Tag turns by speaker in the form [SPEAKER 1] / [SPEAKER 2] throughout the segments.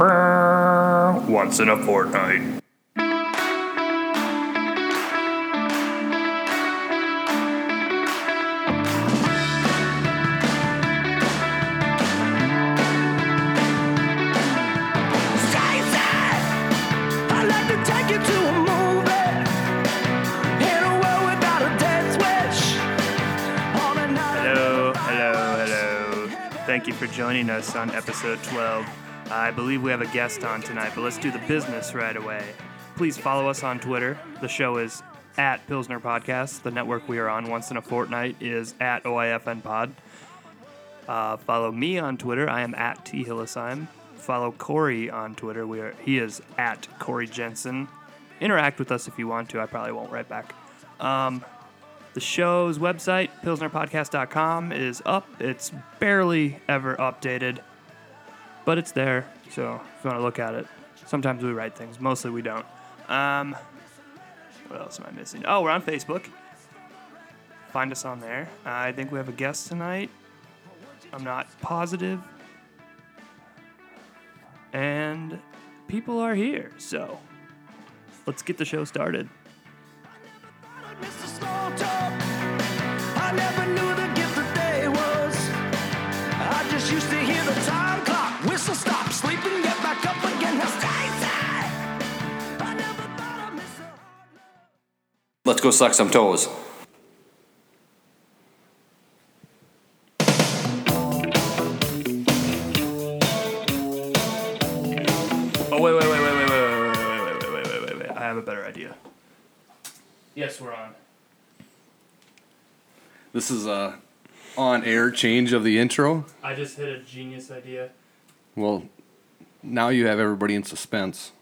[SPEAKER 1] Once in a fortnight. Hello, hello, hello. Thank you for joining us on episode 12. I believe we have a guest on tonight, but let's do the business right away. Please follow us on Twitter. The show is at Pilsner Podcast. The network we are on once in a fortnight is at OIFN Pod. Uh, follow me on Twitter. I am at T Hillisheim. Follow Corey on Twitter. We are, he is at Corey Jensen. Interact with us if you want to. I probably won't write back. Um, the show's website, pilsnerpodcast.com, is up. It's barely ever updated, but it's there. So if you want to look at it, sometimes we write things, mostly we don't. Um, what else am I missing? Oh, we're on Facebook. Find us on there. I think we have a guest tonight. I'm not positive. And people are here, so let's get the show started.
[SPEAKER 2] Let's go suck some
[SPEAKER 1] Oh,
[SPEAKER 2] toes.
[SPEAKER 1] Oh wait, wait, wait, wait, wait, wait, wait, wait, wait, wait, wait, wait, wait, wait. I have a better idea. Yes, we're on.
[SPEAKER 2] This is a on-air change of the intro.
[SPEAKER 1] I just hit a genius idea.
[SPEAKER 2] Well, now you have everybody in suspense.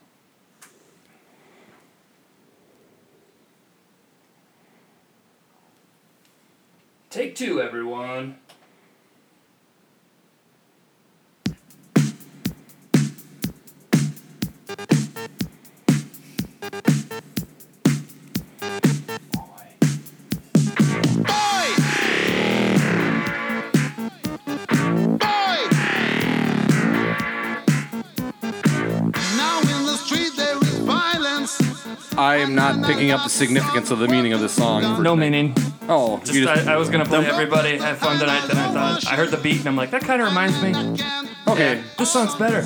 [SPEAKER 1] Take two, everyone.
[SPEAKER 3] Now in the street there is violence.
[SPEAKER 2] I am not picking up the significance of the meaning of this song. for
[SPEAKER 1] No
[SPEAKER 2] tonight.
[SPEAKER 1] meaning.
[SPEAKER 2] Oh,
[SPEAKER 1] Just,
[SPEAKER 2] you just,
[SPEAKER 1] I, I was gonna play everybody had fun tonight. Then I thought I heard the beat and I'm like that kind of reminds me.
[SPEAKER 2] okay.
[SPEAKER 1] This song's better.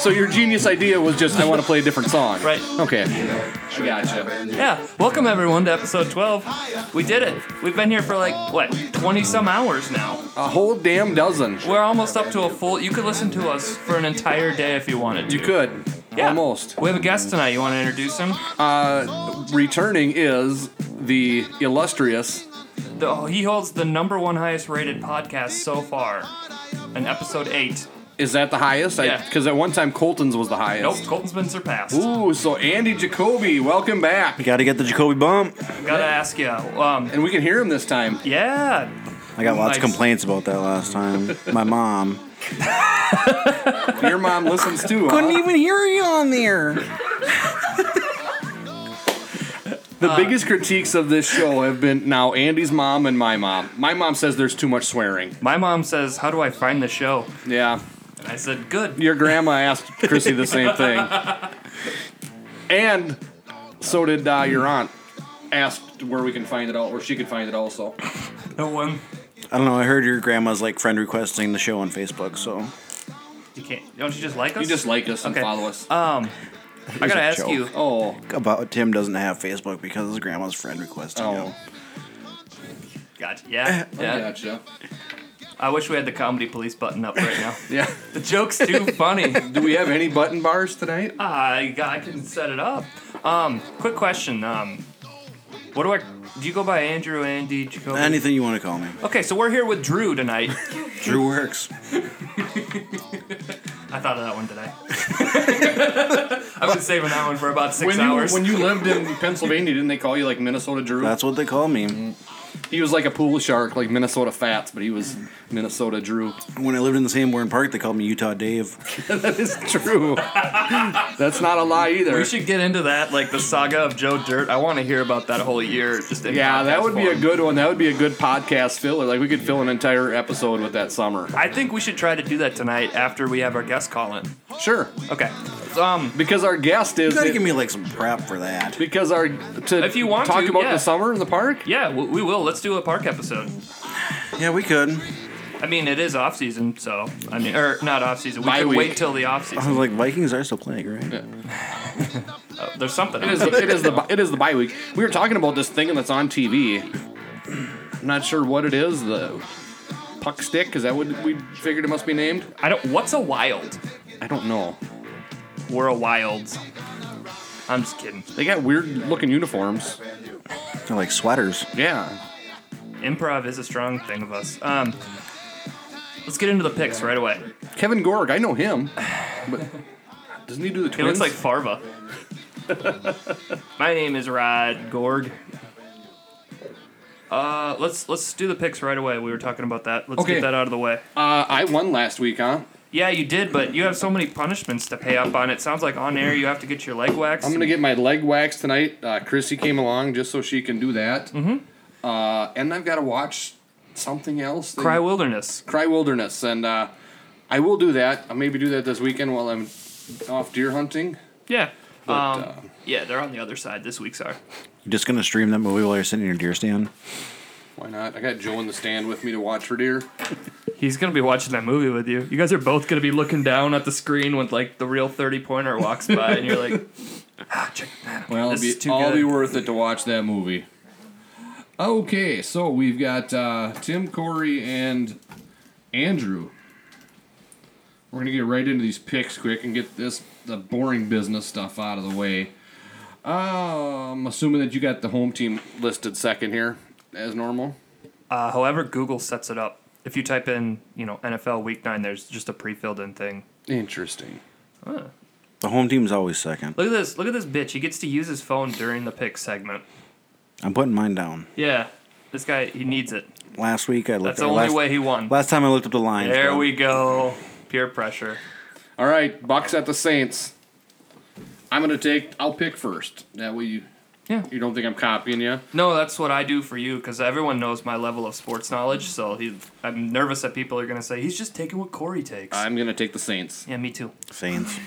[SPEAKER 2] So your genius idea was just I want to play a different song.
[SPEAKER 1] Right.
[SPEAKER 2] Okay. I gotcha.
[SPEAKER 1] Yeah. Welcome everyone to episode 12. We did it. We've been here for like what 20 some hours now.
[SPEAKER 2] A whole damn dozen.
[SPEAKER 1] We're almost up to a full. You could listen to us for an entire day if you wanted to.
[SPEAKER 2] You could.
[SPEAKER 1] Yeah.
[SPEAKER 2] Almost.
[SPEAKER 1] We have a guest tonight. You want to introduce him?
[SPEAKER 2] Uh, returning is the illustrious
[SPEAKER 1] The, oh, he holds the number one highest rated podcast so far, in episode eight.
[SPEAKER 2] Is that the highest?
[SPEAKER 1] Yeah.
[SPEAKER 2] Because at one time Colton's was the
[SPEAKER 1] Nope,
[SPEAKER 2] highest.
[SPEAKER 1] Colton's been surpassed.
[SPEAKER 2] Ooh, so Andy Jacoby, welcome back.
[SPEAKER 4] Got to get the Jacoby bump.
[SPEAKER 1] Gotta ask you. Um,
[SPEAKER 2] And we can hear him this time.
[SPEAKER 1] yeah,
[SPEAKER 4] I got
[SPEAKER 1] Nice.
[SPEAKER 4] lots of complaints about that last time. My mom
[SPEAKER 2] Your mom listens too. huh?
[SPEAKER 4] even hear you on there.
[SPEAKER 2] The biggest critiques of this show have been now Andy's mom and my mom. My mom says there's too much swearing.
[SPEAKER 1] my mom says, "How do I find the show?"
[SPEAKER 2] Yeah.
[SPEAKER 1] And I said, "Good."
[SPEAKER 2] Your grandma asked Chrissy the same thing. And so did uh, your aunt. Asked where we can find it all, or she could find it also.
[SPEAKER 1] No one.
[SPEAKER 4] I don't know. I heard your grandma's like friend requesting the show on Facebook, so
[SPEAKER 1] You can't. Don't you just like us?
[SPEAKER 2] You just like us and
[SPEAKER 1] Okay.
[SPEAKER 2] follow us.
[SPEAKER 1] Um, I gotta
[SPEAKER 4] a
[SPEAKER 1] ask
[SPEAKER 4] joke.
[SPEAKER 1] you.
[SPEAKER 2] oh,
[SPEAKER 4] about Tim doesn't have Facebook because his grandma's friend requesting
[SPEAKER 2] oh,
[SPEAKER 1] Gotcha. Yeah.
[SPEAKER 2] I
[SPEAKER 1] Yeah.
[SPEAKER 2] Oh, gotcha.
[SPEAKER 1] I wish we had the comedy police button up right now.
[SPEAKER 2] Yeah.
[SPEAKER 1] the joke's too funny.
[SPEAKER 2] Do we have any button bars tonight?
[SPEAKER 1] I I couldn't set it up. Um, quick question. Um, what do I? Do you go by Andrew, Andy, Jacoby?
[SPEAKER 4] it. Anything you want to call me.
[SPEAKER 1] Okay, so we're here with Drew tonight.
[SPEAKER 4] Drew works.
[SPEAKER 1] I thought of that one today. I've been saving that one for about six
[SPEAKER 2] When you,
[SPEAKER 1] hours.
[SPEAKER 2] when you lived in Pennsylvania, didn't they call you like Minnesota Drew?
[SPEAKER 4] That's what they call me.
[SPEAKER 2] He was like a pool shark, like Minnesota Fats, but he was Minnesota Drew.
[SPEAKER 4] When I lived in the Sanborn Park, they called me Utah Dave.
[SPEAKER 2] that is true. That's not a lie either.
[SPEAKER 1] We should get into that, like the saga of Joe Dirt. I want to hear about that whole year. Just in
[SPEAKER 2] yeah, that
[SPEAKER 1] podcast
[SPEAKER 2] would be a
[SPEAKER 1] form.
[SPEAKER 2] good one. That would be a good podcast filler. Like we could fill an entire episode with that summer.
[SPEAKER 1] I think we should try to do that tonight after we have our guest call in.
[SPEAKER 2] Sure,
[SPEAKER 1] Okay. So, um,
[SPEAKER 2] because our guest is
[SPEAKER 4] You gotta give me like some prep for that.
[SPEAKER 2] because our to
[SPEAKER 1] If you want
[SPEAKER 2] talk
[SPEAKER 1] to,
[SPEAKER 2] about
[SPEAKER 1] yeah.
[SPEAKER 2] the summer in the park.
[SPEAKER 1] yeah, we, we will. Let's do a park episode.
[SPEAKER 4] Yeah, we could.
[SPEAKER 1] I mean, it is off season, so I mean, or not off season. We
[SPEAKER 2] Bye
[SPEAKER 1] could
[SPEAKER 2] week.
[SPEAKER 1] wait till the off
[SPEAKER 4] I
[SPEAKER 1] season.
[SPEAKER 4] was like, Vikings are still playing, right?
[SPEAKER 1] There's something.
[SPEAKER 2] Uh-huh. It is, the, it is the it is the bye week. We were talking about this thing that's on TV. I'm not sure what it is. The puck stick is that what we figured it must be named?
[SPEAKER 1] I don't. What's a wild?
[SPEAKER 2] I don't know.
[SPEAKER 1] We're a wild. I'm just kidding.
[SPEAKER 2] They got weird looking uniforms.
[SPEAKER 4] They're like sweaters.
[SPEAKER 2] Yeah,
[SPEAKER 1] Improv is a strong thing of us. Um, let's get into the picks right away.
[SPEAKER 2] Kevin Gorg. I know him. But doesn't he do the
[SPEAKER 1] He
[SPEAKER 2] twins?
[SPEAKER 1] looks like Farva. My name is Rod Gorg. Uh, let's let's do the picks right away. We were talking about that. Let's
[SPEAKER 2] Okay.
[SPEAKER 1] get that out of the way.
[SPEAKER 2] uh, I won last week, huh?
[SPEAKER 1] Yeah, you did, but you have so many punishments to pay up on. It sounds like on air you have to get your leg waxed.
[SPEAKER 2] I'm gonna get my leg waxed tonight. Uh, Chrissy came along just so she can do that. Mm-hmm. Uh, and I've got to watch something else. that-
[SPEAKER 1] Cry Wilderness.
[SPEAKER 2] Cry Wilderness, and uh, I will do that. I'll maybe do that this weekend while I'm off deer hunting.
[SPEAKER 1] Yeah.
[SPEAKER 2] But,
[SPEAKER 1] um,
[SPEAKER 2] uh,
[SPEAKER 1] yeah, they're on the other side. This week's are.
[SPEAKER 4] You're just gonna stream that movie while you're sitting in your deer stand.
[SPEAKER 2] Why not? I got Joe in the stand with me to watch for deer.
[SPEAKER 1] He's gonna be watching that movie with you. You guys are both gonna be looking down at the screen when like the real thirty pointer walks by, and you're like, ah, check that. out.
[SPEAKER 2] Well,
[SPEAKER 1] This
[SPEAKER 2] it'll be,
[SPEAKER 1] is too
[SPEAKER 2] all be
[SPEAKER 1] good."
[SPEAKER 2] worth it to watch that movie. Okay, so we've got uh, Tim, Corey, and Andrew. We're gonna get right into these picks quick and get this the boring business stuff out of the way. Uh, I'm assuming that you got the home team listed second here, as normal.
[SPEAKER 1] Uh, however, Google sets it up. If you type in, you know, NFL Week Nine, there's just a pre-filled in thing.
[SPEAKER 2] Interesting.
[SPEAKER 4] The home team's always second.
[SPEAKER 1] Look at this. Look at this bitch. He gets to use his phone during the pick segment.
[SPEAKER 4] I'm putting mine down.
[SPEAKER 1] Yeah, this guy he needs it.
[SPEAKER 4] Last week I looked.
[SPEAKER 1] That's the
[SPEAKER 4] at
[SPEAKER 1] only
[SPEAKER 4] last,
[SPEAKER 1] way he won.
[SPEAKER 4] Last time I looked up the lines.
[SPEAKER 1] There
[SPEAKER 4] bro.
[SPEAKER 1] we go. Peer pressure.
[SPEAKER 2] All right, Bucks at the Saints. I'm gonna take. I'll pick first. That way you.
[SPEAKER 1] Yeah.
[SPEAKER 2] You don't think I'm copying you?
[SPEAKER 1] No, that's what I do for you because everyone knows my level of sports knowledge. So he, I'm nervous that people are gonna say he's just taking what Corey takes.
[SPEAKER 2] I'm gonna take the Saints.
[SPEAKER 1] yeah, me too.
[SPEAKER 4] Saints.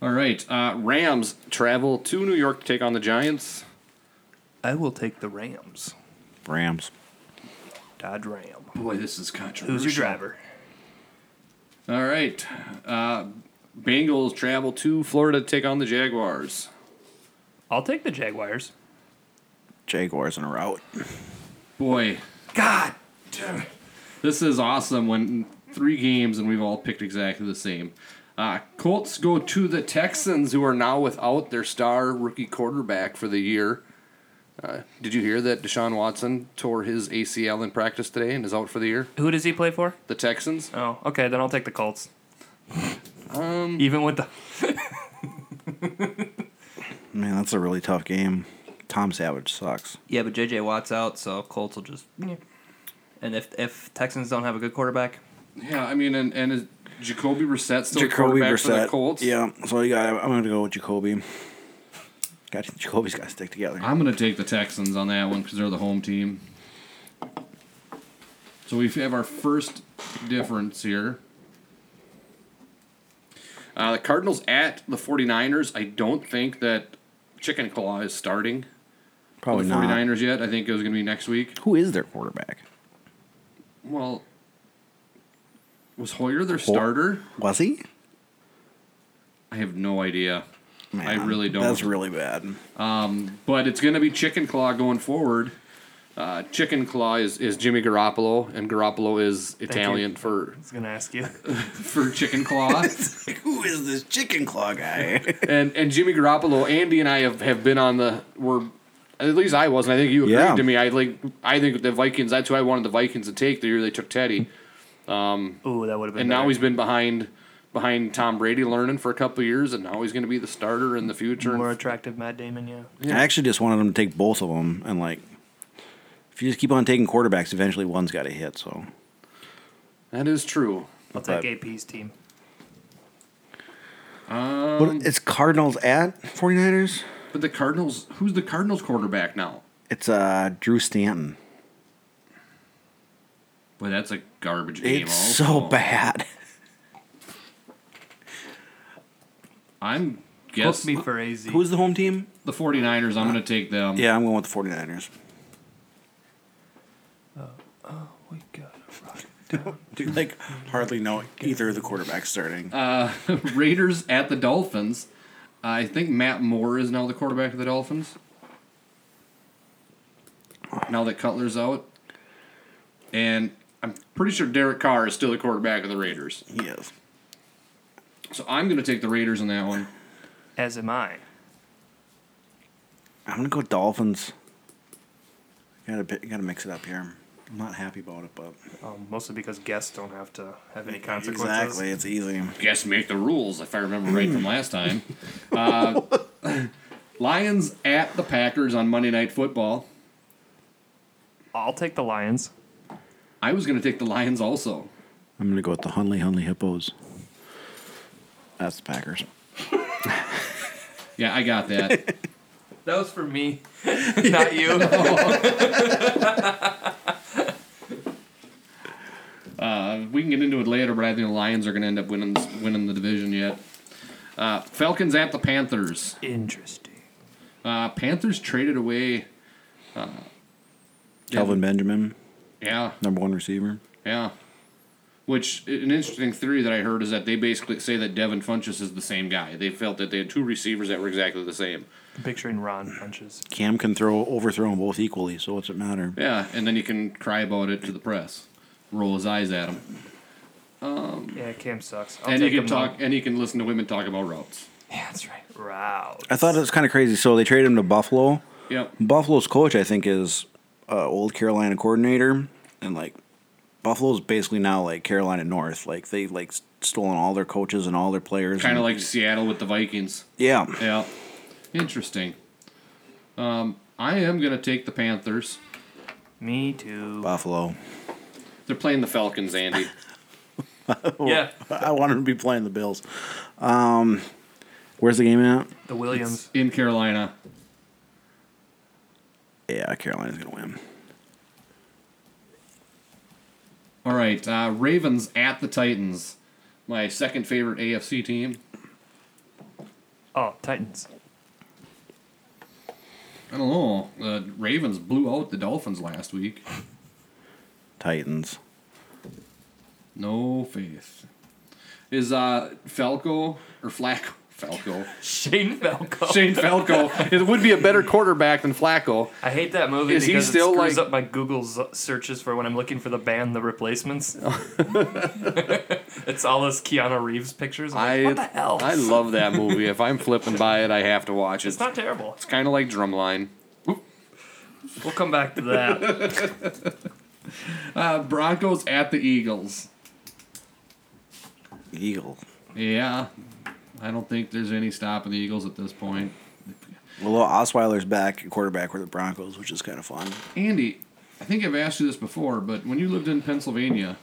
[SPEAKER 2] All right. Uh, Rams travel to New York to take on the Giants.
[SPEAKER 1] I will take the Rams.
[SPEAKER 4] Rams.
[SPEAKER 1] Dodge Ram.
[SPEAKER 2] Boy, this is controversial.
[SPEAKER 1] Who's your driver?
[SPEAKER 2] All right. Uh, Bengals travel to Florida to take on the Jaguars.
[SPEAKER 1] I'll take the Jaguars.
[SPEAKER 4] Jaguars in a rout.
[SPEAKER 2] Boy,
[SPEAKER 1] God.
[SPEAKER 2] this is awesome when three games and we've all picked exactly the same. Uh, Colts go to the Texans, who are now without their star rookie quarterback for the year. Uh, did you hear that Deshaun Watson tore his ACL in practice today and is out for the year?
[SPEAKER 1] Who does he play for?
[SPEAKER 2] The Texans?
[SPEAKER 1] Oh, okay. Then I'll take the Colts. Um. Even with the
[SPEAKER 4] Man, that's a really tough game. Tom Savage sucks.
[SPEAKER 5] Yeah, but JJ Watt's out, so Colts will just. And if if Texans don't have a good quarterback,
[SPEAKER 2] Yeah, I mean, and, and is Jacoby Brissett still quarterback for the Colts?
[SPEAKER 4] Yeah. So you got. I'm gonna go with Jacoby. Got Jacoby's got to stick together.
[SPEAKER 2] I'm going to take the Texans on that one because they're the home team. So we have our first difference here. Uh, the Cardinals at the 49ers. I don't think that Chicken Claw is starting for
[SPEAKER 4] Probably
[SPEAKER 2] the
[SPEAKER 4] not.
[SPEAKER 2] 49ers yet. I think it was going to be next week.
[SPEAKER 4] Who is their quarterback?
[SPEAKER 2] Well, was Hoyer their starter?
[SPEAKER 4] Was he?
[SPEAKER 2] I have no idea.
[SPEAKER 4] Man,
[SPEAKER 2] really don't.
[SPEAKER 4] That's really bad.
[SPEAKER 2] But it's going to be Chicken Claw going forward. Uh, Chicken Claw is, is Jimmy Garoppolo, and Garoppolo is Italian for,
[SPEAKER 1] I was gonna ask you.
[SPEAKER 2] for Chicken Claw.
[SPEAKER 4] Who is this chicken claw guy?
[SPEAKER 2] and and Jimmy Garoppolo, Andy and I have, have been on the were at least I was, and I think you agreed
[SPEAKER 4] Yeah.
[SPEAKER 2] to me. I like I think the Vikings. That's who I wanted the Vikings to take the year they took Teddy,
[SPEAKER 1] Ooh, that would have been.
[SPEAKER 2] and now
[SPEAKER 1] better.
[SPEAKER 2] he's been behind behind Tom Brady learning for a couple years, and now he's going to be the starter in the future.
[SPEAKER 1] More
[SPEAKER 2] And
[SPEAKER 1] attractive Matt Damon, yeah.
[SPEAKER 4] I actually just wanted them to take both of them and like. If you just keep on taking quarterbacks, eventually one's got to hit. So
[SPEAKER 2] that is true.
[SPEAKER 1] I'll
[SPEAKER 4] But-
[SPEAKER 1] take AP's team.
[SPEAKER 4] But it's Cardinals at 49ers.
[SPEAKER 2] But the Cardinals, who's the Cardinals quarterback now?
[SPEAKER 4] It's uh Drew Stanton.
[SPEAKER 2] Boy, that's a garbage game.
[SPEAKER 4] It's
[SPEAKER 2] also.
[SPEAKER 4] so bad.
[SPEAKER 2] I'm
[SPEAKER 1] Book me
[SPEAKER 2] guessing
[SPEAKER 1] for AZ.
[SPEAKER 4] Who's the home team?
[SPEAKER 2] the 49ers. I'm going to take them.
[SPEAKER 4] Yeah, I'm going with the 49ers.
[SPEAKER 1] We got
[SPEAKER 4] Dude, like hardly know either of the quarterbacks starting.
[SPEAKER 2] Uh, Raiders at the Dolphins. I think Matt Moore is now the quarterback of the Dolphins. Now that Cutler's out. And I'm pretty sure Derek Carr is still the quarterback of the Raiders.
[SPEAKER 4] yes.
[SPEAKER 2] So I'm going to take the Raiders in that one.
[SPEAKER 1] As am I.
[SPEAKER 4] I'm gonna go Dolphins. Gotta pi- gotta mix it up here. I'm not happy about it, but
[SPEAKER 1] Um, mostly because guests don't have to have any consequences.
[SPEAKER 4] exactly, it's easy.
[SPEAKER 2] Guess make the rules, if I remember right from last time. Uh, Lions at the Packers on Monday Night Football.
[SPEAKER 1] I'll take the Lions.
[SPEAKER 2] I was going to take the Lions also.
[SPEAKER 4] I'm gonna go with the Hunley Hunley Hippos. That's the Packers.
[SPEAKER 2] Yeah, I got that.
[SPEAKER 6] That was for me, not you.
[SPEAKER 2] Uh, we can get into it later, but I think the Lions are going to end up winning winning the division yet. Uh, Falcons at the Panthers.
[SPEAKER 1] Interesting.
[SPEAKER 2] Uh, Panthers traded away.
[SPEAKER 4] Calvin Benjamin,
[SPEAKER 2] Yeah,
[SPEAKER 4] number one receiver.
[SPEAKER 2] yeah. Which an interesting theory that I heard is that they basically say that Devin Funchess is the same guy. They felt that they had two receivers that were exactly the same.
[SPEAKER 1] I'm picturing Ron punches.
[SPEAKER 4] Cam can throw overthrow them both equally, so what's it matter?
[SPEAKER 2] Yeah, and then you can cry about it to the press, roll his eyes at him,
[SPEAKER 1] Yeah, Cam sucks. I'll
[SPEAKER 2] and you
[SPEAKER 1] take
[SPEAKER 2] can
[SPEAKER 1] him
[SPEAKER 2] talk, and you can listen to women talk about routes.
[SPEAKER 6] yeah, that's right.
[SPEAKER 1] on Routes.
[SPEAKER 4] I thought it was kind of crazy. So they traded him to Buffalo.
[SPEAKER 2] Yep.
[SPEAKER 4] Buffalo's coach, I think, is uh, old Carolina coordinator, and like Buffalo's basically now like Carolina North. Like they like s- stolen all their coaches and all their players.
[SPEAKER 2] Kind of
[SPEAKER 4] and-
[SPEAKER 2] like Seattle with the Vikings.
[SPEAKER 4] yeah.
[SPEAKER 2] Yeah. Interesting. Um, I am going to take the Panthers.
[SPEAKER 1] Me too.
[SPEAKER 4] Buffalo.
[SPEAKER 2] They're playing the Falcons, Andy.
[SPEAKER 6] Yeah,
[SPEAKER 4] I wanted to be playing the Bills. Um, where's the game at?
[SPEAKER 1] The Williams.
[SPEAKER 2] In Carolina.
[SPEAKER 4] Yeah, Carolina's gonna win.
[SPEAKER 2] All right. Uh, Ravens at the Titans. My second favorite AFC team.
[SPEAKER 1] Oh, Titans.
[SPEAKER 2] I don't know. The Ravens blew out the Dolphins last week.
[SPEAKER 4] Titans.
[SPEAKER 2] No faith. Is uh, Falco or Flacco? Falco.
[SPEAKER 6] Shane Falco.
[SPEAKER 2] Shane Falco. It would be a better quarterback than Flacco.
[SPEAKER 6] I hate that movie
[SPEAKER 2] Is he
[SPEAKER 6] because
[SPEAKER 2] still,
[SPEAKER 6] it screws
[SPEAKER 2] like-
[SPEAKER 6] up my Google z- searches for when I'm looking for the band The Replacements. it's all those Keanu Reeves pictures. I'm like,
[SPEAKER 2] I
[SPEAKER 6] what the hell?
[SPEAKER 2] I love that movie. If I'm flipping by it, I have to watch it.
[SPEAKER 6] it's not terrible.
[SPEAKER 2] It's kind of like Drumline.
[SPEAKER 6] We'll come back to that.
[SPEAKER 2] Uh, Broncos at the Eagles.
[SPEAKER 4] Eagle.
[SPEAKER 2] Yeah, I don't think there's any stopping the Eagles at this point.
[SPEAKER 4] Well, Osweiler's back at quarterback for the Broncos, which is kind of fun.
[SPEAKER 2] Andy, I think I've asked you this before, but when you lived in Pennsylvania,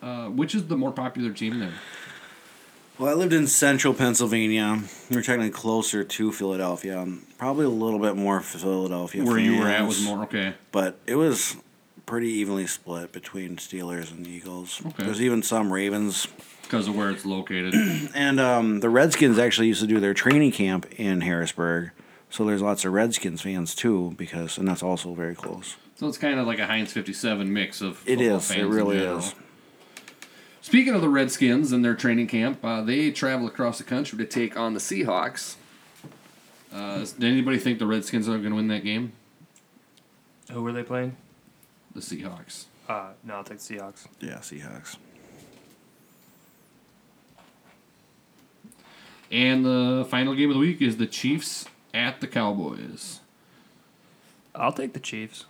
[SPEAKER 2] uh, which is the more popular team there?
[SPEAKER 4] Well, I lived in central Pennsylvania. We are technically closer to Philadelphia. Probably a little bit more Philadelphia.
[SPEAKER 2] Where you were at
[SPEAKER 4] fans,
[SPEAKER 2] was more okay.
[SPEAKER 4] But it was pretty evenly split between Steelers and Eagles.
[SPEAKER 2] Okay.
[SPEAKER 4] There's even some Ravens.
[SPEAKER 2] Because of where it's located.
[SPEAKER 4] And um, the Redskins actually used to do their training camp in Harrisburg. So there's lots of Redskins fans too, because, and that's also very close.
[SPEAKER 2] so it's kind of like a Heinz 57 mix of.
[SPEAKER 4] It
[SPEAKER 2] football
[SPEAKER 4] is.
[SPEAKER 2] fans
[SPEAKER 4] It
[SPEAKER 2] in
[SPEAKER 4] really
[SPEAKER 2] general.
[SPEAKER 4] is.
[SPEAKER 2] Speaking of the Redskins and their training camp, uh, they travel across the country to take on the Seahawks. Uh, did anybody think the Redskins are going to win that game?
[SPEAKER 1] Who were they playing?
[SPEAKER 2] The Seahawks.
[SPEAKER 1] Uh, no, I'll take Seahawks.
[SPEAKER 4] Yeah, Seahawks.
[SPEAKER 2] And the final game of the week is the Chiefs at the Cowboys.
[SPEAKER 1] I'll take the Chiefs.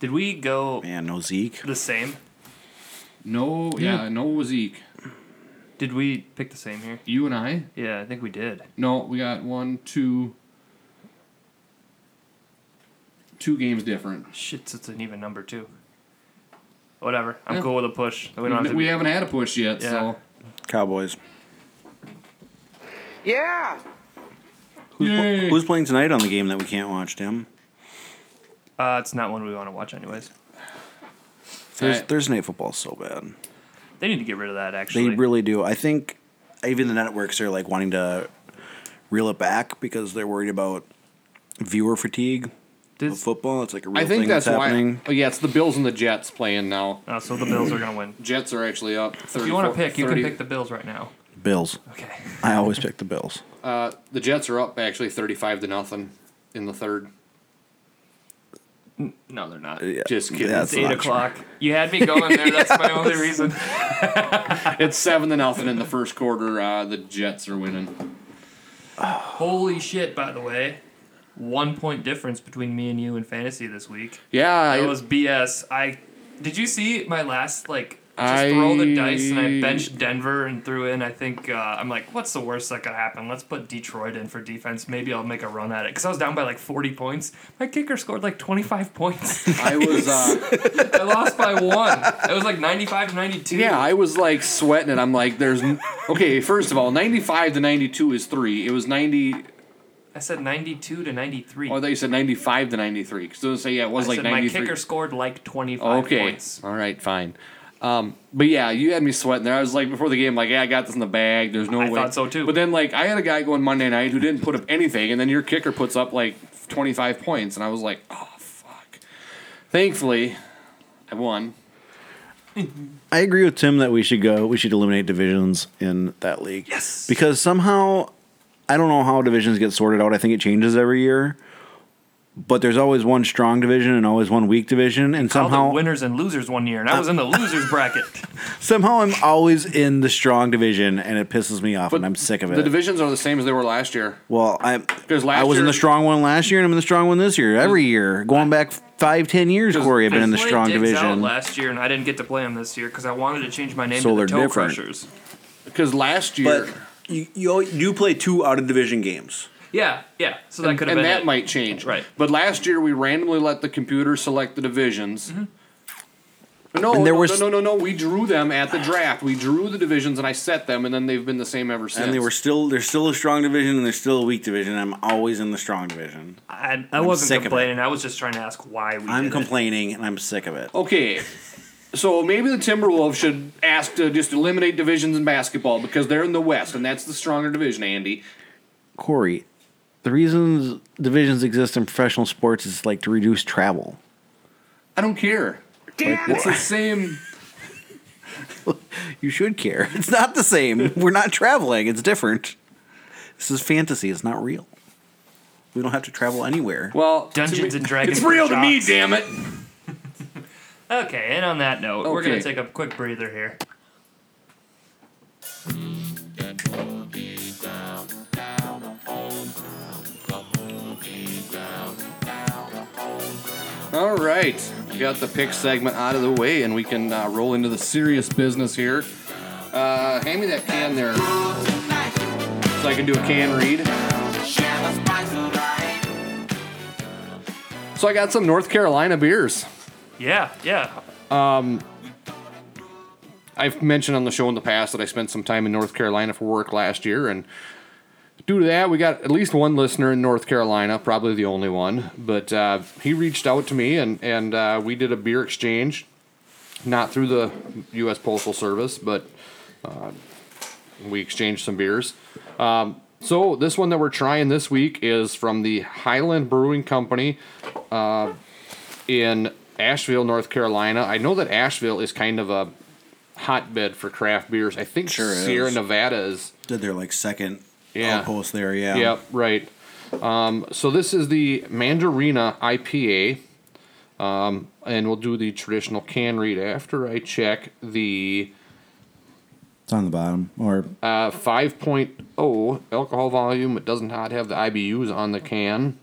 [SPEAKER 1] Did we go
[SPEAKER 4] Man, no Zeke.
[SPEAKER 1] the same?
[SPEAKER 2] No, yeah, no Zeke.
[SPEAKER 7] Did we pick the same here?
[SPEAKER 2] You and I?
[SPEAKER 7] Yeah, I think we did.
[SPEAKER 2] No, we got one, two, two games different.
[SPEAKER 7] Shit, it's an even number too. Whatever. I'm
[SPEAKER 2] Yeah.
[SPEAKER 7] cool with a push. We
[SPEAKER 2] We,
[SPEAKER 7] don't have to.
[SPEAKER 2] we haven't had a push yet,
[SPEAKER 7] Yeah.
[SPEAKER 2] so
[SPEAKER 4] Cowboys. Who's, pl-
[SPEAKER 2] Yay.
[SPEAKER 4] who's playing tonight on the game that we can't watch, Tim?
[SPEAKER 7] uh, it's not one we want to watch anyways.
[SPEAKER 4] Thurs-
[SPEAKER 2] I-
[SPEAKER 4] Thursday night football's so bad.
[SPEAKER 7] They need to get rid of that. Actually,
[SPEAKER 4] They really do. I think even the networks are like wanting to reel it back because they're worried about viewer fatigue
[SPEAKER 7] Did-
[SPEAKER 4] of football. It's like a real
[SPEAKER 2] I think
[SPEAKER 4] thing
[SPEAKER 2] that's
[SPEAKER 4] that's, happening.
[SPEAKER 2] why. Oh, yeah, it's the Bills and the Jets playing now.
[SPEAKER 7] Uh, so the Bills are gonna win.
[SPEAKER 2] Jets are actually up. 30,
[SPEAKER 7] If you want to pick, you can pick the Bills right now.
[SPEAKER 4] Bills.
[SPEAKER 7] Okay.
[SPEAKER 4] I always pick the Bills.
[SPEAKER 2] Uh, the Jets are up actually thirty-five to nothing in the third.
[SPEAKER 7] No, they're not.
[SPEAKER 4] Yeah,
[SPEAKER 2] Just kidding.
[SPEAKER 4] that's
[SPEAKER 7] it's eight
[SPEAKER 4] not true.
[SPEAKER 7] o'clock. You had me going there. That's my only reason.
[SPEAKER 2] It's seven to nothing in the first quarter. Uh, the Jets are winning.
[SPEAKER 7] Holy shit! By the way, one point difference between me and you in fantasy this week.
[SPEAKER 2] Yeah,
[SPEAKER 7] It
[SPEAKER 2] it
[SPEAKER 7] was BS. I did you see my last like just
[SPEAKER 2] I-
[SPEAKER 7] throw the dice and I benched Denver and threw in. I think uh, I'm like, what's the worst that could happen? Let's put Detroit in for defense. Maybe I'll make a run at it because I was down by like 40 points. My kicker scored like 25 points.
[SPEAKER 2] I was. Uh,
[SPEAKER 7] I lost by one. It was like 95 to 92.
[SPEAKER 2] Yeah, I was like sweating it. I'm like, there's n- okay. First of all, 95 to 92 is three. It was 90.
[SPEAKER 7] I said 92 to 93.
[SPEAKER 2] Oh, I thought you said 95 to 93. Because don't say yeah, it was
[SPEAKER 7] I
[SPEAKER 2] like
[SPEAKER 7] said
[SPEAKER 2] 93.
[SPEAKER 7] my kicker scored like 25
[SPEAKER 2] okay,
[SPEAKER 7] points.
[SPEAKER 2] all right, fine. Um, but yeah, you had me sweating there. I was like before the game, like, yeah, I got this in the bag. There's no
[SPEAKER 7] I
[SPEAKER 2] way.
[SPEAKER 7] thought so, too.
[SPEAKER 2] But then like I had a guy going Monday night who didn't put up anything, and then your kicker puts up like 25 points, and I was like, oh fuck. Thankfully, I won.
[SPEAKER 4] I agree with Tim that we should go. We should eliminate divisions in that league.
[SPEAKER 7] Yes.
[SPEAKER 4] Because somehow, I don't know how divisions get sorted out. I think it changes every year. But there's always one strong division and always one weak division, and
[SPEAKER 7] Called
[SPEAKER 4] somehow
[SPEAKER 7] it winners and losers one year, and I was in the losers bracket.
[SPEAKER 4] somehow I'm always in the strong division, and it pisses me off,
[SPEAKER 2] But
[SPEAKER 4] and I'm sick of it.
[SPEAKER 2] The divisions are the same as they were last year.
[SPEAKER 4] well, I
[SPEAKER 2] Because last
[SPEAKER 4] I was in
[SPEAKER 2] year-
[SPEAKER 4] the strong one last year, and I'm in the strong one this year. Every year, going back five, ten years, Corey, I've been in the
[SPEAKER 7] played
[SPEAKER 4] strong
[SPEAKER 7] Diggs out
[SPEAKER 4] division.
[SPEAKER 7] last year, and I didn't get to play him this year because I wanted to change my name
[SPEAKER 4] So
[SPEAKER 7] to
[SPEAKER 4] they're
[SPEAKER 7] the Toe
[SPEAKER 4] different.
[SPEAKER 7] Crushers.
[SPEAKER 2] Because last year.
[SPEAKER 4] But you, you you play two out of division games.
[SPEAKER 7] Yeah, yeah. So that could have
[SPEAKER 2] and
[SPEAKER 7] been
[SPEAKER 2] that
[SPEAKER 7] it.
[SPEAKER 2] might change.
[SPEAKER 7] Right.
[SPEAKER 2] But last year we randomly let the computer select the divisions.
[SPEAKER 7] Mm-hmm.
[SPEAKER 2] No,
[SPEAKER 4] And there
[SPEAKER 2] no,
[SPEAKER 4] was-
[SPEAKER 2] no, no, no, no. We drew them at the draft. We drew the divisions and I set them, and then they've been the same ever since.
[SPEAKER 4] And they were still there's still a strong division and there's still a weak division. I'm always in the strong division.
[SPEAKER 7] I, I wasn't
[SPEAKER 4] sick of it.
[SPEAKER 7] complaining. I was just trying to ask why we.
[SPEAKER 4] I'm
[SPEAKER 7] did it.
[SPEAKER 4] complaining and I'm sick of it.
[SPEAKER 2] okay. So maybe the Timberwolves should ask to just eliminate divisions in basketball because they're in the West and that's the stronger division, Andy.
[SPEAKER 4] Corey, the reasons divisions exist in professional sports is like to reduce travel.
[SPEAKER 2] I don't care. it's the same.
[SPEAKER 4] You should care. It's not the same. We're not traveling. It's different. This is fantasy. It's not real. We don't have to travel anywhere.
[SPEAKER 2] Well, to
[SPEAKER 7] Dungeons
[SPEAKER 2] me-
[SPEAKER 7] and Dragons
[SPEAKER 2] It's real to me,
[SPEAKER 7] for jocks.
[SPEAKER 2] damn it.
[SPEAKER 7] Okay, and on that note, we're gonna
[SPEAKER 2] Okay.
[SPEAKER 7] take a quick breather here.
[SPEAKER 2] All right, we got the pick segment out of the way, and we can uh, roll into the serious business here. Uh, hand me that can there, so I can do a can read. So I got some North Carolina beers.
[SPEAKER 7] Yeah, yeah.
[SPEAKER 2] I've mentioned on the show in the past that I spent some time in North Carolina for work last year, and due to that, we got at least one listener in North Carolina, probably the only one. But uh, he reached out to me, and and uh, we did a beer exchange, not through the U.S. Postal Service, but uh, we exchanged some beers. Um, so this one that we're trying this week is from the Highland Brewing Company uh, in Asheville, North Carolina. I know that Asheville is kind of a hotbed for craft beers. I think
[SPEAKER 4] Sure is.
[SPEAKER 2] Sierra Nevada is.
[SPEAKER 4] Did their like second
[SPEAKER 2] Yeah.
[SPEAKER 4] outpost there? Yeah.
[SPEAKER 2] Yep, right. Um, so this is the Mandarina IPA. Um, and we'll do the traditional can read after I check the
[SPEAKER 4] It's on the bottom. Or
[SPEAKER 2] uh, 5.0 alcohol volume. It does not have the IBUs on the can.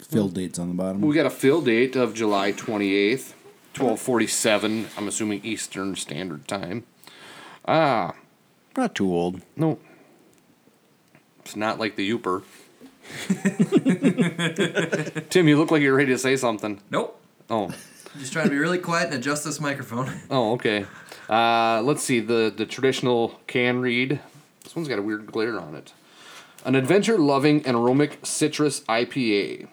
[SPEAKER 4] field dates on the bottom.
[SPEAKER 2] We got a fill date of July 28th. 1247, I'm assuming Eastern Standard Time.
[SPEAKER 4] Not too old.
[SPEAKER 2] No. It's not like the Uper. Tim, you look like you're ready to say something.
[SPEAKER 8] Nope.
[SPEAKER 2] Oh.
[SPEAKER 8] Just trying to be really quiet and adjust this microphone.
[SPEAKER 2] Oh, okay. Uh, let's see the the traditional can read. This one's got a weird glare on it. An adventure-loving and aromatic citrus IPA,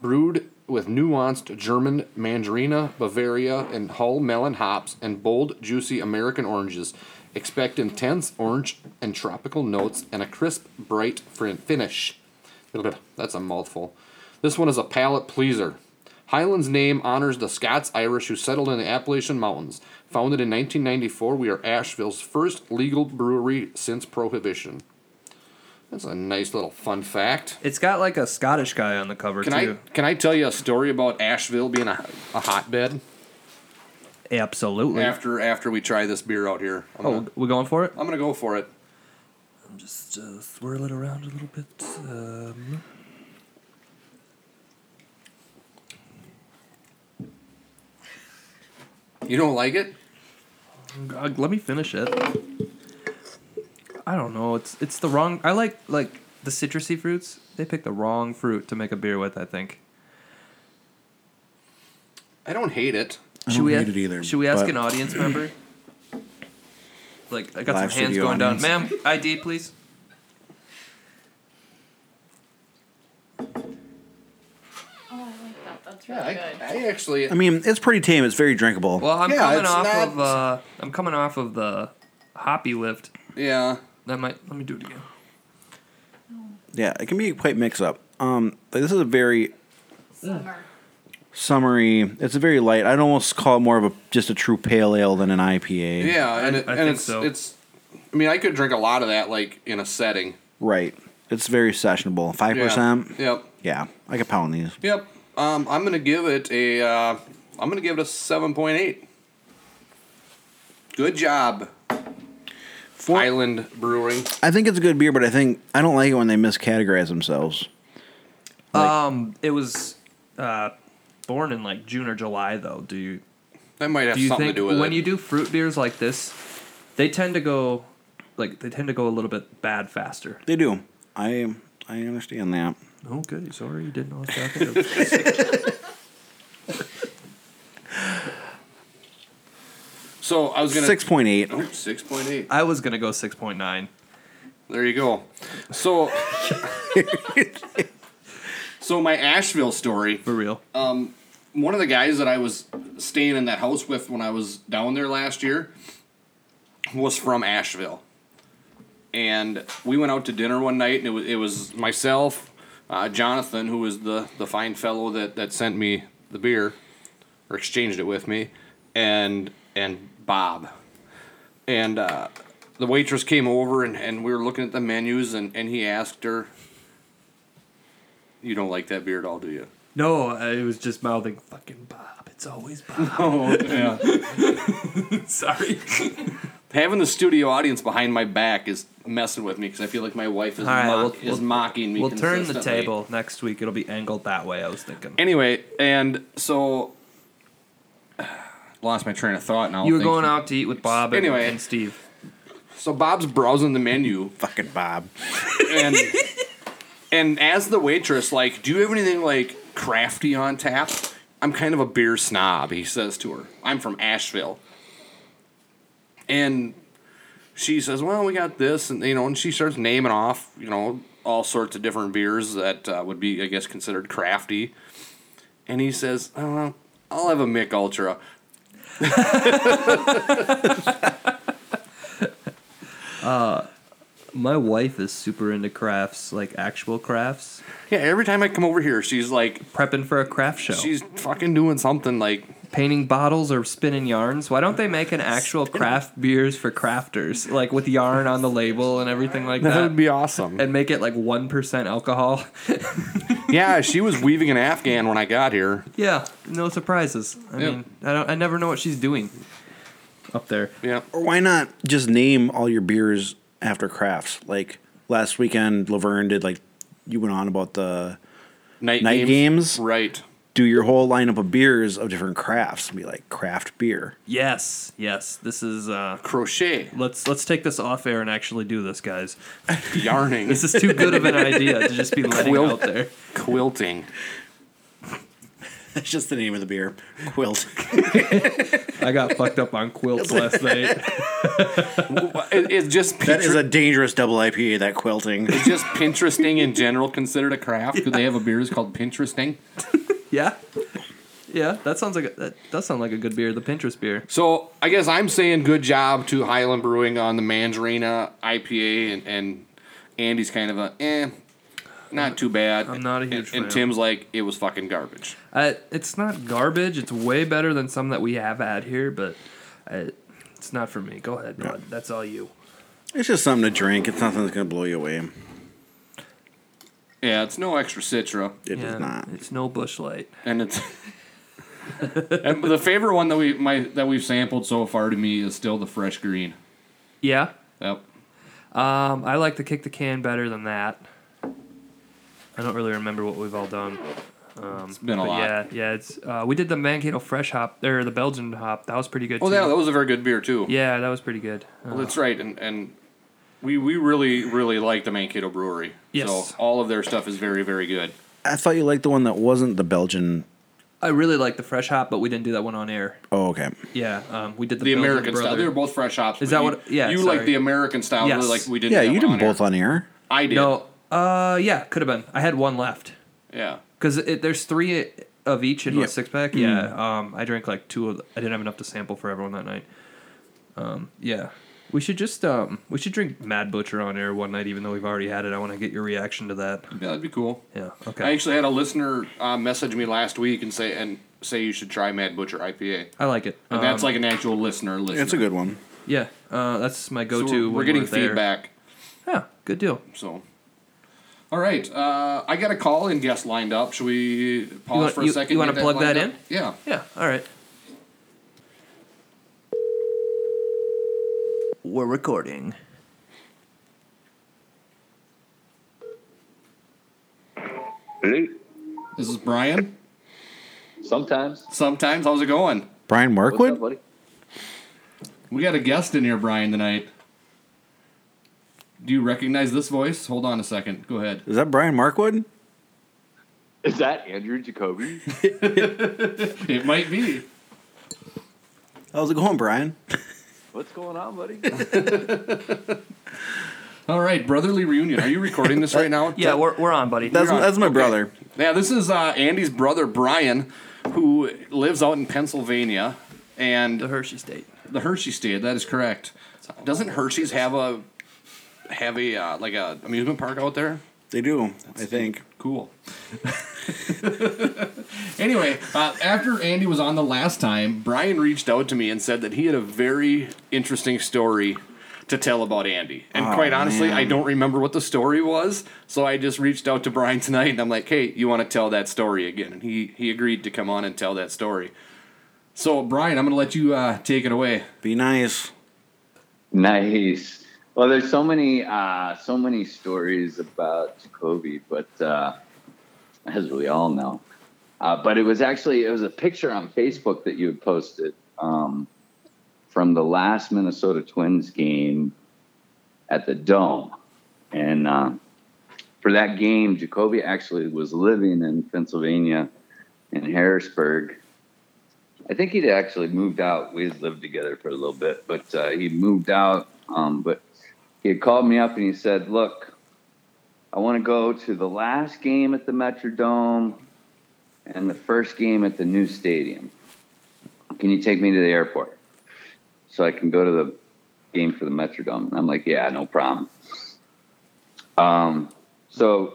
[SPEAKER 2] brewed with nuanced German Mandarina, Bavaria, and Hull melon hops and bold, juicy American oranges. Expect intense orange and tropical notes and a crisp, bright fin- finish. That's a mouthful. This one is a palate pleaser. Highland's name honors the Scots Irish who settled in the Appalachian Mountains. Founded in 1994, we are Asheville's first legal brewery since Prohibition. That's a nice little fun fact.
[SPEAKER 8] It's got like a Scottish guy on the cover
[SPEAKER 2] Can I
[SPEAKER 8] too.
[SPEAKER 2] can I tell you a story about Asheville being a, a hotbed
[SPEAKER 8] Absolutely.
[SPEAKER 2] after after we try this beer out here? I'm,
[SPEAKER 8] Oh,
[SPEAKER 2] gonna,
[SPEAKER 8] we're going for it.
[SPEAKER 2] I'm gonna go for it.
[SPEAKER 8] Just uh, swirl it around a little bit. Um...
[SPEAKER 2] You don't like it?
[SPEAKER 8] Uh, let me finish it. I don't know. It's it's the wrong. I like like the citrusy fruits. They pick the wrong fruit to make a beer with. I think.
[SPEAKER 2] I don't hate it.
[SPEAKER 4] I
[SPEAKER 8] Should
[SPEAKER 4] don't
[SPEAKER 8] we
[SPEAKER 4] hate
[SPEAKER 8] ask,
[SPEAKER 4] it either,
[SPEAKER 8] Should we ask
[SPEAKER 4] but-
[SPEAKER 8] an audience member? Like I got
[SPEAKER 4] Live
[SPEAKER 8] some hands
[SPEAKER 4] studio
[SPEAKER 8] going
[SPEAKER 4] audience.
[SPEAKER 8] down. Ma'am, ID please.
[SPEAKER 9] Oh, I like that. That's
[SPEAKER 2] Yeah,
[SPEAKER 9] really
[SPEAKER 2] I,
[SPEAKER 9] good.
[SPEAKER 2] I actually
[SPEAKER 4] I mean, it's pretty tame. It's very drinkable.
[SPEAKER 8] Well, I'm
[SPEAKER 2] Yeah,
[SPEAKER 8] coming
[SPEAKER 2] it's
[SPEAKER 8] off
[SPEAKER 2] not-
[SPEAKER 8] of uh, I'm coming off of the hoppy lift.
[SPEAKER 2] yeah.
[SPEAKER 8] That might let me do it again.
[SPEAKER 4] yeah, it can be quite mix up. Um, like, this is a very
[SPEAKER 9] Summer.
[SPEAKER 4] summery. It's a very light. I'd almost call it more of a just a true pale ale than an IPA.
[SPEAKER 2] Yeah, and, it,
[SPEAKER 8] I
[SPEAKER 2] and
[SPEAKER 8] think
[SPEAKER 2] it's
[SPEAKER 8] so.
[SPEAKER 2] it's. I mean, I could drink a lot of that, like in a setting.
[SPEAKER 4] Right. It's very sessionable. Five
[SPEAKER 2] Yeah.
[SPEAKER 4] percent.
[SPEAKER 2] Yep.
[SPEAKER 4] Yeah, I could pound these.
[SPEAKER 2] Yep. Um, I'm gonna give it a. Uh, I'm gonna give it a seven point eight. Good job, Island Brewing.
[SPEAKER 4] I think it's a good beer, but I think I don't like it when they miscategorize themselves.
[SPEAKER 8] um, it was uh, born in like June or July though. Do you
[SPEAKER 2] That might have
[SPEAKER 8] do you
[SPEAKER 2] something
[SPEAKER 8] think
[SPEAKER 2] to do with
[SPEAKER 8] when
[SPEAKER 2] it.
[SPEAKER 8] you do fruit beers like this, they tend to go like they tend to go a little bit bad faster.
[SPEAKER 4] They do. I I understand that.
[SPEAKER 8] Okay, sorry, you didn't know what I was talking
[SPEAKER 2] so I was gonna
[SPEAKER 4] Six point eight.
[SPEAKER 2] Six point eight.
[SPEAKER 8] I was gonna go six point nine.
[SPEAKER 2] There you go. So. so my Asheville story.
[SPEAKER 8] For real.
[SPEAKER 2] one of the guys that I was staying in that house with when I was down there last year was from Asheville. And we went out to dinner one night, and it was, it was myself, uh, Jonathan, who was the, the fine fellow that, that sent me the beer, or exchanged it with me, and and Bob. And uh, the waitress came over, and, and we were looking at the menus, and, and he asked her, You don't like that beer at all, do you?
[SPEAKER 8] no, I was just mouthing fucking Bob. It's always Bob.
[SPEAKER 2] Oh, yeah.
[SPEAKER 8] sorry.
[SPEAKER 2] Having the studio audience behind my back is messing with me because I feel like my wife is,
[SPEAKER 8] All right,
[SPEAKER 2] mock-
[SPEAKER 8] we'll-
[SPEAKER 2] is
[SPEAKER 8] we'll-
[SPEAKER 2] mocking me.
[SPEAKER 8] We'll turn the
[SPEAKER 2] consistently.
[SPEAKER 8] table next week. It'll be angled that way. I was thinking.
[SPEAKER 2] Anyway, and so lost my train of thought now.
[SPEAKER 7] You were going out to eat with Bob and,
[SPEAKER 2] Oh, Anyway.
[SPEAKER 7] and Steve.
[SPEAKER 2] So Bob's browsing the menu,
[SPEAKER 4] Fucking Bob.
[SPEAKER 2] and and as the waitress, like, do you have anything like crafty on tap? I'm kind of a beer snob, he says to her. I'm from Asheville, and she says, "Well, we got this," and you know, and she starts naming off, you know, all sorts of different beers that uh, would be, I guess, considered crafty. And he says, uh, "I'll have a Mick Ultra."
[SPEAKER 8] My wife is super into crafts, like actual crafts.
[SPEAKER 2] Yeah, every time I come over here, she's like,
[SPEAKER 8] Prepping for a craft show.
[SPEAKER 2] she's fucking doing something like
[SPEAKER 8] painting bottles or spinning yarns. Why don't they make an actual craft beers for crafters, like with yarn on the label and everything like
[SPEAKER 2] that
[SPEAKER 8] that,
[SPEAKER 2] would be awesome.
[SPEAKER 8] and make it like one percent alcohol?
[SPEAKER 2] yeah, she was weaving an Afghan when I got here.
[SPEAKER 8] yeah, no surprises. I
[SPEAKER 2] Yeah.
[SPEAKER 8] mean, I don't, I never know what she's doing up there.
[SPEAKER 2] Yeah.
[SPEAKER 4] Or why not just name all your beers after crafts? Like last weekend, Laverne did like you went on about the
[SPEAKER 2] Night,
[SPEAKER 4] Night games?
[SPEAKER 2] Right.
[SPEAKER 4] do your whole lineup of beers of different crafts and be like craft beer.
[SPEAKER 8] Yes, yes. This is uh
[SPEAKER 2] Crochet,
[SPEAKER 8] let's let's take this off air and actually do this, guys.
[SPEAKER 2] yarning,
[SPEAKER 8] This is too good of an idea to just be letting
[SPEAKER 2] Quilt.
[SPEAKER 8] out there.
[SPEAKER 2] quilting.
[SPEAKER 4] That's just the name of the beer. Quilt.
[SPEAKER 8] I got fucked up on quilts last night.
[SPEAKER 2] It- It's just
[SPEAKER 4] that is
[SPEAKER 2] Pinterest-
[SPEAKER 4] a dangerous double IPA. That quilting.
[SPEAKER 2] Is just Pinteresting in general considered a craft? Could they have a beer that's called Pinteresting?
[SPEAKER 8] Yeah. Yeah, that sounds like a, that does sound like a good beer, the Pinterest beer.
[SPEAKER 2] So I guess I'm saying good job to Highland Brewing on the Mandarina IPA, and, and Andy's kind of a eh, not too bad.
[SPEAKER 8] I'm not a huge
[SPEAKER 2] and, and
[SPEAKER 8] fan.
[SPEAKER 2] Tim's like it was fucking garbage.
[SPEAKER 8] Uh, it's not garbage. It's way better than some that we have had here, but I, it's not for me. Go ahead, Rod. That's all you.
[SPEAKER 4] It's just something to drink. It's nothing that's gonna blow you away.
[SPEAKER 2] Yeah, it's no extra citra,
[SPEAKER 4] It does not.
[SPEAKER 8] It's no bush light.
[SPEAKER 2] and it's. and the favorite one that we my that we've sampled so far to me is still the fresh green.
[SPEAKER 8] Yeah.
[SPEAKER 2] Yep.
[SPEAKER 8] Um, I like to kick the can better than that. I don't really remember what we've all done. Um, it's
[SPEAKER 2] been a lot.
[SPEAKER 8] Yeah, yeah. It's uh, we did the Mankato fresh hop or the Belgian hop. That was pretty good.
[SPEAKER 2] Oh,
[SPEAKER 8] too.
[SPEAKER 2] yeah, that was a very good beer too.
[SPEAKER 8] yeah, that was pretty good. Uh,
[SPEAKER 2] Well, that's right, and and we we really really like the Mankato Brewery.
[SPEAKER 8] Yes.
[SPEAKER 2] So all of their stuff is very very good.
[SPEAKER 4] I thought you liked the one that wasn't the Belgian.
[SPEAKER 8] I really like the fresh hop, but we didn't do that one on air.
[SPEAKER 4] Oh, okay.
[SPEAKER 8] Yeah, um, we did the,
[SPEAKER 2] The
[SPEAKER 8] Belgian
[SPEAKER 2] American style.
[SPEAKER 8] brother.
[SPEAKER 2] They were both fresh hops.
[SPEAKER 8] Is
[SPEAKER 2] but
[SPEAKER 8] that
[SPEAKER 2] you-
[SPEAKER 8] what- yeah,
[SPEAKER 2] You
[SPEAKER 8] sorry.
[SPEAKER 2] like the American style,
[SPEAKER 8] Yes.
[SPEAKER 2] really like we didn't.
[SPEAKER 4] Yeah,
[SPEAKER 2] have
[SPEAKER 4] you
[SPEAKER 2] it
[SPEAKER 4] did
[SPEAKER 2] on
[SPEAKER 4] both
[SPEAKER 2] air.
[SPEAKER 4] on air.
[SPEAKER 2] I did.
[SPEAKER 8] No, uh, yeah, could have been. I had one left
[SPEAKER 2] Yeah.
[SPEAKER 8] because there's three of each in
[SPEAKER 4] Yeah.
[SPEAKER 8] a six pack.
[SPEAKER 2] Mm-hmm.
[SPEAKER 8] Yeah, um, I drank like two. of the, I didn't have enough to sample for everyone that night. Um, yeah, we should just um, we should drink Mad Butcher on air one night, even though we've already had it. I want to get your reaction to that.
[SPEAKER 2] Yeah, that'd be cool.
[SPEAKER 8] Yeah,
[SPEAKER 2] I
[SPEAKER 8] okay,
[SPEAKER 2] actually had a listener uh, message me last week and say and say you should try Mad Butcher IPA.
[SPEAKER 8] I like it.
[SPEAKER 2] And that's
[SPEAKER 8] Um,
[SPEAKER 2] like an actual listener listener.
[SPEAKER 4] It's a good one.
[SPEAKER 8] yeah, uh, that's my
[SPEAKER 2] So
[SPEAKER 8] go-to.
[SPEAKER 2] we're,
[SPEAKER 8] when
[SPEAKER 2] we're getting
[SPEAKER 8] there.
[SPEAKER 2] feedback.
[SPEAKER 8] Yeah, good deal.
[SPEAKER 2] So. All right, uh, I got a call in guest lined up. Should we pause
[SPEAKER 8] want-
[SPEAKER 2] for a
[SPEAKER 8] you-
[SPEAKER 2] second?
[SPEAKER 8] you
[SPEAKER 2] get
[SPEAKER 8] wanna plug
[SPEAKER 2] lined
[SPEAKER 8] that
[SPEAKER 2] up?
[SPEAKER 8] in?
[SPEAKER 2] Yeah.
[SPEAKER 8] Yeah, all right. We're recording.
[SPEAKER 10] Hey,
[SPEAKER 2] This is Brian.
[SPEAKER 10] Sometimes.
[SPEAKER 2] Sometimes, how's it going?
[SPEAKER 4] Brian
[SPEAKER 10] What's up,
[SPEAKER 4] Markwood.
[SPEAKER 10] buddy?
[SPEAKER 2] We got a guest in here, Brian, tonight. Do you recognize this voice? Hold on a second. Go ahead.
[SPEAKER 4] Is that Brian Markwood?
[SPEAKER 10] Is that Andrew Jacoby?
[SPEAKER 2] It might be.
[SPEAKER 4] How's it going, Brian?
[SPEAKER 10] What's going on, buddy?
[SPEAKER 2] All right, brotherly reunion. Are you recording this right now?
[SPEAKER 7] Yeah, we're, we're on, buddy.
[SPEAKER 4] That's
[SPEAKER 2] You're on.
[SPEAKER 4] that's my
[SPEAKER 2] Okay.
[SPEAKER 4] brother.
[SPEAKER 2] Yeah, this is uh, Andy's brother Brian, who lives out in Pennsylvania, and
[SPEAKER 7] the Hershey State.
[SPEAKER 2] the Hershey state. That is correct. Doesn't Hershey's have a have a uh, like a amusement park out there?
[SPEAKER 4] They do, I think.
[SPEAKER 2] Cool. anyway, uh, after Andy was on the last time, Brian reached out to me and said that he had a very interesting story to tell about Andy. And quite honestly, I don't remember what the story was, so I just reached out to Brian tonight and I'm like, "Hey, you want to tell that story again?" And he he agreed to come on and tell that story. So, Brian, I'm going to let you uh, take it away.
[SPEAKER 4] Be nice.
[SPEAKER 10] nice. Well, there's so many, uh, so many stories about Jacoby, but uh, as we all know, uh, but it was actually it was a picture on Facebook that you had posted um, from the last Minnesota Twins game at the Dome, and uh, for that game, Jacoby actually was living in Pennsylvania, in Harrisburg, I think he'd actually moved out. We had lived together for a little bit, but uh, he moved out. Um, but he had called me up and he said, "Look, I want to go to the last game at the Metrodome and the first game at the new stadium. Can you take me to the airport so I can go to the game for the Metrodome?" And I'm like, "Yeah, no problem." Um, so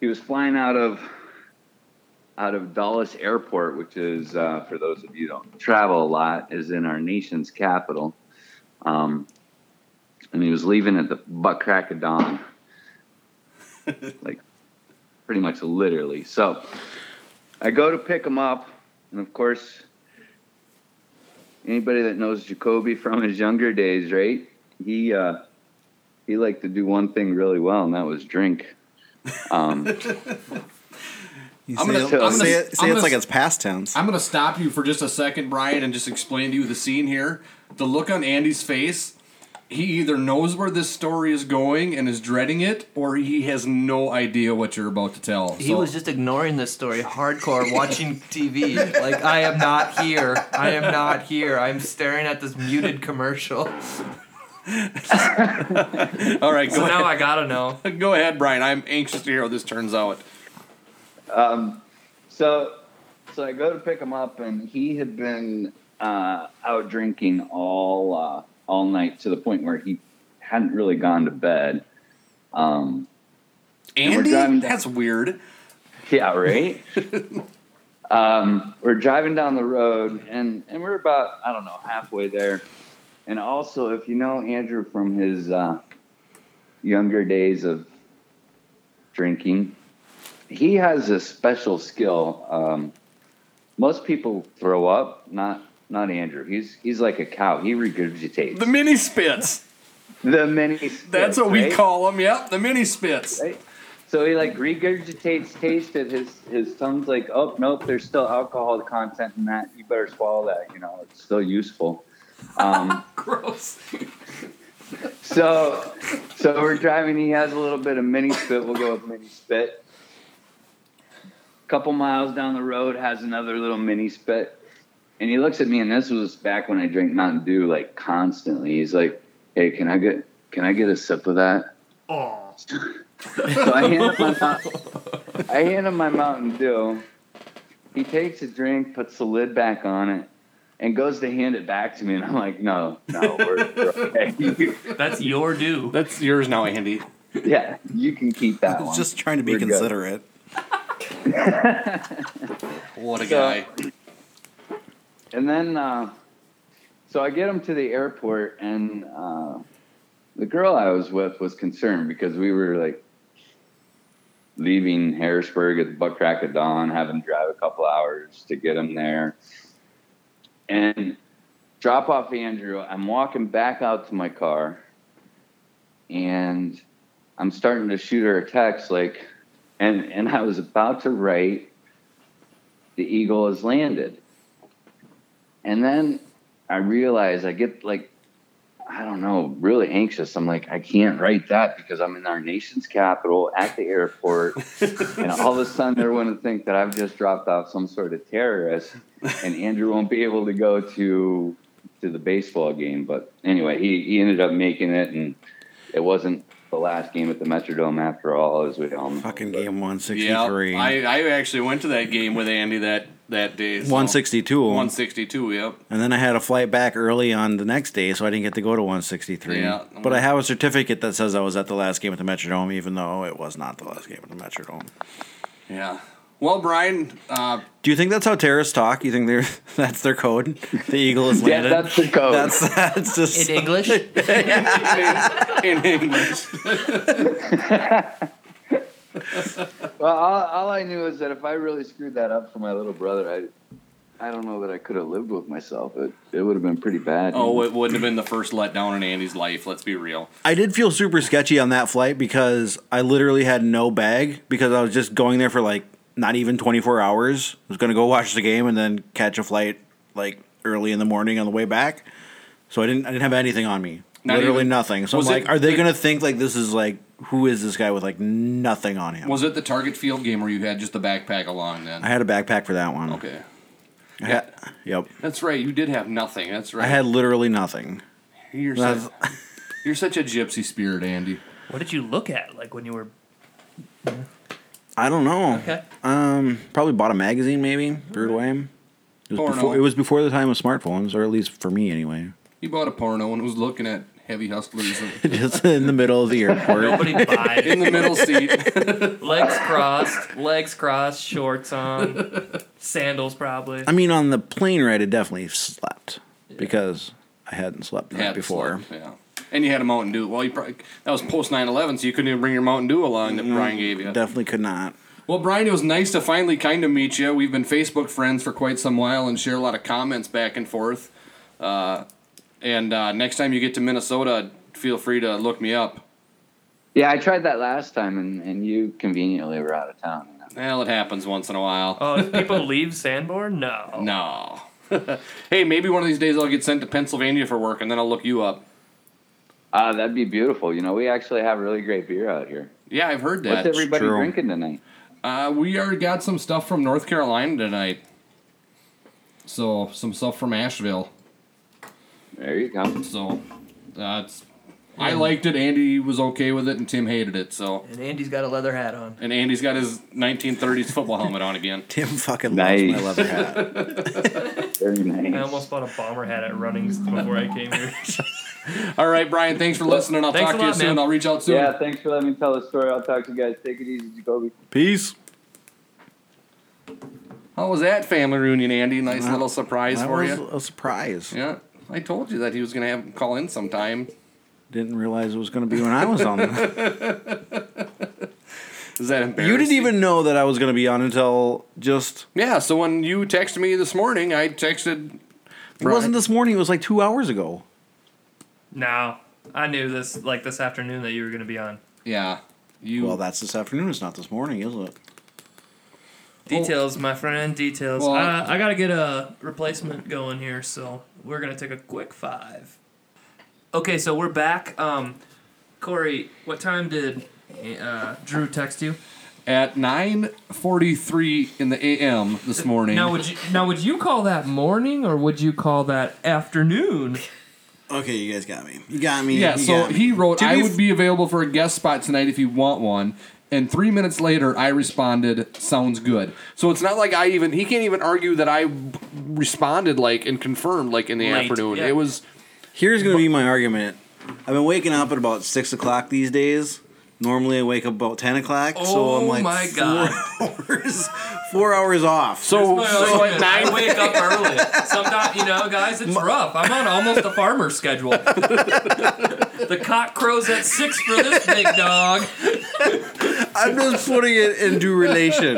[SPEAKER 10] he was flying out of out of Dallas Airport, which is, uh, for those of you who don't travel a lot, is in our nation's capital. Um, and he was leaving at the butt crack of dawn, like pretty much literally. So I go to pick him up, and of course, anybody that knows Jacoby from his younger days, right? He uh, he liked to do one thing really well, and that was drink. Um,
[SPEAKER 4] You
[SPEAKER 2] I'm
[SPEAKER 4] say,
[SPEAKER 2] gonna-
[SPEAKER 4] it,
[SPEAKER 2] I'm gonna-
[SPEAKER 4] say, it, say
[SPEAKER 2] I'm
[SPEAKER 4] it's
[SPEAKER 2] gonna-
[SPEAKER 4] like it's past tense.
[SPEAKER 2] I'm going to stop you for just a second, Brian, and just explain to you the scene here. The look on Andy's face, he either knows where this story is going and is dreading it, or he has no idea what you're about to tell.
[SPEAKER 8] He
[SPEAKER 2] So-
[SPEAKER 8] was just ignoring this story hardcore, watching TV. Like, I am not here. I am not here. I'm staring at this muted commercial.
[SPEAKER 2] All right, go,
[SPEAKER 7] So now
[SPEAKER 2] ahead.
[SPEAKER 7] I gotta know.
[SPEAKER 2] go ahead, Brian. I'm anxious to hear how this turns out.
[SPEAKER 10] So, so I go to pick him up, and he had been uh, out drinking all uh, all night to the point where he hadn't really gone to bed. Um, we're
[SPEAKER 2] Andy?
[SPEAKER 10] driving down-
[SPEAKER 2] That's weird.
[SPEAKER 10] Yeah, right. um, we're driving down the road, and and we're about I don't know halfway there. And also, if you know Andrew from his uh, younger days of drinking, he has a special skill. Um, most people throw up, not not Andrew. He's he's like a cow. He regurgitates
[SPEAKER 2] The mini spits.
[SPEAKER 10] the mini.
[SPEAKER 2] That's
[SPEAKER 10] spits,
[SPEAKER 2] what we
[SPEAKER 10] right?
[SPEAKER 2] call them. Yep, the mini spits.
[SPEAKER 10] right? So he like regurgitates taste it. His his tongue's like, oh nope, there's still alcohol content in that. You better swallow that. You know, it's still useful. Um,
[SPEAKER 7] Gross.
[SPEAKER 10] so so we're driving. He has a little bit of mini spit. We'll go with mini spit. Couple miles down the road has another little mini spit, and he looks at me. And this was back when I drank Mountain Dew like constantly. He's like, hey, can I get can I get a sip of that?
[SPEAKER 7] Oh,
[SPEAKER 10] So I hand him my Mount- I hand him my Mountain Dew. He takes a drink, puts the lid back on it, and goes to hand it back to me. And I'm like, no, no, we're, we're okay.
[SPEAKER 7] that's your due.
[SPEAKER 2] That's yours now, Andy.
[SPEAKER 10] yeah, you can keep that
[SPEAKER 4] I
[SPEAKER 10] one.
[SPEAKER 4] was just trying to be
[SPEAKER 10] We're good.
[SPEAKER 4] considerate.
[SPEAKER 2] What a
[SPEAKER 10] So-
[SPEAKER 2] guy.
[SPEAKER 10] And then, uh, so I get him to the airport, and uh, the girl I was with was concerned because we were like leaving Harrisburg at the buck crack of dawn, having to drive a couple hours to get him there. And drop off Andrew. I'm walking back out to my car, and I'm starting to shoot her a text like, and and I was about to write, "The eagle has landed." And then I realize I get like, I don't know, really anxious. I'm like, I can't write that because I'm in our nation's capital at the airport. and all of a sudden, they're going to think that I've just dropped off some sort of terrorist and Andrew won't be able to go to to the baseball game. But anyway, he, he ended up making it. And it wasn't the last game at the Metrodome after all, as we all know.
[SPEAKER 4] Fucking
[SPEAKER 10] But-
[SPEAKER 4] game one sixty
[SPEAKER 2] Yeah,
[SPEAKER 4] three.
[SPEAKER 2] I, I actually went to that game with Andy that, that day. so-
[SPEAKER 4] One sixty two.
[SPEAKER 2] 162, yep.
[SPEAKER 4] And then I had a flight back early on the next day, so I didn't get to go to 163.
[SPEAKER 2] Yeah.
[SPEAKER 4] But I have a certificate that says I was at the last game at the Metrodome, even though it was not the last game at the Metrodome.
[SPEAKER 2] Yeah. Well, Brian, uh,
[SPEAKER 4] Do you think that's how terrorists talk? You think they're that's their code? The eagle is
[SPEAKER 10] Yeah,
[SPEAKER 4] landed.
[SPEAKER 10] that's the code.
[SPEAKER 4] that's, that's just
[SPEAKER 8] In English?
[SPEAKER 2] in English.
[SPEAKER 10] Well, all, all I knew is that if I really screwed that up for my little brother, I, I don't know that I could have lived with myself. It, it would have been pretty bad.
[SPEAKER 2] Oh, it wouldn't have been the first letdown in Andy's life. Let's be real.
[SPEAKER 4] I did feel super sketchy on that flight because I literally had no bag because I was just going there for like not even 24 hours. I was going to go watch the game and then catch a flight like early in the morning on the way back. So I didn't I didn't have anything on me.
[SPEAKER 2] Not
[SPEAKER 4] literally
[SPEAKER 2] even-
[SPEAKER 4] nothing. So I'm
[SPEAKER 2] Was
[SPEAKER 4] like,
[SPEAKER 2] it-
[SPEAKER 4] are they going to think like this is like who is this guy with like nothing on him?
[SPEAKER 2] Was it the Target Field game where you had just the backpack along
[SPEAKER 4] I
[SPEAKER 2] then?
[SPEAKER 4] had a backpack for that one.
[SPEAKER 2] Okay.
[SPEAKER 4] I had- yep.
[SPEAKER 2] That's right. You did have nothing. That's right.
[SPEAKER 4] I had literally nothing.
[SPEAKER 2] You're such,
[SPEAKER 4] That's-
[SPEAKER 2] you're such a gypsy spirit, Andy.
[SPEAKER 7] What did you look at like when you were?
[SPEAKER 4] I don't know.
[SPEAKER 7] Okay.
[SPEAKER 4] Um, probably bought a magazine, maybe. Third way. It was,
[SPEAKER 2] Porno.
[SPEAKER 4] before, it was before the time of smartphones, or at least for me, anyway.
[SPEAKER 2] You bought a porno and was looking at heavy hustlers in-
[SPEAKER 4] Just in the middle of the airport.
[SPEAKER 7] Nobody buys.
[SPEAKER 2] in the middle seat.
[SPEAKER 7] legs crossed, legs crossed, shorts on, sandals probably.
[SPEAKER 4] I mean, on the plane ride, I definitely slept because I hadn't slept the night
[SPEAKER 2] Had to
[SPEAKER 4] before.
[SPEAKER 2] slip, Yeah. And you had a Mountain Dew. Well, you probably, that was post 9 11, so you couldn't even bring your Mountain Dew along that Brian gave you.
[SPEAKER 4] Definitely could not.
[SPEAKER 2] Well, Brian, it was nice to finally kind of meet you. We've been Facebook friends for quite some while and share a lot of comments back and forth. Uh, and uh, next time you get to Minnesota, feel free to look me up.
[SPEAKER 10] Yeah, I tried that last time, and, and you conveniently were out of town. you know.
[SPEAKER 2] Well, it happens once in a while.
[SPEAKER 7] Oh, if people leave Sanborn? No.
[SPEAKER 2] No. hey, maybe one of these days I'll get sent to Pennsylvania for work, and then I'll look you up.
[SPEAKER 10] Uh, that'd be beautiful. You know, we actually have really great beer out here.
[SPEAKER 2] Yeah, I've heard
[SPEAKER 10] What's
[SPEAKER 2] that.
[SPEAKER 10] everybody
[SPEAKER 4] true.
[SPEAKER 10] drinking tonight?
[SPEAKER 2] Uh, we already got some stuff from North Carolina tonight. So some stuff from Asheville.
[SPEAKER 10] There you go.
[SPEAKER 2] So that's I liked it. Andy was okay with it, and Tim hated it. So
[SPEAKER 8] And Andy's got a leather hat on.
[SPEAKER 2] and Andy's got his 1930s football helmet on again.
[SPEAKER 4] Tim fucking
[SPEAKER 10] Nice.
[SPEAKER 4] loves my leather hat.
[SPEAKER 10] Very nice.
[SPEAKER 7] I almost bought a bomber hat at Runnings before I came here.
[SPEAKER 2] All right, Brian. Thanks for listening. I'll
[SPEAKER 7] Thanks
[SPEAKER 2] talk
[SPEAKER 7] a
[SPEAKER 2] to you
[SPEAKER 7] lot,
[SPEAKER 2] soon.
[SPEAKER 7] man.
[SPEAKER 2] I'll reach out soon.
[SPEAKER 10] yeah, thanks for letting me tell the story. I'll talk to you guys. Take it easy, Jacoby.
[SPEAKER 4] Peace.
[SPEAKER 2] How was that family reunion, Andy? Nice little surprise
[SPEAKER 4] That
[SPEAKER 2] for
[SPEAKER 4] was
[SPEAKER 2] you.
[SPEAKER 4] a surprise.
[SPEAKER 2] Yeah, I told you that he was gonna have him call in sometime.
[SPEAKER 4] Didn't realize it was going to be when I was on.
[SPEAKER 2] Is that embarrassing?
[SPEAKER 4] you didn't even know that I was going to be on until just.
[SPEAKER 2] Yeah. So when you texted me this morning, I texted.
[SPEAKER 4] It wasn't this morning. It was like two hours ago.
[SPEAKER 7] no. I knew this, like this afternoon, that you were going to be on.
[SPEAKER 2] Yeah. You.
[SPEAKER 4] Well, that's this afternoon. It's not this morning, is it?
[SPEAKER 7] Details, my friend, details.
[SPEAKER 2] Well-
[SPEAKER 7] uh, I got to get a replacement going here, so we're going to take a quick five. Okay, so we're back. Um, Corey, what time did uh, Drew text you?
[SPEAKER 2] at 9:43 in the a.m. this morning.
[SPEAKER 7] Now would you now would you call that morning or would you call that afternoon?
[SPEAKER 4] Okay, you guys got me. You got me.
[SPEAKER 2] yeah,
[SPEAKER 4] you
[SPEAKER 2] so
[SPEAKER 4] got me.
[SPEAKER 2] he wrote,
[SPEAKER 4] To
[SPEAKER 2] "I
[SPEAKER 4] be
[SPEAKER 2] would be available for a guest spot tonight if you want one." And three minutes later, I responded, "Sounds good." So it's not like I even he can't even argue that I responded like and confirmed like in the
[SPEAKER 7] Late,
[SPEAKER 2] afternoon.
[SPEAKER 7] yeah.
[SPEAKER 2] It was
[SPEAKER 4] Here's going to be my argument. I've been waking up at about six o'clock these days. Normally, I wake up about ten o'clock. so I'm
[SPEAKER 7] Oh
[SPEAKER 4] like
[SPEAKER 7] my
[SPEAKER 4] four
[SPEAKER 7] God.
[SPEAKER 4] hours, four hours off.
[SPEAKER 2] so so at
[SPEAKER 7] I
[SPEAKER 2] nine.
[SPEAKER 7] wake up early. Sometimes you know, guys, it's rough. I'm on almost a farmer schedule. the cock crows at six for this big dog.
[SPEAKER 4] I'm just putting it into relation.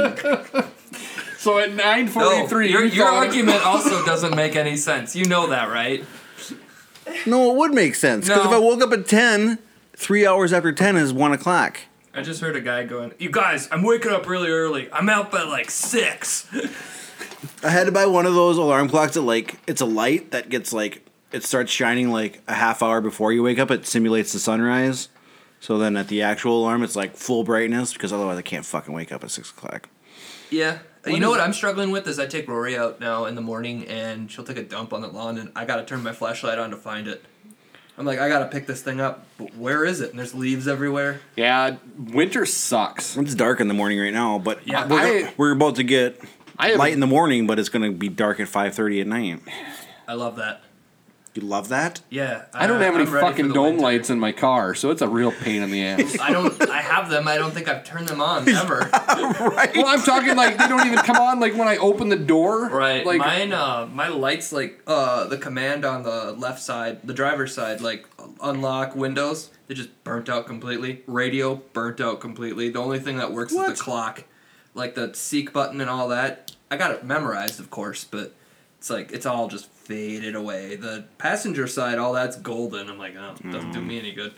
[SPEAKER 2] So at nine
[SPEAKER 7] No,
[SPEAKER 2] forty-three,
[SPEAKER 7] your, your argument also doesn't make any sense. You know that, right?
[SPEAKER 4] No, it would make sense because
[SPEAKER 7] No.
[SPEAKER 4] if I woke up at ten, three hours after ten is one o'clock.
[SPEAKER 7] I just heard a guy going, "You guys, I'm waking up really early. I'm out by like six.
[SPEAKER 4] I had to buy one of those alarm clocks that like it's a light that gets like it starts shining like a half hour before you wake up. It simulates the sunrise. So then at the actual alarm, it's like full brightness because otherwise I can't fucking wake up at six o'clock.
[SPEAKER 8] Yeah. you know what I'm struggling with is I take Rory out now in the morning and she'll take a dump on the lawn and I gotta turn my flashlight on to find it. I'm like, I gotta pick this thing up, but where is it? And there's leaves everywhere.
[SPEAKER 2] yeah, winter sucks.
[SPEAKER 4] It's dark in the morning right now, but
[SPEAKER 7] Yeah,
[SPEAKER 4] we're,
[SPEAKER 2] I-
[SPEAKER 4] go- we're about to get
[SPEAKER 2] I have-
[SPEAKER 4] light in the morning, but it's gonna be dark at five thirty at night.
[SPEAKER 7] I love that.
[SPEAKER 4] You love that?
[SPEAKER 7] Yeah.
[SPEAKER 2] I don't have any
[SPEAKER 7] I'm ready for
[SPEAKER 2] fucking
[SPEAKER 7] the
[SPEAKER 2] dome
[SPEAKER 7] winter.
[SPEAKER 2] lights in my car, so it's a real pain in the ass.
[SPEAKER 8] I don't I have them, I don't think I've turned them on ever.
[SPEAKER 2] well, I'm talking like they don't even come on like when I open the door.
[SPEAKER 7] Right.
[SPEAKER 2] Like
[SPEAKER 8] Mine, uh, my lights like uh, the command on the left side, the driver's side, like unlock windows. They just burnt out completely. Radio burnt out completely. The only thing that works is the clock, like the seek button and all that. I got it memorized, of course, but it's like it's all just faded away. The passenger side, all that's golden. I'm like, oh, doesn't do
[SPEAKER 2] Mm.
[SPEAKER 8] me any good.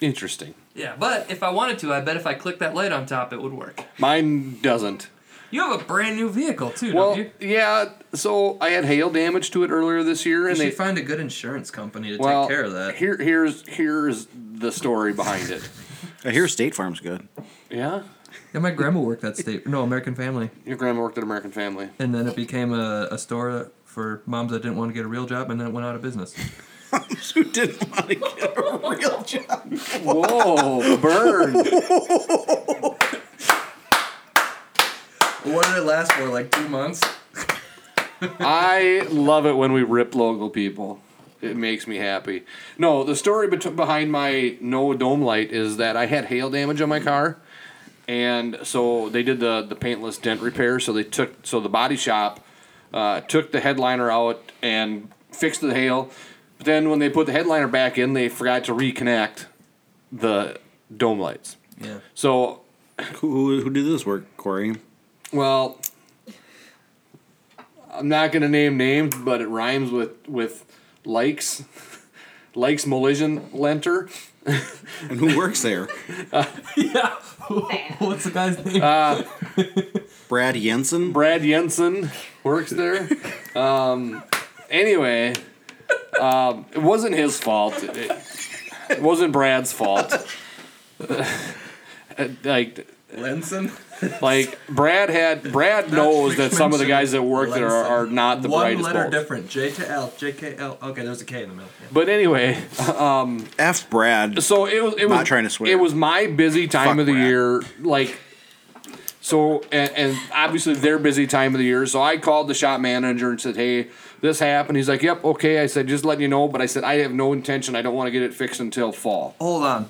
[SPEAKER 2] interesting.
[SPEAKER 7] Yeah, but if I wanted to, I bet if I clicked that light on top, it would work.
[SPEAKER 2] Mine doesn't.
[SPEAKER 7] You have a brand new vehicle too,
[SPEAKER 2] Well,
[SPEAKER 7] don't you?
[SPEAKER 2] yeah. So I had hail damage to it earlier this year,
[SPEAKER 8] You
[SPEAKER 2] and
[SPEAKER 8] should
[SPEAKER 2] they
[SPEAKER 8] find a good insurance company to
[SPEAKER 2] well
[SPEAKER 8] take care of that.
[SPEAKER 2] Here, here's here's the story behind it.
[SPEAKER 4] I hear State Farm's good.
[SPEAKER 2] yeah,
[SPEAKER 8] Yeah, my grandma worked that state. No, American Family.
[SPEAKER 2] your grandma worked at American Family.
[SPEAKER 8] and then it became a, a store for moms that didn't want to get a real job and then it went out of business
[SPEAKER 4] Who didn't want to get a real job?
[SPEAKER 2] Whoa, burn!
[SPEAKER 8] what did it last for like two months
[SPEAKER 2] I love it when we rip local people. It makes me happy. No, the story bet- behind my no dome light is that I had hail damage on my car, and so they did the the paintless dent repair. So they took so the body shop uh, took the headliner out and fixed the hail. But then when they put the headliner back in, they forgot to reconnect the dome lights.
[SPEAKER 8] yeah
[SPEAKER 2] So
[SPEAKER 4] Who, who, who did this work, Corey?
[SPEAKER 2] well, I'm not gonna name names, but it rhymes with with likes, likes Molision Lenter.
[SPEAKER 4] And who works there?
[SPEAKER 8] What's the guy's name?
[SPEAKER 2] Uh,
[SPEAKER 4] Brad Jensen.
[SPEAKER 2] Brad Jensen works there. um, anyway, um, it wasn't his fault. It, it wasn't Brad's fault. Uh, like,
[SPEAKER 8] Lenson?
[SPEAKER 2] like Brad had Brad knows that some of the guys that work there are, are not the
[SPEAKER 8] One
[SPEAKER 2] brightest
[SPEAKER 8] letter
[SPEAKER 2] bulbs.
[SPEAKER 8] different. J to L. J K L. Okay, there's a K in the middle. Yeah.
[SPEAKER 2] But anyway,
[SPEAKER 4] F Brad.
[SPEAKER 2] so it was it was
[SPEAKER 4] Not trying to swear.
[SPEAKER 2] It was my busy time
[SPEAKER 4] Fuck
[SPEAKER 2] of the
[SPEAKER 4] Brad.
[SPEAKER 2] year, like. So and, and obviously their busy time of the year. So I called the shop manager and said, "Hey, this happened." He's like, "Yep, okay." I said, "Just letting you know," but I said, "I have no intention. I don't want to get it fixed until fall."
[SPEAKER 8] Hold on.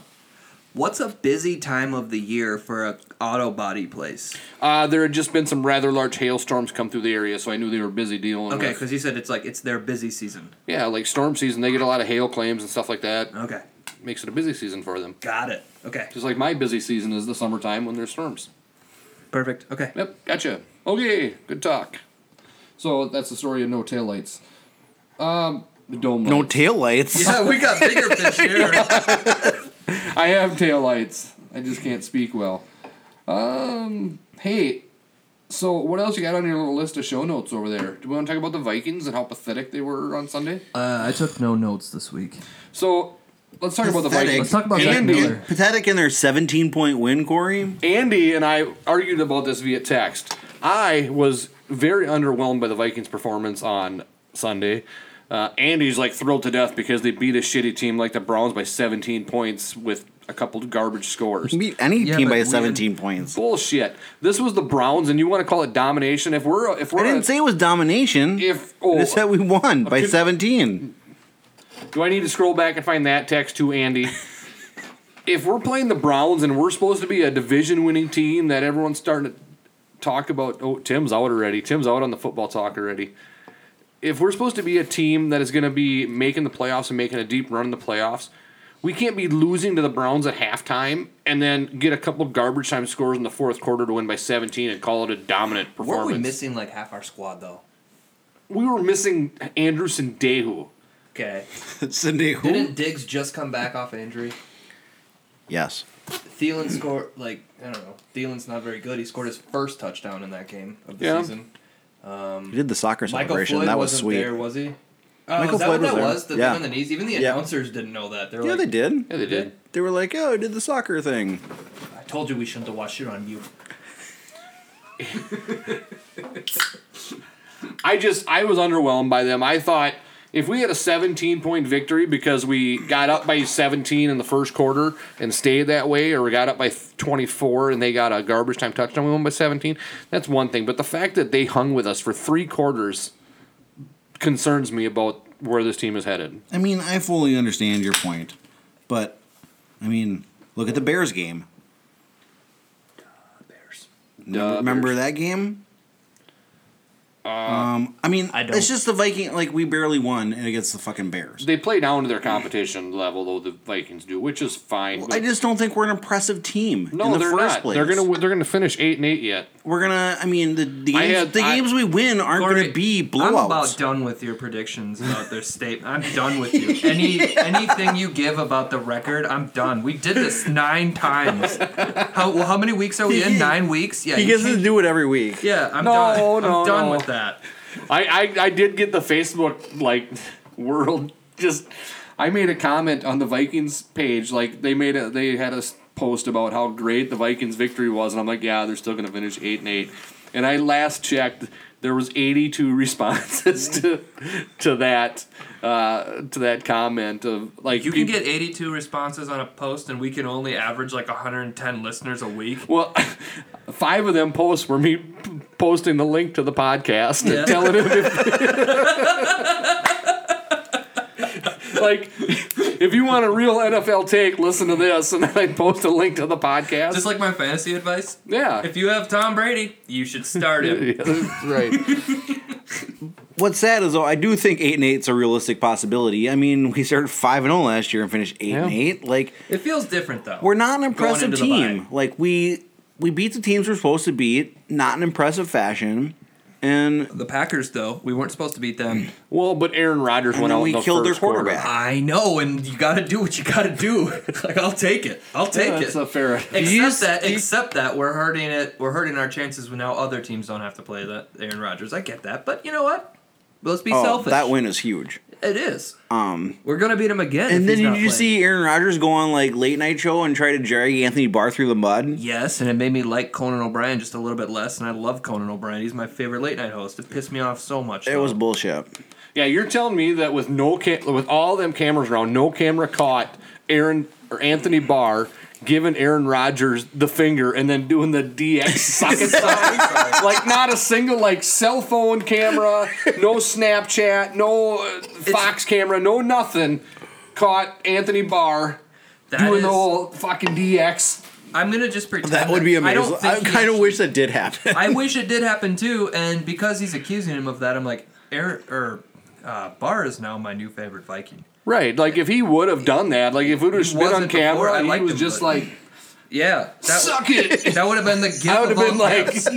[SPEAKER 8] What's a busy time of the year for a auto body place?
[SPEAKER 2] Uh, there had just been some rather large hailstorms come through the area, so I knew they were busy dealing.
[SPEAKER 8] Okay,
[SPEAKER 2] with,
[SPEAKER 8] because you said it's like it's their busy season.
[SPEAKER 2] yeah, like storm season, they get a lot of hail claims and stuff like that.
[SPEAKER 8] Okay,
[SPEAKER 2] Makes it a busy season for them.
[SPEAKER 8] got it. Okay,
[SPEAKER 2] Just like my busy season is the summertime when there's storms.
[SPEAKER 8] perfect. Okay,
[SPEAKER 2] Yep, gotcha. Okay, good talk. So that's the story of no taillights. Um, dome
[SPEAKER 4] No
[SPEAKER 2] lights.
[SPEAKER 4] taillights.
[SPEAKER 8] yeah, we got bigger fish here.
[SPEAKER 2] I have taillights. I just can't speak well. Um, hey, so what else you got on your little list of show notes over there? Do we want to talk about the Vikings and how pathetic they were on Sunday?
[SPEAKER 8] Uh, I took no notes this week.
[SPEAKER 2] So let's talk about the
[SPEAKER 4] Pathetic.
[SPEAKER 2] Vikings.
[SPEAKER 4] Let's
[SPEAKER 8] talk about Zach
[SPEAKER 2] Andy,
[SPEAKER 8] Miller.
[SPEAKER 4] Pathetic in their 17 point win, Corey.
[SPEAKER 2] Andy and I argued about this via text. I was very underwhelmed by the Vikings' performance on Sunday. Uh, Andy's like thrilled to death because they beat a shitty team like the Browns by 17 points with a couple garbage scores.
[SPEAKER 4] Beat any
[SPEAKER 8] Yeah,
[SPEAKER 4] team
[SPEAKER 8] but
[SPEAKER 4] by
[SPEAKER 8] we
[SPEAKER 4] 17 points.
[SPEAKER 2] Bullshit. This was the Browns, and you want to call it domination? If we're if we're
[SPEAKER 4] I didn't say it was domination.
[SPEAKER 2] if
[SPEAKER 4] I
[SPEAKER 2] oh,
[SPEAKER 4] just said we won by
[SPEAKER 2] Okay.
[SPEAKER 4] 17.
[SPEAKER 2] do I need to scroll back and find that text too, Andy? if we're playing the Browns and we're supposed to be a division-winning team that everyone's starting to talk about, oh, Tim's out already. Tim's out on the football talk already. If we're supposed to be a team that is going to be making the playoffs and making a deep run in the playoffs, we can't be losing to the Browns at halftime and then get a couple garbage time scores in the fourth quarter to win by 17 and call it a dominant
[SPEAKER 8] Were
[SPEAKER 2] performance.
[SPEAKER 8] we missing like half our squad though?
[SPEAKER 2] We were missing Anderson Dehu.
[SPEAKER 8] Okay,
[SPEAKER 4] Cindy, who?
[SPEAKER 8] didn't Diggs just come back off injury?
[SPEAKER 4] Yes.
[SPEAKER 8] Thielen scored like I don't know. Thielen's not very good. He scored his first touchdown in that game of the
[SPEAKER 2] Yeah.
[SPEAKER 8] season.
[SPEAKER 4] We did the soccer
[SPEAKER 8] Michael
[SPEAKER 4] celebration.
[SPEAKER 8] Floyd
[SPEAKER 4] that was
[SPEAKER 8] wasn't
[SPEAKER 4] sweet.
[SPEAKER 8] there, was he? Oh,
[SPEAKER 4] Michael
[SPEAKER 8] is that
[SPEAKER 4] Floyd
[SPEAKER 8] what
[SPEAKER 4] was
[SPEAKER 8] that
[SPEAKER 4] there.
[SPEAKER 8] was? The
[SPEAKER 4] Yeah.
[SPEAKER 8] thing on the knees. Even the
[SPEAKER 4] Yeah.
[SPEAKER 8] announcers didn't know that. They're
[SPEAKER 4] Yeah,
[SPEAKER 8] like,
[SPEAKER 4] they did.
[SPEAKER 2] Yeah, they did.
[SPEAKER 4] They were like, oh, I did the soccer thing.
[SPEAKER 8] I told you we shouldn't have watched it on mute.
[SPEAKER 2] I just I was underwhelmed by them. I thought if we had a 17 point victory because we got up by 17 in the first quarter and stayed that way, or we got up by 24 and they got a garbage time touchdown, we won by 17. That's one thing, but the fact that they hung with us for three quarters concerns me about where this team is headed.
[SPEAKER 4] I mean, I fully understand your point, but I mean, look at the Bears game. Bears.
[SPEAKER 2] Duh,
[SPEAKER 4] remember
[SPEAKER 2] Bears. Uh,
[SPEAKER 4] that game? um, I mean,
[SPEAKER 7] I don't.
[SPEAKER 4] it's just the Viking. Like we barely won against the fucking Bears.
[SPEAKER 2] They play down to their competition level, though the Vikings do, which is fine.
[SPEAKER 4] Well,
[SPEAKER 2] but-
[SPEAKER 4] I just don't think we're an impressive team
[SPEAKER 2] no,
[SPEAKER 4] in the
[SPEAKER 2] they're
[SPEAKER 4] first
[SPEAKER 2] not.
[SPEAKER 4] place.
[SPEAKER 2] They're gonna they're gonna finish eight and eight yet.
[SPEAKER 4] We're gonna. I mean, the, the
[SPEAKER 2] I
[SPEAKER 4] games,
[SPEAKER 2] had-
[SPEAKER 4] the
[SPEAKER 2] I-
[SPEAKER 4] games we win aren't gonna
[SPEAKER 8] Corey,
[SPEAKER 4] be
[SPEAKER 8] I'm about
[SPEAKER 4] blowouts.
[SPEAKER 8] done with your predictions about their state. I'm done with you. Any anything you give about the record, I'm done. We did this nine times. How well, how many weeks are we in? Nine weeks. Yeah,
[SPEAKER 4] He
[SPEAKER 8] you
[SPEAKER 4] gets to
[SPEAKER 8] can't-
[SPEAKER 4] do it every week.
[SPEAKER 8] yeah. I'm
[SPEAKER 2] No,
[SPEAKER 8] done.
[SPEAKER 2] no,
[SPEAKER 8] I'm done
[SPEAKER 2] no.
[SPEAKER 8] with that.
[SPEAKER 2] I, I I did get the Facebook like world just I made a comment on the Vikings page like they made a they had a s- post about how great the Vikings victory was and I'm like yeah they're still gonna finish eight and eight and I last checked there was 82 responses to to that uh, to that comment of like
[SPEAKER 7] You can
[SPEAKER 2] peop-
[SPEAKER 7] get 82 responses on a post, and we can only average like 110 listeners a week.
[SPEAKER 2] well five of them posts were me p- posting the link to the podcast and telling him if like if you want a real NFL take listen to this and then I post a link to the podcast
[SPEAKER 8] Just like my fantasy advice.
[SPEAKER 2] yeah
[SPEAKER 8] If you have Tom Brady, you should start him.
[SPEAKER 2] Yeah, right
[SPEAKER 4] What's sad is though, I do think eight and eight's a realistic possibility. I mean, we started five and zero last year and finished eight and
[SPEAKER 2] Yeah.
[SPEAKER 4] eight. Like
[SPEAKER 8] It feels different though.
[SPEAKER 4] we're not an impressive
[SPEAKER 8] into the bye.
[SPEAKER 4] team. Like we we beat the teams we're supposed to beat, not in impressive fashion. and
[SPEAKER 8] The Packers, though, we weren't supposed to beat them.
[SPEAKER 2] Well, but Aaron Rodgers
[SPEAKER 4] And
[SPEAKER 2] went
[SPEAKER 4] then
[SPEAKER 2] out
[SPEAKER 4] we
[SPEAKER 2] in the
[SPEAKER 4] killed their
[SPEAKER 2] first quarter.
[SPEAKER 4] quarterback.
[SPEAKER 8] I know, and you got to do what you got to do. like I'll take it. I'll take
[SPEAKER 2] Yeah,
[SPEAKER 8] it.
[SPEAKER 2] that's a fair.
[SPEAKER 8] Except
[SPEAKER 2] He's-
[SPEAKER 8] that,
[SPEAKER 2] he-
[SPEAKER 8] except that we're hurting it. We're hurting our chances when now other teams don't have to play that Aaron Rodgers. I get that, but you know what? Let's be
[SPEAKER 4] oh,
[SPEAKER 8] selfish.
[SPEAKER 4] that win is huge.
[SPEAKER 8] it is.
[SPEAKER 4] Um,
[SPEAKER 8] We're gonna beat him again. if
[SPEAKER 4] and then
[SPEAKER 8] he's
[SPEAKER 4] you
[SPEAKER 8] not
[SPEAKER 4] just
[SPEAKER 8] playing.
[SPEAKER 4] see Aaron Rodgers go on like late night show and try to drag Anthony Barr through the mud.
[SPEAKER 8] Yes, and it made me like Conan O'Brien just a little bit less, and I love Conan O'Brien. He's my favorite late night host. It pissed me off so much.
[SPEAKER 4] It
[SPEAKER 8] though.
[SPEAKER 4] was bullshit.
[SPEAKER 2] Yeah, you're telling me that with no ca- with all them cameras around, no camera caught Aaron or Anthony Barr giving Aaron Rodgers the finger and then doing the DX suck it sign. like not a single like cell phone camera, no Snapchat, no uh, Fox camera, no nothing caught Anthony Barr
[SPEAKER 8] That
[SPEAKER 2] doing
[SPEAKER 8] is-
[SPEAKER 2] the whole fucking DX.
[SPEAKER 8] I'm gonna just pretend
[SPEAKER 4] That would be
[SPEAKER 8] I
[SPEAKER 4] amazing.
[SPEAKER 8] don't
[SPEAKER 4] I,
[SPEAKER 8] think he-
[SPEAKER 4] kind of wish that did happen.
[SPEAKER 8] I wish it did happen too, and because he's accusing him of that, I'm like, Air or uh, Barr is now my new favorite Viking.
[SPEAKER 2] Right, like if he would have done that, like if it would have spit on
[SPEAKER 8] wasn't before,
[SPEAKER 2] camera,
[SPEAKER 8] I
[SPEAKER 2] and he
[SPEAKER 8] liked
[SPEAKER 2] was
[SPEAKER 8] him,
[SPEAKER 2] just
[SPEAKER 8] but-
[SPEAKER 2] like,
[SPEAKER 8] Yeah, that,
[SPEAKER 2] suck it.
[SPEAKER 8] That would have been the gift.
[SPEAKER 2] I would have
[SPEAKER 8] of all
[SPEAKER 2] been like,
[SPEAKER 8] gifts.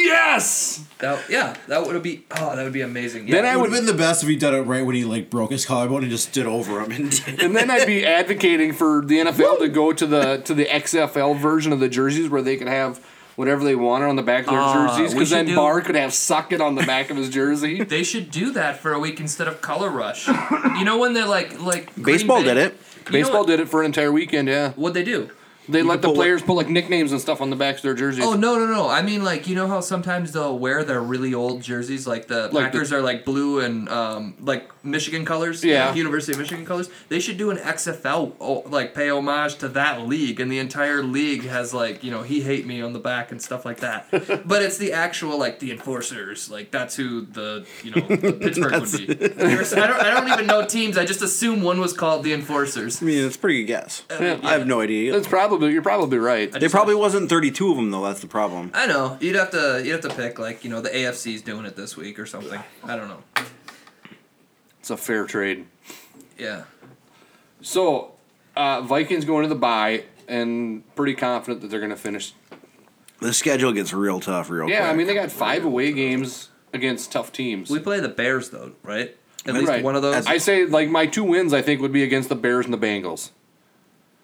[SPEAKER 2] yes.
[SPEAKER 8] that, yeah, that would have be. Oh, that would be amazing. Yeah.
[SPEAKER 2] Then I
[SPEAKER 11] It
[SPEAKER 2] would
[SPEAKER 11] would have been the best if he did it right when he like broke his collarbone and just stood over him and did it.
[SPEAKER 2] and then I'd be advocating for the NFL to go to the to the XFL version of the jerseys where they could have whatever they wanted on the back of their
[SPEAKER 8] Ah,
[SPEAKER 2] jerseys.
[SPEAKER 8] we
[SPEAKER 2] Because
[SPEAKER 8] should
[SPEAKER 2] then
[SPEAKER 8] do-
[SPEAKER 2] Barr could have suck it on the back of his jersey.
[SPEAKER 8] They should do that for a week instead of Color Rush. you know when they're like like Green
[SPEAKER 4] Baseball
[SPEAKER 8] Bay-
[SPEAKER 4] did it.
[SPEAKER 8] You know
[SPEAKER 2] Baseball
[SPEAKER 8] what-
[SPEAKER 2] did it for an entire weekend. Yeah,
[SPEAKER 8] What'd they do?
[SPEAKER 2] they let
[SPEAKER 4] could
[SPEAKER 2] the
[SPEAKER 4] pull it-
[SPEAKER 2] players put like nicknames and stuff on the backs of their jerseys.
[SPEAKER 8] Oh no no no! I mean like you know how sometimes they'll wear their really old jerseys, like the
[SPEAKER 2] Like the-
[SPEAKER 8] Packers are like blue and um, like Michigan colors,
[SPEAKER 2] Yeah.
[SPEAKER 8] like University of Michigan colors. They should do an XFL o- oh, like pay homage to that league, and the entire league has like you know he hate me on the back and stuff like that. but it's the actual like the enforcers, like that's who the you know the Pittsburgh would be. They were- I don't, I don't even know teams. I just assume one was called the enforcers.
[SPEAKER 4] I mean, it's a pretty good guess. I have no idea.
[SPEAKER 2] Uh, That's probably you're probably right.
[SPEAKER 4] There probably wasn't 32 of them though. That's the problem.
[SPEAKER 8] I know you'd have to you'd have to pick like you know the AFC's doing it this week or something. I don't know.
[SPEAKER 2] It's a fair trade.
[SPEAKER 8] Yeah.
[SPEAKER 2] So uh, Vikings going to the bye and pretty confident that they're going to finish.
[SPEAKER 4] The schedule gets real tough, real
[SPEAKER 2] Yeah, I
[SPEAKER 4] quick.
[SPEAKER 2] mean they got five away games against tough teams.
[SPEAKER 8] We play the Bears though, right? At
[SPEAKER 2] Right.
[SPEAKER 8] least one of those.
[SPEAKER 2] I say like my two wins I think would be against the Bears and the Bengals.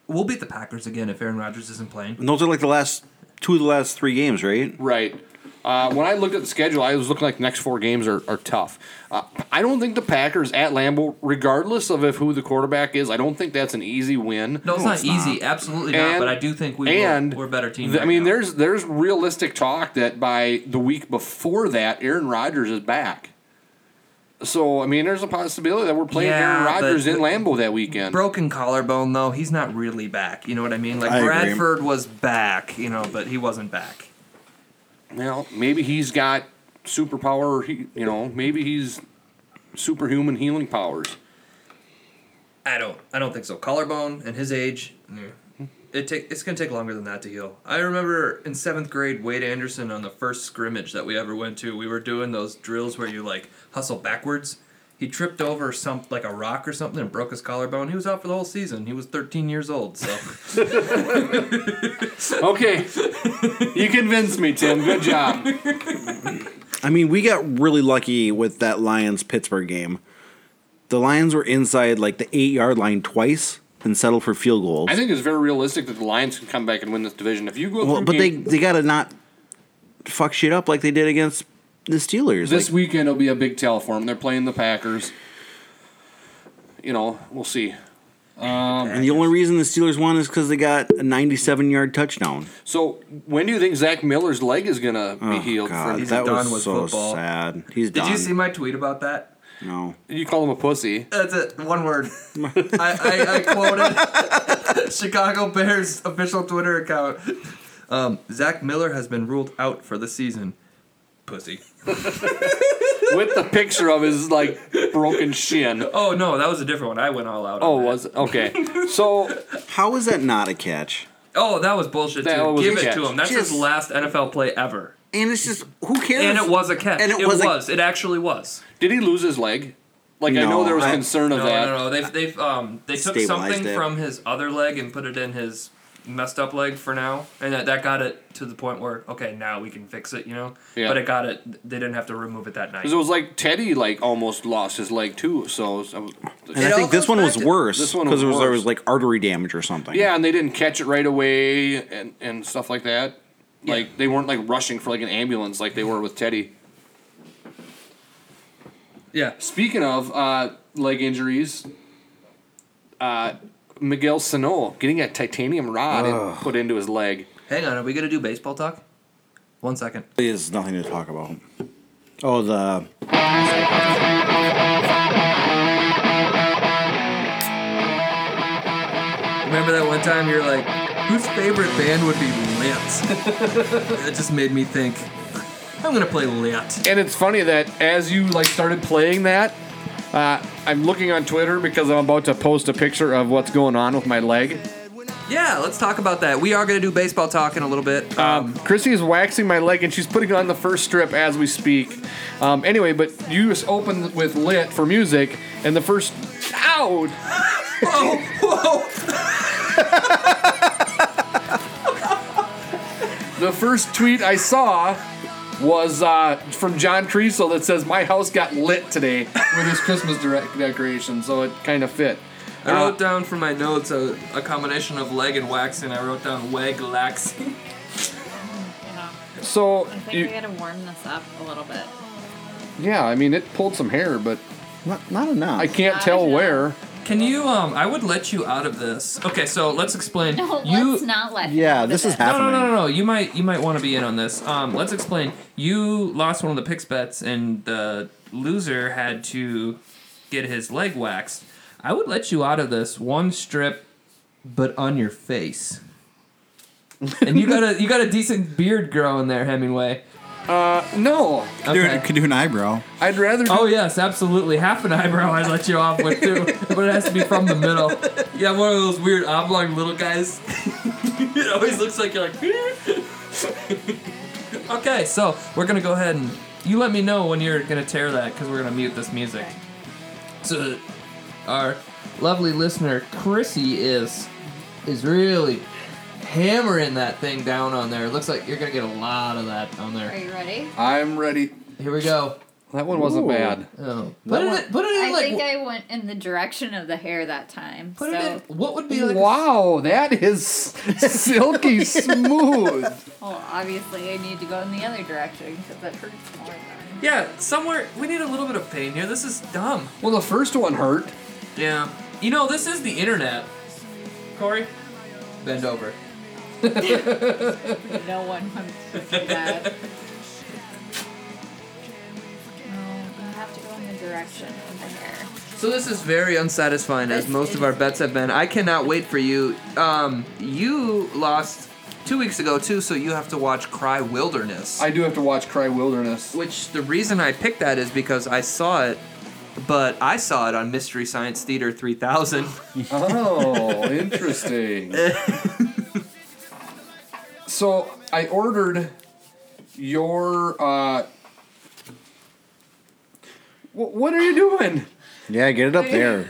[SPEAKER 8] we'll beat the Packers again if Aaron Rodgers isn't playing.
[SPEAKER 4] And those are like the last two of the last three games, right?
[SPEAKER 2] Right. Uh, when I looked at the schedule, I was looking like the next four games are, are tough. Uh, I don't think the Packers at Lambeau, regardless of if who the quarterback is, I don't think that's an easy win.
[SPEAKER 8] No, it's not easy. Absolutely not.
[SPEAKER 2] And-
[SPEAKER 8] but I do think we
[SPEAKER 2] and
[SPEAKER 8] will, we're a better team.
[SPEAKER 2] th- I
[SPEAKER 8] right
[SPEAKER 2] mean,
[SPEAKER 8] now.
[SPEAKER 2] there's there's realistic talk that by the week before that, Aaron Rodgers is back. So I mean, there's a possibility that we're playing
[SPEAKER 8] Yeah,
[SPEAKER 2] Aaron
[SPEAKER 8] but-
[SPEAKER 2] Rodgers in
[SPEAKER 8] but-
[SPEAKER 2] Lambeau that weekend.
[SPEAKER 8] broken collarbone though. He's not really back. You know what I mean? Like
[SPEAKER 4] I agree.
[SPEAKER 8] Bradford was back, you know, but he wasn't back.
[SPEAKER 2] Well, maybe he's got superpower. He, you know, maybe he's superhuman healing powers.
[SPEAKER 8] I don't. I don't think so. Collarbone and his age. no. It take. It's gonna take longer than that to heal. I remember in seventh grade, Wade Anderson on the first scrimmage that we ever went to. We were doing those drills where you like hustle backwards. He tripped over some like a rock or something and broke his collarbone. He was out for the whole season. He was 13 years old. So
[SPEAKER 2] Okay, you convinced me, Tim. Good job.
[SPEAKER 4] I mean, we got really lucky with that Lions Pittsburgh game. The Lions were inside like the eight yard line twice and settled for field goals.
[SPEAKER 2] I think it's very realistic that the Lions can come back and win this division. If you go,
[SPEAKER 4] well,
[SPEAKER 2] through
[SPEAKER 4] but they
[SPEAKER 2] game,
[SPEAKER 4] they gotta not fuck shit up like they did against the Steelers.
[SPEAKER 2] this
[SPEAKER 4] Like,
[SPEAKER 2] weekend will be a big tell for them. They're playing the Packers. You know, we'll see.
[SPEAKER 4] and the only reason the Steelers won is because they got a 97 yard touchdown.
[SPEAKER 2] So, when do you think Zach Miller's leg is gonna be
[SPEAKER 4] Oh,
[SPEAKER 2] healed?
[SPEAKER 4] God,
[SPEAKER 2] from?
[SPEAKER 4] that
[SPEAKER 8] done
[SPEAKER 4] was
[SPEAKER 8] with
[SPEAKER 4] so
[SPEAKER 8] football.
[SPEAKER 4] sad. He's
[SPEAKER 8] did
[SPEAKER 4] done.
[SPEAKER 8] you see my tweet about that?
[SPEAKER 4] no.
[SPEAKER 2] You call him a pussy.
[SPEAKER 8] That's it. One word. I, I, I quoted Chicago Bears official Twitter account. Um, Zach Miller has been ruled out for the season. Pussy.
[SPEAKER 2] with the picture of his like broken shin.
[SPEAKER 8] Oh no, that was a different one. I went all out.
[SPEAKER 2] Oh,
[SPEAKER 8] on that.
[SPEAKER 2] was it? okay. So
[SPEAKER 4] How is that not a catch?
[SPEAKER 8] Oh, that was bullshit.
[SPEAKER 2] That
[SPEAKER 8] Dude.
[SPEAKER 2] was
[SPEAKER 8] Give
[SPEAKER 2] a
[SPEAKER 8] it
[SPEAKER 2] catch.
[SPEAKER 8] to him. That's his
[SPEAKER 4] Just-
[SPEAKER 8] last NFL play ever.
[SPEAKER 4] And it's just who cares?
[SPEAKER 8] And it was a catch.
[SPEAKER 4] And
[SPEAKER 8] it,
[SPEAKER 4] it was a-
[SPEAKER 8] was. It actually was.
[SPEAKER 2] did he lose his leg? Like I know
[SPEAKER 4] No,
[SPEAKER 2] there was
[SPEAKER 4] I-
[SPEAKER 2] concern of
[SPEAKER 8] No,
[SPEAKER 2] that.
[SPEAKER 8] no, no. They've, they've um they took
[SPEAKER 4] Stabilized
[SPEAKER 8] something
[SPEAKER 4] it.
[SPEAKER 8] from his other leg and put it in his
[SPEAKER 7] messed up leg for now, and that, that got it to the point where okay, now we can fix it, you know.
[SPEAKER 2] Yeah.
[SPEAKER 7] But it got it. They didn't have to remove it that night.
[SPEAKER 2] Because it was like Teddy, like almost lost his leg too. So, so
[SPEAKER 4] And I think this one was worse
[SPEAKER 2] This one was,
[SPEAKER 4] because it was there
[SPEAKER 2] worse.
[SPEAKER 4] was like artery damage or something.
[SPEAKER 2] yeah, and they didn't catch it right away and and stuff like that. Like they weren't like rushing for like an ambulance like they were with Teddy.
[SPEAKER 8] Yeah.
[SPEAKER 2] Speaking of uh, leg injuries, uh, Miguel Sano getting a titanium rod
[SPEAKER 8] Ugh.
[SPEAKER 2] put into his leg.
[SPEAKER 8] Hang on, are we gonna do baseball talk? One second.
[SPEAKER 4] There's nothing to talk about. Oh, the
[SPEAKER 8] Remember that one time you're like, whose favorite band would be Lit? that just made me think. I'm gonna play Lit.
[SPEAKER 2] And it's funny that as you like started playing that, uh, I'm looking on Twitter because I'm about to post a picture of what's going on with my leg.
[SPEAKER 8] Yeah, let's talk about that. We are gonna do baseball talk in a little bit.
[SPEAKER 2] Um, Chrissy is waxing my leg and she's putting on the first strip as we speak. Um, anyway, but you just open with lit for music and the first. Ow!
[SPEAKER 8] whoa, whoa!
[SPEAKER 2] The first tweet I saw was uh, from John Creasel that says, My house got lit today with his Christmas direct decoration, so it kind of fit.
[SPEAKER 8] I wrote down from my notes a, a combination of leg and waxing. I wrote down wag laxing.
[SPEAKER 2] So,
[SPEAKER 12] I think
[SPEAKER 2] you,
[SPEAKER 12] we gotta warm this up a little bit.
[SPEAKER 2] yeah, I mean, it pulled some hair, but.
[SPEAKER 4] Not, not enough.
[SPEAKER 2] I can't tell where.
[SPEAKER 8] Can you? Um, I would let you out of this. Okay, so let's explain.
[SPEAKER 12] No,
[SPEAKER 8] you,
[SPEAKER 12] let's not let. him do
[SPEAKER 8] No, no, no, no, no. You might, you might want to be in on this. Um, let's explain. You lost one of the picks bets, and the loser had to get his leg waxed. I would let you out of this one strip, but on your face. and you got a, you got a decent beard growing there, Hemingway.
[SPEAKER 2] Uh, no.
[SPEAKER 8] Okay.
[SPEAKER 4] could do an eyebrow.
[SPEAKER 2] I'd rather.
[SPEAKER 8] Oh yes, absolutely. Half an eyebrow I'd let you off with too, but it has to be from the middle. Yeah, one of those weird oblong little guys. it always looks like you're like. okay, so we're gonna go ahead and you let me know when you're gonna tear that because we're gonna mute this music. So our lovely listener Chrissy is is really hammering that thing down on there. It looks like you're gonna get a lot of that on
[SPEAKER 12] Are
[SPEAKER 8] there.
[SPEAKER 12] you ready?
[SPEAKER 2] I'm ready.
[SPEAKER 8] Here we go.
[SPEAKER 2] That one wasn't
[SPEAKER 8] Ooh.
[SPEAKER 2] bad.
[SPEAKER 8] Oh, put it, in- put it in
[SPEAKER 12] I
[SPEAKER 8] like.
[SPEAKER 12] think I went in the direction of the hair that time.
[SPEAKER 8] Put
[SPEAKER 12] so
[SPEAKER 8] it in. What would be like? a-
[SPEAKER 2] Wow, that is silky smooth.
[SPEAKER 12] well, obviously I need to go in the other direction because that hurts more. Than...
[SPEAKER 7] Yeah, somewhere we need a little bit of pain here. This is dumb.
[SPEAKER 2] Well, the first one hurt.
[SPEAKER 7] Yeah. You know, this is the internet. Corey?
[SPEAKER 8] Bend over.
[SPEAKER 12] No one wants to do that. no, you have to go in the direction of the hair.
[SPEAKER 8] So this is very unsatisfying, as most of our bets have been. I cannot wait for you. Um, you lost two weeks ago too, so you have to watch Cry Wilderness.
[SPEAKER 2] I do have to watch Cry Wilderness.
[SPEAKER 8] Which the reason I picked that is because I saw it, but I saw it on Mystery Science Theater 3000.
[SPEAKER 2] Oh, interesting. so I ordered your. uh wh- What are you doing?
[SPEAKER 4] Yeah, get it up there.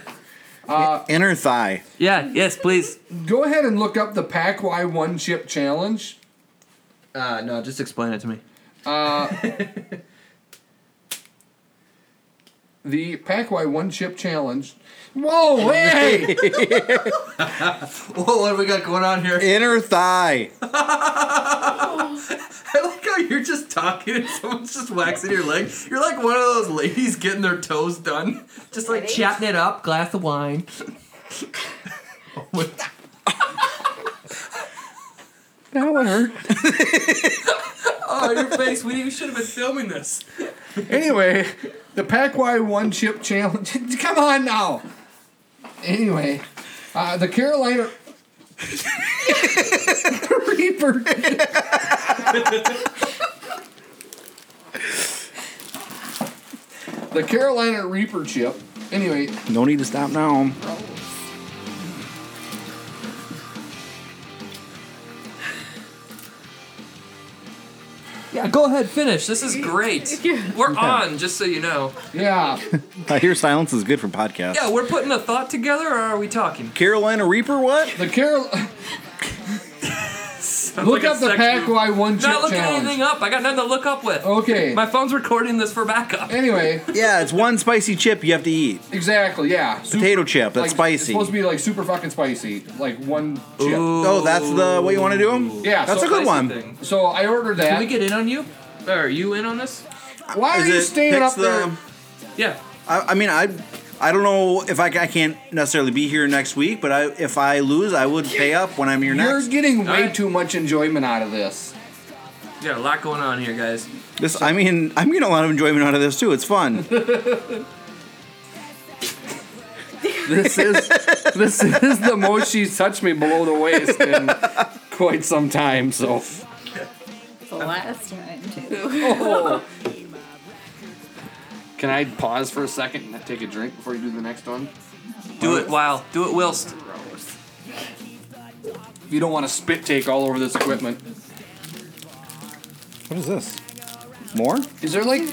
[SPEAKER 8] Uh,
[SPEAKER 4] Inner thigh.
[SPEAKER 8] yeah. Yes, please.
[SPEAKER 2] Go ahead and look up the Pack Y One Chip Challenge.
[SPEAKER 8] Uh, no, just explain it to me.
[SPEAKER 2] Uh, the Pack Y One Chip Challenge. Whoa, hey!
[SPEAKER 8] Whoa, what have we got going on here?
[SPEAKER 4] Inner thigh.
[SPEAKER 8] I like how you're just talking and someone's just waxing your leg. You're like one of those ladies getting their toes done, just like
[SPEAKER 12] Ready?
[SPEAKER 8] chatting it up, glass of wine.
[SPEAKER 2] that one hurt.
[SPEAKER 8] Oh, your face! We should have been filming this.
[SPEAKER 2] Anyway, the Pack Y One Chip Challenge. Come on now. Anyway, uh, the Carolina Reaper. the Carolina Reaper chip. Anyway,
[SPEAKER 4] No need to stop now.
[SPEAKER 8] Yeah, go ahead, finish. This is great. We're on, just so you know.
[SPEAKER 2] yeah.
[SPEAKER 4] I hear silence is good for podcasts.
[SPEAKER 8] Yeah, we're putting a thought together, or are we talking?
[SPEAKER 4] Carolina Reaper, what?
[SPEAKER 2] The Carol. Look up the
[SPEAKER 7] pack.
[SPEAKER 2] Packwai One Chip
[SPEAKER 7] Not looking
[SPEAKER 2] Challenge.
[SPEAKER 7] anything up. I got nothing to look up with.
[SPEAKER 2] Okay.
[SPEAKER 7] My phone's recording this for backup.
[SPEAKER 2] Anyway.
[SPEAKER 4] Yeah, it's one spicy chip you have to eat.
[SPEAKER 2] Exactly. Yeah.
[SPEAKER 4] Potato chip. That's
[SPEAKER 2] like, It's
[SPEAKER 4] spicy.
[SPEAKER 2] supposed to be like super fucking spicy, like one chip.
[SPEAKER 4] Ooh. Oh, that's the way you wanna do 'em?
[SPEAKER 2] Yeah,
[SPEAKER 4] That's
[SPEAKER 2] so-
[SPEAKER 4] a good one.
[SPEAKER 2] So I ordered that.
[SPEAKER 7] Can we get in on you? Are you in on this?
[SPEAKER 2] Why
[SPEAKER 4] Is
[SPEAKER 2] are you
[SPEAKER 4] it
[SPEAKER 2] staying
[SPEAKER 4] mix
[SPEAKER 2] up there?
[SPEAKER 4] the-
[SPEAKER 7] Yeah.
[SPEAKER 4] I, I mean, I I don't know if I, ca- I can't necessarily be here next week, but I if I lose, I would pay up when I'm here
[SPEAKER 2] You're
[SPEAKER 4] next.
[SPEAKER 2] getting way too much enjoyment out of this.
[SPEAKER 7] Yeah, a lot going on here, guys.
[SPEAKER 4] This, I mean, I'm getting a lot of enjoyment out of this too. It's fun.
[SPEAKER 2] This is this is the most she's touched me below the waist in quite some time. So
[SPEAKER 12] It's the last time too.
[SPEAKER 2] Oh.
[SPEAKER 13] Can I pause for a second and take a drink before you do the next one?
[SPEAKER 7] Do it while. Do it whilst.
[SPEAKER 2] you don't want to spit take all over this equipment.
[SPEAKER 4] What is this? More?
[SPEAKER 2] Is there like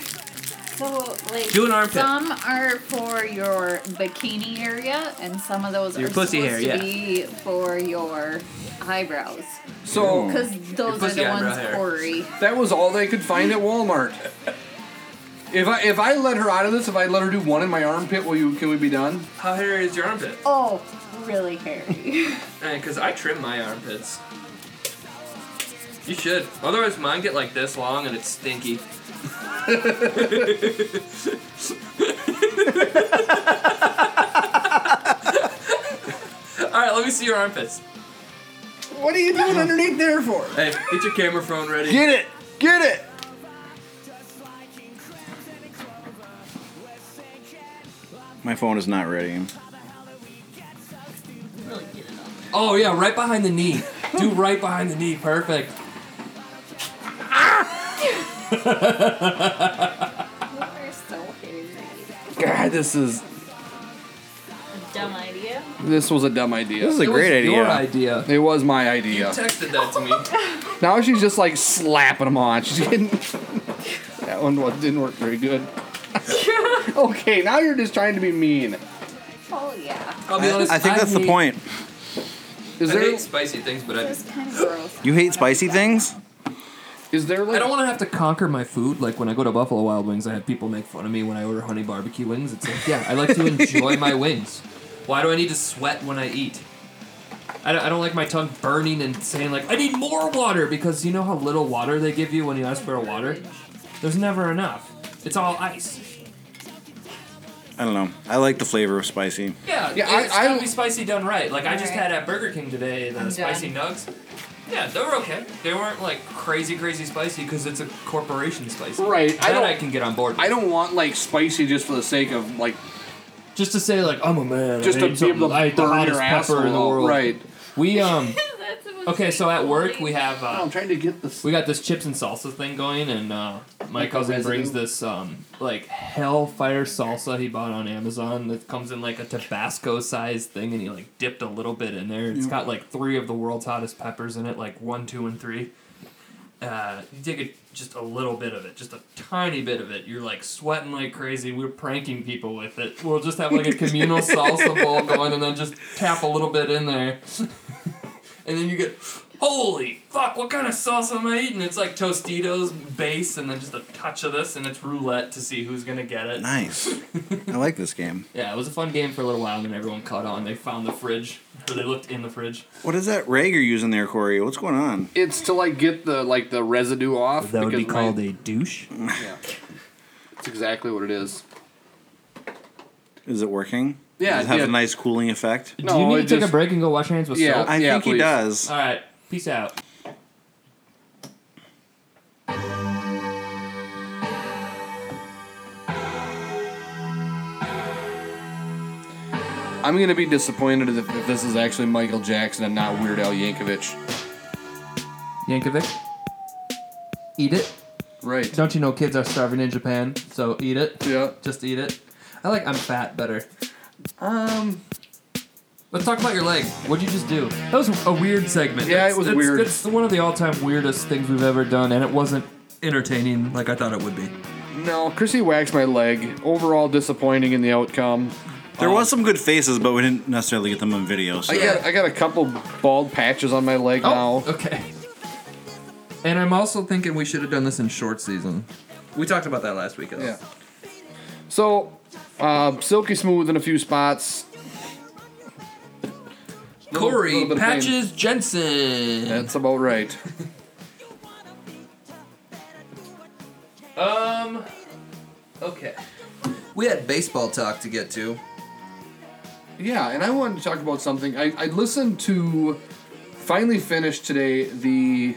[SPEAKER 12] So, like,
[SPEAKER 7] Do an armpit.
[SPEAKER 12] Some are for your bikini area, and some of those
[SPEAKER 7] Your
[SPEAKER 12] are
[SPEAKER 7] pussy
[SPEAKER 12] supposed
[SPEAKER 7] hair,
[SPEAKER 12] to be for your eyebrows.
[SPEAKER 2] so?
[SPEAKER 12] Because those are
[SPEAKER 7] pussy
[SPEAKER 12] the
[SPEAKER 7] eyebrow
[SPEAKER 12] ones
[SPEAKER 7] hair.
[SPEAKER 12] Corey.
[SPEAKER 2] That was all they could find at Walmart. If I if I let her out of this, if I let her do one in my armpit, will you? Can we be done?
[SPEAKER 7] How hairy is your armpit?
[SPEAKER 12] Oh, really hairy.
[SPEAKER 7] Because Eh, I trim my armpits. You should. Otherwise, mine get like this long and it's stinky. All right, let me see your armpits.
[SPEAKER 2] What are you doing underneath there for?
[SPEAKER 7] Hey, get your camera phone ready.
[SPEAKER 4] Get it! Get it! My phone is not ready.
[SPEAKER 7] Oh yeah, right behind the knee. Do right behind the knee. Perfect.
[SPEAKER 12] you are so hairy.
[SPEAKER 2] God, this is
[SPEAKER 12] Dumb idea.
[SPEAKER 2] this was a dumb idea.
[SPEAKER 4] This is a
[SPEAKER 7] It was
[SPEAKER 4] great idea.
[SPEAKER 7] Your idea.
[SPEAKER 2] It was my idea.
[SPEAKER 7] Texted that to me.
[SPEAKER 2] Now she's just like slapping them on. She's getting that one wa- didn't work very good. okay, now you're just trying to be mean.
[SPEAKER 12] Oh yeah.
[SPEAKER 7] I'll be
[SPEAKER 4] I,
[SPEAKER 7] honest.
[SPEAKER 4] I think that's the
[SPEAKER 7] hate-
[SPEAKER 4] point.
[SPEAKER 2] Is
[SPEAKER 7] I
[SPEAKER 2] there
[SPEAKER 7] hate spicy things, but I,
[SPEAKER 12] It's kind of gross.
[SPEAKER 4] You hate spicy things?
[SPEAKER 2] is there
[SPEAKER 7] I
[SPEAKER 2] like
[SPEAKER 7] don't want to have to conquer my food. Like when I go to Buffalo Wild Wings, I have people make fun of me when I order honey barbecue wings. It's like, yeah, I like to enjoy my wings. Why do I need to sweat when I eat? I don't, I don't like my tongue burning and saying like, I need more water because you know how little water they give you when you ask for water. There's never enough. It's all ice.
[SPEAKER 4] I don't know. I like the flavor of spicy.
[SPEAKER 7] Yeah,
[SPEAKER 2] Yeah,
[SPEAKER 7] it's
[SPEAKER 2] I- I-
[SPEAKER 7] gotta be spicy done right. Like I just
[SPEAKER 12] Alright.
[SPEAKER 7] had at Burger King today the
[SPEAKER 12] I'm
[SPEAKER 7] spicy nugs. Yeah, they were okay. They weren't like crazy, crazy spicy because it's a corporation spicy.
[SPEAKER 2] Right, I
[SPEAKER 7] That I,
[SPEAKER 2] don't-
[SPEAKER 7] can get on board. With.
[SPEAKER 13] I don't want like spicy just for the sake of like
[SPEAKER 7] just to say like I'm a man.
[SPEAKER 13] just
[SPEAKER 7] I
[SPEAKER 13] to
[SPEAKER 7] ate
[SPEAKER 13] be able
[SPEAKER 7] something-
[SPEAKER 13] to burn
[SPEAKER 7] I ate the hottest
[SPEAKER 13] your
[SPEAKER 7] pepper
[SPEAKER 13] asshole
[SPEAKER 7] in the world.
[SPEAKER 13] Right.
[SPEAKER 7] We um
[SPEAKER 12] That's the most
[SPEAKER 7] okay. So at work we
[SPEAKER 12] annoying.
[SPEAKER 7] have uh,
[SPEAKER 13] I'm trying to get this.
[SPEAKER 7] we got this chips and salsa thing going, and uh, my cousin brings this um like hellfire salsa he bought on Amazon that comes in like a Tabasco sized thing, and he like dipped a little bit in there. It's got like three of the world's hottest peppers in it, like one, two, and three. Uh, you take it just a little bit of it, just a tiny bit of it. You're like sweating like crazy. We're pranking people with it. We'll just have like a communal salsa bowl going, and then just tap a little bit in there. And then you get, holy fuck, what kind of salsa am I eating? It's like Tostitos base, and then just a touch of this, and it's roulette to see who's gonna get it.
[SPEAKER 4] Nice. I like this game.
[SPEAKER 7] Yeah, it was a fun game for a little while, and then everyone caught on. They found the fridge, or they looked in the fridge.
[SPEAKER 4] What is that rag you're using there, Corey? What's going on?
[SPEAKER 13] It's to like get the like the residue off. because my-
[SPEAKER 7] a douche.
[SPEAKER 13] That's exactly what it is.
[SPEAKER 4] Is it working?
[SPEAKER 13] Yeah,
[SPEAKER 4] Does it have
[SPEAKER 13] yeah.
[SPEAKER 4] a nice cooling effect?
[SPEAKER 7] Do you
[SPEAKER 13] No,
[SPEAKER 7] need to
[SPEAKER 13] it
[SPEAKER 7] take
[SPEAKER 13] just-
[SPEAKER 7] a break and go wash your hands with
[SPEAKER 13] Yeah.
[SPEAKER 7] soap?
[SPEAKER 4] I think he
[SPEAKER 13] please.
[SPEAKER 4] does.
[SPEAKER 7] All right, peace out.
[SPEAKER 2] I'm gonna be disappointed if, if this is actually Michael Jackson and not Weird Al Yankovic.
[SPEAKER 7] Yankovic, eat it.
[SPEAKER 2] Right.
[SPEAKER 7] Don't you know kids are starving in Japan? So eat it.
[SPEAKER 2] Yeah.
[SPEAKER 7] Just eat it. I like I'm fat better. Um. Let's talk about your leg. What'd you just do? That was a weird segment.
[SPEAKER 2] Yeah, it was
[SPEAKER 7] It's-
[SPEAKER 2] weird.
[SPEAKER 7] It's one of the all-time weirdest things we've ever done, and it wasn't entertaining like I thought it would be.
[SPEAKER 2] No, Chrissy waxed my leg. Overall disappointing in the outcome.
[SPEAKER 4] There was some good faces, but we didn't necessarily get them on video. So.
[SPEAKER 2] Oh,
[SPEAKER 13] Oh.
[SPEAKER 2] I got I got a couple bald patches on my leg now.
[SPEAKER 7] Okay.
[SPEAKER 8] And I'm also thinking we should have done this in short season. We talked about that last week. Though.
[SPEAKER 2] Yeah. So, uh, silky smooth in a few spots. Little-
[SPEAKER 8] Corey
[SPEAKER 2] little bit of pain.
[SPEAKER 8] Patches Jensen.
[SPEAKER 2] That's about right.
[SPEAKER 8] Um. Okay. We had baseball talk to get to.
[SPEAKER 2] Yeah, and I wanted to talk about something. I, I listened to, finally finished today, the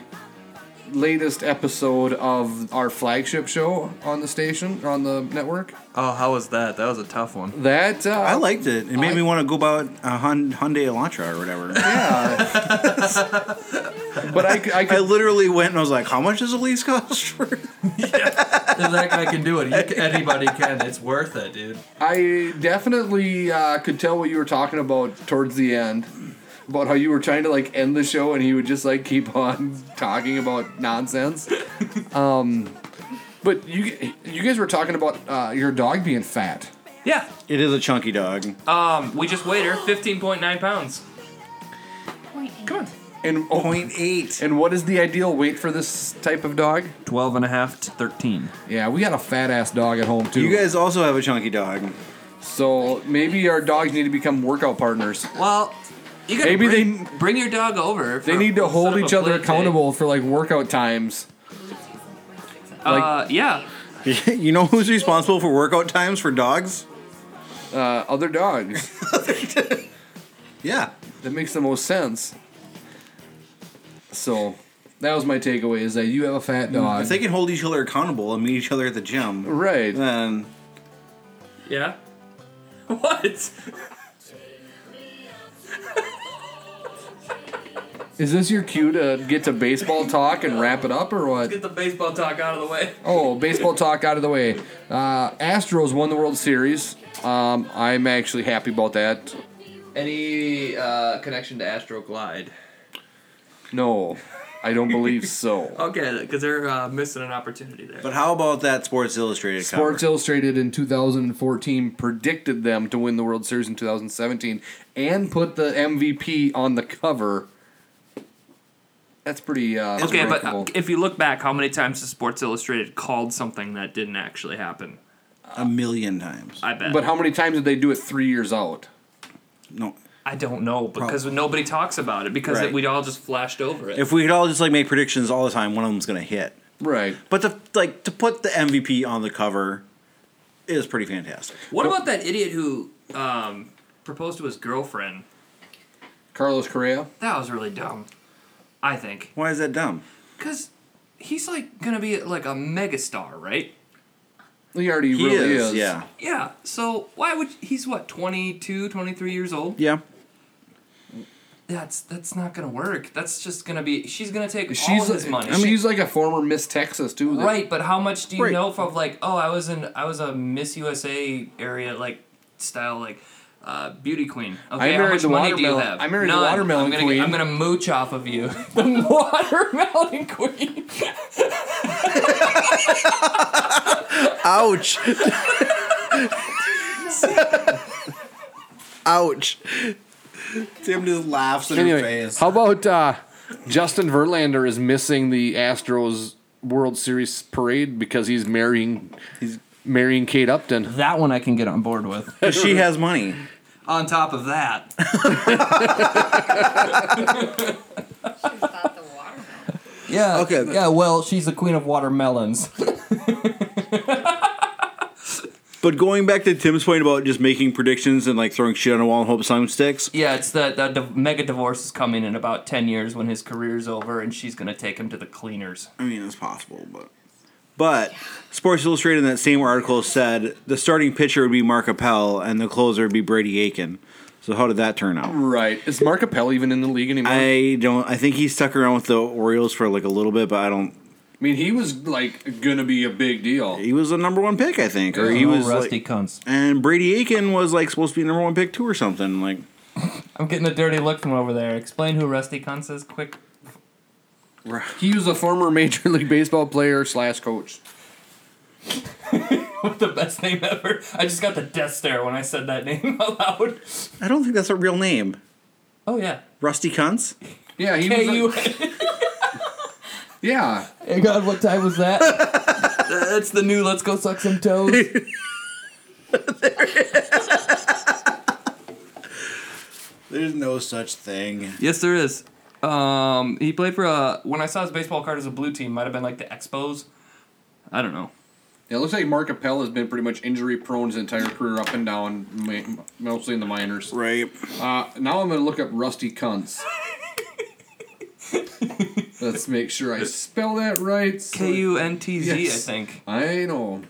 [SPEAKER 2] latest episode of our flagship show on the station, on the network.
[SPEAKER 8] Oh, how was that? That was a tough one.
[SPEAKER 2] That uh,
[SPEAKER 4] I liked it. It made me want to go about a Hun- Hyundai Elantra or whatever.
[SPEAKER 2] Yeah. but I, c- I,
[SPEAKER 4] I literally went and I was like, "How much does a lease cost?"
[SPEAKER 8] that guy can do it. You can- anybody can. It's worth it, dude.
[SPEAKER 2] I definitely uh, could tell what you were talking about towards the end about how you were trying to like end the show and he would just like keep on talking about nonsense. um, but you you guys were talking about uh, your dog being fat.
[SPEAKER 7] Yeah.
[SPEAKER 4] It is a chunky dog.
[SPEAKER 7] Um, we just weighed her 15.9 pounds. Come on.
[SPEAKER 2] And oh, point
[SPEAKER 4] eight.
[SPEAKER 2] And what is the ideal weight for this type of dog?
[SPEAKER 8] 12 and a half to 13.
[SPEAKER 2] Yeah, we got a fat ass dog at home too.
[SPEAKER 4] You guys also have a chunky dog.
[SPEAKER 2] So maybe our dogs need to become workout partners.
[SPEAKER 8] Well, you gotta
[SPEAKER 2] Maybe
[SPEAKER 8] bring,
[SPEAKER 2] they-
[SPEAKER 8] bring your dog over.
[SPEAKER 2] They
[SPEAKER 8] for-
[SPEAKER 2] need to
[SPEAKER 8] set
[SPEAKER 2] hold
[SPEAKER 8] up a
[SPEAKER 2] each other
[SPEAKER 8] play date.
[SPEAKER 2] accountable for like workout times.
[SPEAKER 7] uh, yeah.
[SPEAKER 4] you know who's responsible for workout times for dogs?
[SPEAKER 2] Uh, other dogs.
[SPEAKER 4] yeah,
[SPEAKER 2] that makes the most sense. So that was my takeaway: is that you have a fat dog.
[SPEAKER 4] If they can hold each other accountable and meet each other at the gym,
[SPEAKER 2] right?
[SPEAKER 4] Then
[SPEAKER 7] Yeah. What?
[SPEAKER 2] Is this your cue to get to baseball talk and wrap it up, or what?
[SPEAKER 7] Get the baseball talk out of the way.
[SPEAKER 2] Oh, baseball talk out of the way. Uh, Astros won the World Series. Um, I'm actually happy about that.
[SPEAKER 8] Any uh, connection to Astro Glide?
[SPEAKER 2] No, I don't believe so.
[SPEAKER 7] Okay, because they're uh, missing an opportunity there.
[SPEAKER 4] But how about that Sports Illustrated
[SPEAKER 2] Sports
[SPEAKER 4] cover?
[SPEAKER 2] Illustrated in 2014 predicted them to win the World Series in 2017 and put the MVP on the cover. That's pretty. Uh,
[SPEAKER 7] okay, but uh,
[SPEAKER 2] remarkable.
[SPEAKER 7] if you look back, how many times has Sports Illustrated called something that didn't actually happen?
[SPEAKER 4] a million times.
[SPEAKER 7] I bet.
[SPEAKER 2] But how many times did they do it three years out?
[SPEAKER 4] No.
[SPEAKER 7] I don't know because nobody talks about it because
[SPEAKER 4] Right.
[SPEAKER 7] we'd all just flashed over it.
[SPEAKER 4] If we could all just like make predictions all the time, one of them's gonna hit.
[SPEAKER 2] Right.
[SPEAKER 4] But to like to put the MVP on the cover is pretty fantastic.
[SPEAKER 7] what about that idiot who um, proposed to his girlfriend?
[SPEAKER 2] Carlos Correa.
[SPEAKER 7] That was really dumb. I think
[SPEAKER 4] Why is that dumb?
[SPEAKER 7] because he's like gonna be like a megastar, right?
[SPEAKER 2] He already really is.
[SPEAKER 4] Yeah.
[SPEAKER 7] Yeah. So why would he's what 22, 23 years old?
[SPEAKER 4] Yeah.
[SPEAKER 7] That's that's not gonna work. That's just gonna be. She's gonna take all
[SPEAKER 2] She's
[SPEAKER 7] his money.
[SPEAKER 2] she's like a former Miss Texas too. that-
[SPEAKER 7] Right, but how much do you
[SPEAKER 2] Right.
[SPEAKER 7] know if of like, oh, I was in, I was a Miss USA area like style like uh, beauty queen. Okay,
[SPEAKER 2] I
[SPEAKER 7] how
[SPEAKER 2] married
[SPEAKER 7] much
[SPEAKER 2] the
[SPEAKER 7] money do you
[SPEAKER 2] watermelon-
[SPEAKER 7] have?
[SPEAKER 2] I married the
[SPEAKER 7] None.
[SPEAKER 2] watermelon
[SPEAKER 7] I'm gonna,
[SPEAKER 2] queen.
[SPEAKER 7] I'm gonna mooch off of you. the watermelon queen.
[SPEAKER 4] Ouch. Ouch. Tim just laughs in her
[SPEAKER 2] Anyway,
[SPEAKER 4] face.
[SPEAKER 2] how about uh, Justin Verlander is missing the Astros World Series parade because he's marrying he's marrying Kate Upton.
[SPEAKER 8] That one I can get on board with.
[SPEAKER 4] 'Cause she has money.
[SPEAKER 8] On top of that, yeah,
[SPEAKER 4] Okay.
[SPEAKER 8] yeah. Well, she's the queen of watermelons.
[SPEAKER 4] But going back to Tim's point about just making predictions and like throwing shit on a wall and hope something sticks,
[SPEAKER 7] yeah, it's that that div- mega divorce is coming in about ten years when his career's over, and she's gonna take him to the cleaners.
[SPEAKER 4] I mean it's possible, but but Sports Illustrated in that same article said the starting pitcher would be Mark Appel and the closer would be Brady Aiken. So how did that turn out?
[SPEAKER 2] Right. Is Mark Appel even in the league anymore? I,
[SPEAKER 4] I don't. I think he stuck around with the Orioles for like a little bit, but I don't.
[SPEAKER 2] mean, he was like gonna be a big deal.
[SPEAKER 4] He was a number one pick, I think, or he was like,
[SPEAKER 8] cunts.
[SPEAKER 4] and Brady Aiken was like supposed to be number one pick too or something. Like
[SPEAKER 7] I'm getting a dirty look from over there. Explain who Rusty Cunts is, quick.
[SPEAKER 2] He was a former Major League Baseball player slash coach.
[SPEAKER 7] What the best name ever? I just got the death stare when I said that name aloud.
[SPEAKER 4] I don't think that's a real name.
[SPEAKER 7] Oh yeah.
[SPEAKER 4] Rusty Cunts.
[SPEAKER 2] Yeah, he was. a-
[SPEAKER 7] K-U-
[SPEAKER 2] Yeah.
[SPEAKER 8] Hey God, what time was that? That's the new Let's Go Suck Some Toes.
[SPEAKER 14] There's no such thing.
[SPEAKER 7] Yes, there is. Um, he played for a. When I saw his baseball card, as a blue team. Might have been like the Expos. I don't know.
[SPEAKER 2] Yeah, it looks like Mark Appel has been pretty much injury prone his entire career, up and down, ma- mostly in the minors.
[SPEAKER 4] Right.
[SPEAKER 2] Uh, now I'm going to look up Rusty Cunts. Let's make sure I spell that right. so-
[SPEAKER 7] K U N T Z, I
[SPEAKER 2] Yes.
[SPEAKER 7] think.
[SPEAKER 2] I know.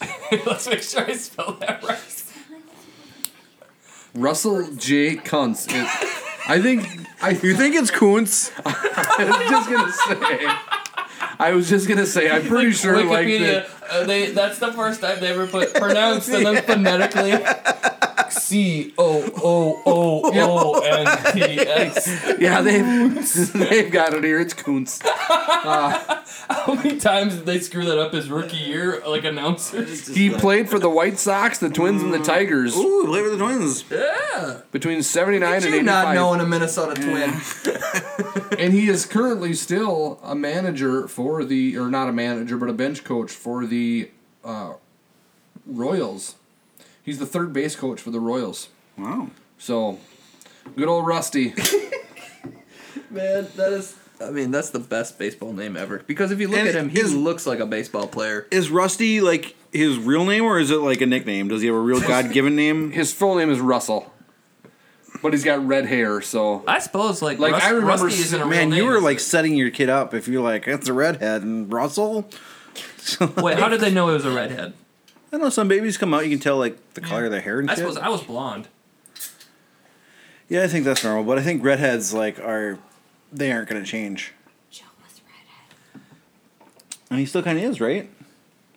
[SPEAKER 7] Let's make sure I spell that right.
[SPEAKER 2] Russell J. Cunts. It- I think. I,
[SPEAKER 4] You think it's Koontz?
[SPEAKER 2] I was just going to say. I was just going to say, I'm pretty sure, like,
[SPEAKER 8] Wikipedia.
[SPEAKER 2] that.
[SPEAKER 8] uh, they, that's the first time they ever put pronounced and then phonetically. C O O O O N T S.
[SPEAKER 2] Yeah, they've, they've got it here. It's Koontz.
[SPEAKER 8] How many times did they screw that up his rookie year, like announcers?
[SPEAKER 2] He played for the White Sox, the Twins,
[SPEAKER 8] Mm.
[SPEAKER 2] and the Tigers
[SPEAKER 4] Ooh, play with the twins.
[SPEAKER 8] Yeah.
[SPEAKER 2] between 79 and
[SPEAKER 8] you not
[SPEAKER 2] 85.
[SPEAKER 8] knowing a Minnesota Twin.
[SPEAKER 2] and he is currently still a manager for the, or not a manager, but a bench coach for the uh, Royals. He's the third base coach for the Royals.
[SPEAKER 4] Wow.
[SPEAKER 2] So, good old Rusty.
[SPEAKER 8] Man, that is. I mean, that's the best baseball name ever. Because if you look
[SPEAKER 4] And
[SPEAKER 8] at him, he
[SPEAKER 4] is-
[SPEAKER 8] looks like a baseball player.
[SPEAKER 4] Is Rusty like his real name or is it like a nickname? Does he have a real God given name?
[SPEAKER 2] His full name is Russell, but he's got red hair, so.
[SPEAKER 7] I suppose like,
[SPEAKER 2] Like,
[SPEAKER 7] Rus-
[SPEAKER 2] I remember
[SPEAKER 7] Rusty isn't a real
[SPEAKER 4] Man, you
[SPEAKER 7] name.
[SPEAKER 4] were like setting your kid up if you're like, that's a redhead and Russell.
[SPEAKER 7] Wait, how did they know it was a redhead?
[SPEAKER 4] I know some babies come out, you can tell like the color of their hair and
[SPEAKER 7] I
[SPEAKER 4] shit.
[SPEAKER 7] suppose I was blonde.
[SPEAKER 4] yeah, I think that's normal, but I think redheads like are they aren't gonna change.
[SPEAKER 12] Joe was redhead.
[SPEAKER 4] And he still kinda is, right?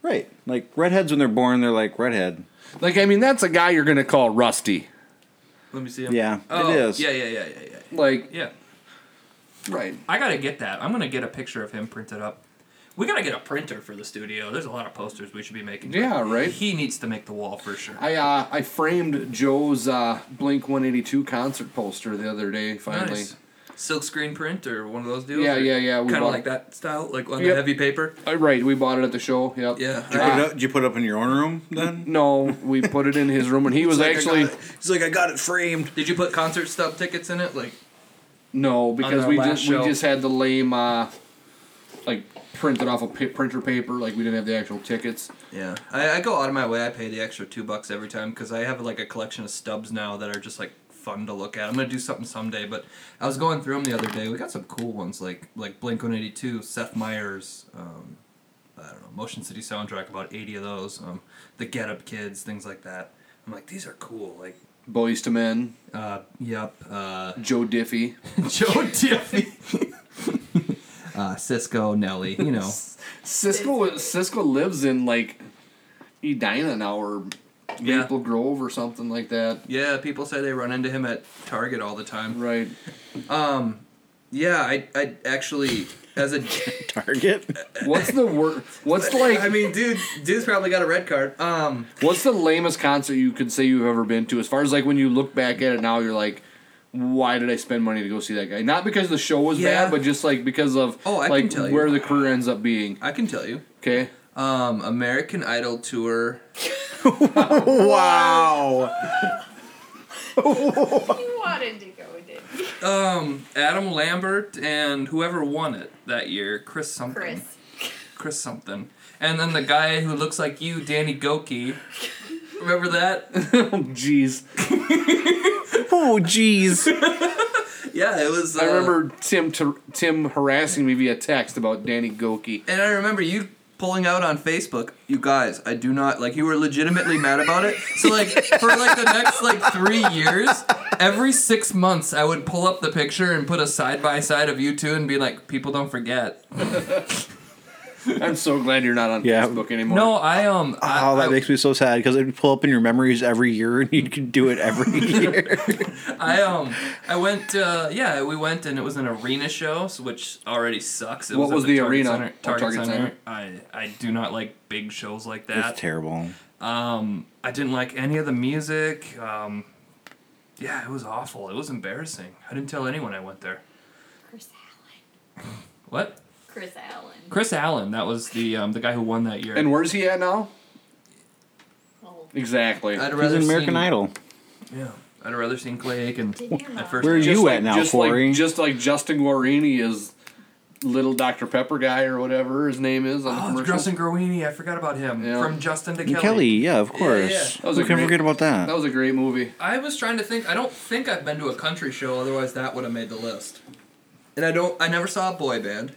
[SPEAKER 4] Right. Like redheads when they're born, they're like redhead.
[SPEAKER 2] Like, I mean, that's a guy you're going to call Rusty.
[SPEAKER 8] Let me see him.
[SPEAKER 4] Yeah,
[SPEAKER 8] Oh,
[SPEAKER 4] it is.
[SPEAKER 8] Yeah, yeah, yeah, yeah, yeah.
[SPEAKER 2] Like,
[SPEAKER 7] Yeah,
[SPEAKER 2] right.
[SPEAKER 7] I gotta get that. I'm gonna get a picture of him printed up. We gotta get a printer for the studio. There's a lot of posters we should be making. but
[SPEAKER 2] Yeah, right.
[SPEAKER 7] He needs to make the wall for sure.
[SPEAKER 2] I uh, I framed Joe's uh, Blink 182 concert poster the other day. Finally,
[SPEAKER 7] Nice.
[SPEAKER 8] Silk screen print or one of those deals.
[SPEAKER 2] Yeah, yeah, yeah, we
[SPEAKER 8] Kind
[SPEAKER 2] bought-
[SPEAKER 8] of like that style, like on
[SPEAKER 2] Yep.
[SPEAKER 8] the heavy paper.
[SPEAKER 2] Uh, right, we bought it at the show. Yep.
[SPEAKER 8] Yeah.
[SPEAKER 4] Did you,
[SPEAKER 2] Ah.
[SPEAKER 4] put it up, did you put it up in your own room then?
[SPEAKER 2] No, we put it in his room, and he was actually
[SPEAKER 4] He's like, I got it framed.
[SPEAKER 8] Did you put concert stub tickets in it? Like,
[SPEAKER 2] no because
[SPEAKER 8] our
[SPEAKER 2] we
[SPEAKER 8] last
[SPEAKER 2] just
[SPEAKER 8] show.
[SPEAKER 2] we just had the lame uh, like printed off a pa- printer paper. Like we didn't have the actual tickets.
[SPEAKER 8] yeah. I, I go out of my way. I pay the extra two bucks every time because I have like a collection of stubs now that are just like fun to look at. I'm gonna do something someday. But I was going through them the other day. We got some cool ones like like Blink 182, Seth Meyers. Um, I don't know, Motion City soundtrack. About 80 of those. Um, the Get Up Kids, things like that. I'm like, these are cool. Like,
[SPEAKER 2] Boys to Men,
[SPEAKER 8] uh, yep. Uh,
[SPEAKER 2] Joe Diffie.
[SPEAKER 8] Joe Diffie. uh, Cisco, Nelly, you know.
[SPEAKER 2] Cisco Cisco lives in like Edina now or
[SPEAKER 8] Yeah.
[SPEAKER 2] Maple Grove or something like that.
[SPEAKER 8] Yeah, people say they run into him at Target all the time.
[SPEAKER 2] Right.
[SPEAKER 8] Yeah, I, I actually, as a,
[SPEAKER 4] Target.
[SPEAKER 2] What's the word? What's like?
[SPEAKER 8] I mean, dude, dude's probably got a red card. Um,
[SPEAKER 2] What's the lamest concert you could say you've ever been to? As far as like when you look back at it now, you're like, why did I spend money to go see that guy? Not because the show was
[SPEAKER 8] Yeah.
[SPEAKER 2] bad, but just like because of
[SPEAKER 8] Oh, I can
[SPEAKER 2] like
[SPEAKER 8] tell you.
[SPEAKER 2] where the career ends up being.
[SPEAKER 8] I can tell you,
[SPEAKER 2] Okay,
[SPEAKER 8] um, American Idol tour.
[SPEAKER 4] wow.
[SPEAKER 12] You wanted to go, didn't you?
[SPEAKER 8] Um, Adam Lambert and whoever won it that year, Chris something,
[SPEAKER 12] Chris.
[SPEAKER 8] Chris something, and then the guy who looks like you, Danny Goki. Remember that?
[SPEAKER 2] jeez,
[SPEAKER 4] Oh, jeez.
[SPEAKER 8] Yeah, it was. Uh,
[SPEAKER 2] I remember Tim ter- Tim harassing me via text about Danny Goki.
[SPEAKER 8] And I remember you pulling out on Facebook, you guys, I do not like you were legitimately mad about it. So like for like the next like 3 years, every 6 months I would pull up the picture and put a side by side of you two and be like people don't forget.
[SPEAKER 2] I'm so glad you're not on
[SPEAKER 4] Yeah.
[SPEAKER 2] Facebook anymore.
[SPEAKER 7] no, I um. I,
[SPEAKER 4] Oh, that
[SPEAKER 7] I-
[SPEAKER 4] makes me so sad because it'd pull up in your memories every year and you could do it every year.
[SPEAKER 7] I um I went uh yeah we went and it was an arena show so which already sucks. It
[SPEAKER 2] What
[SPEAKER 7] at
[SPEAKER 2] was the
[SPEAKER 7] Target
[SPEAKER 2] arena?
[SPEAKER 7] Center,
[SPEAKER 2] Oh,
[SPEAKER 7] Target,
[SPEAKER 2] Target
[SPEAKER 7] Center. I I do not like big shows like that.
[SPEAKER 4] That's terrible.
[SPEAKER 7] um I didn't like any of the music. Um yeah, it was awful. It was embarrassing. I didn't tell anyone I went there.
[SPEAKER 12] Chris Allen.
[SPEAKER 7] What?
[SPEAKER 12] Chris Allen.
[SPEAKER 7] Chris Allen, that was the um, the guy who won that year.
[SPEAKER 2] And where's he at now? Exactly.
[SPEAKER 8] I'd rather
[SPEAKER 4] He's in
[SPEAKER 8] seen-
[SPEAKER 4] American Idol.
[SPEAKER 8] Yeah, I'd rather seen Clay Aiken at first.
[SPEAKER 4] Where are
[SPEAKER 2] Just
[SPEAKER 4] you
[SPEAKER 2] like-
[SPEAKER 4] at now,
[SPEAKER 2] just
[SPEAKER 4] Corey?
[SPEAKER 2] Like, just like Justin Guarini is little Dr. Pepper guy or whatever his name is on the
[SPEAKER 7] Oh,
[SPEAKER 2] commercial.
[SPEAKER 7] Justin Growini, I forgot about him. From Justin to
[SPEAKER 4] And
[SPEAKER 7] Kelly.
[SPEAKER 4] Kelly, yeah, of
[SPEAKER 8] Yeah,
[SPEAKER 4] course.
[SPEAKER 8] yeah.
[SPEAKER 2] That was
[SPEAKER 4] We
[SPEAKER 2] a
[SPEAKER 4] can
[SPEAKER 2] great-
[SPEAKER 4] forget about that.
[SPEAKER 2] That was a great movie.
[SPEAKER 8] I was trying to think. I don't think I've been to a country show. Otherwise, that would have made the list. And I don't. I never saw a boy band.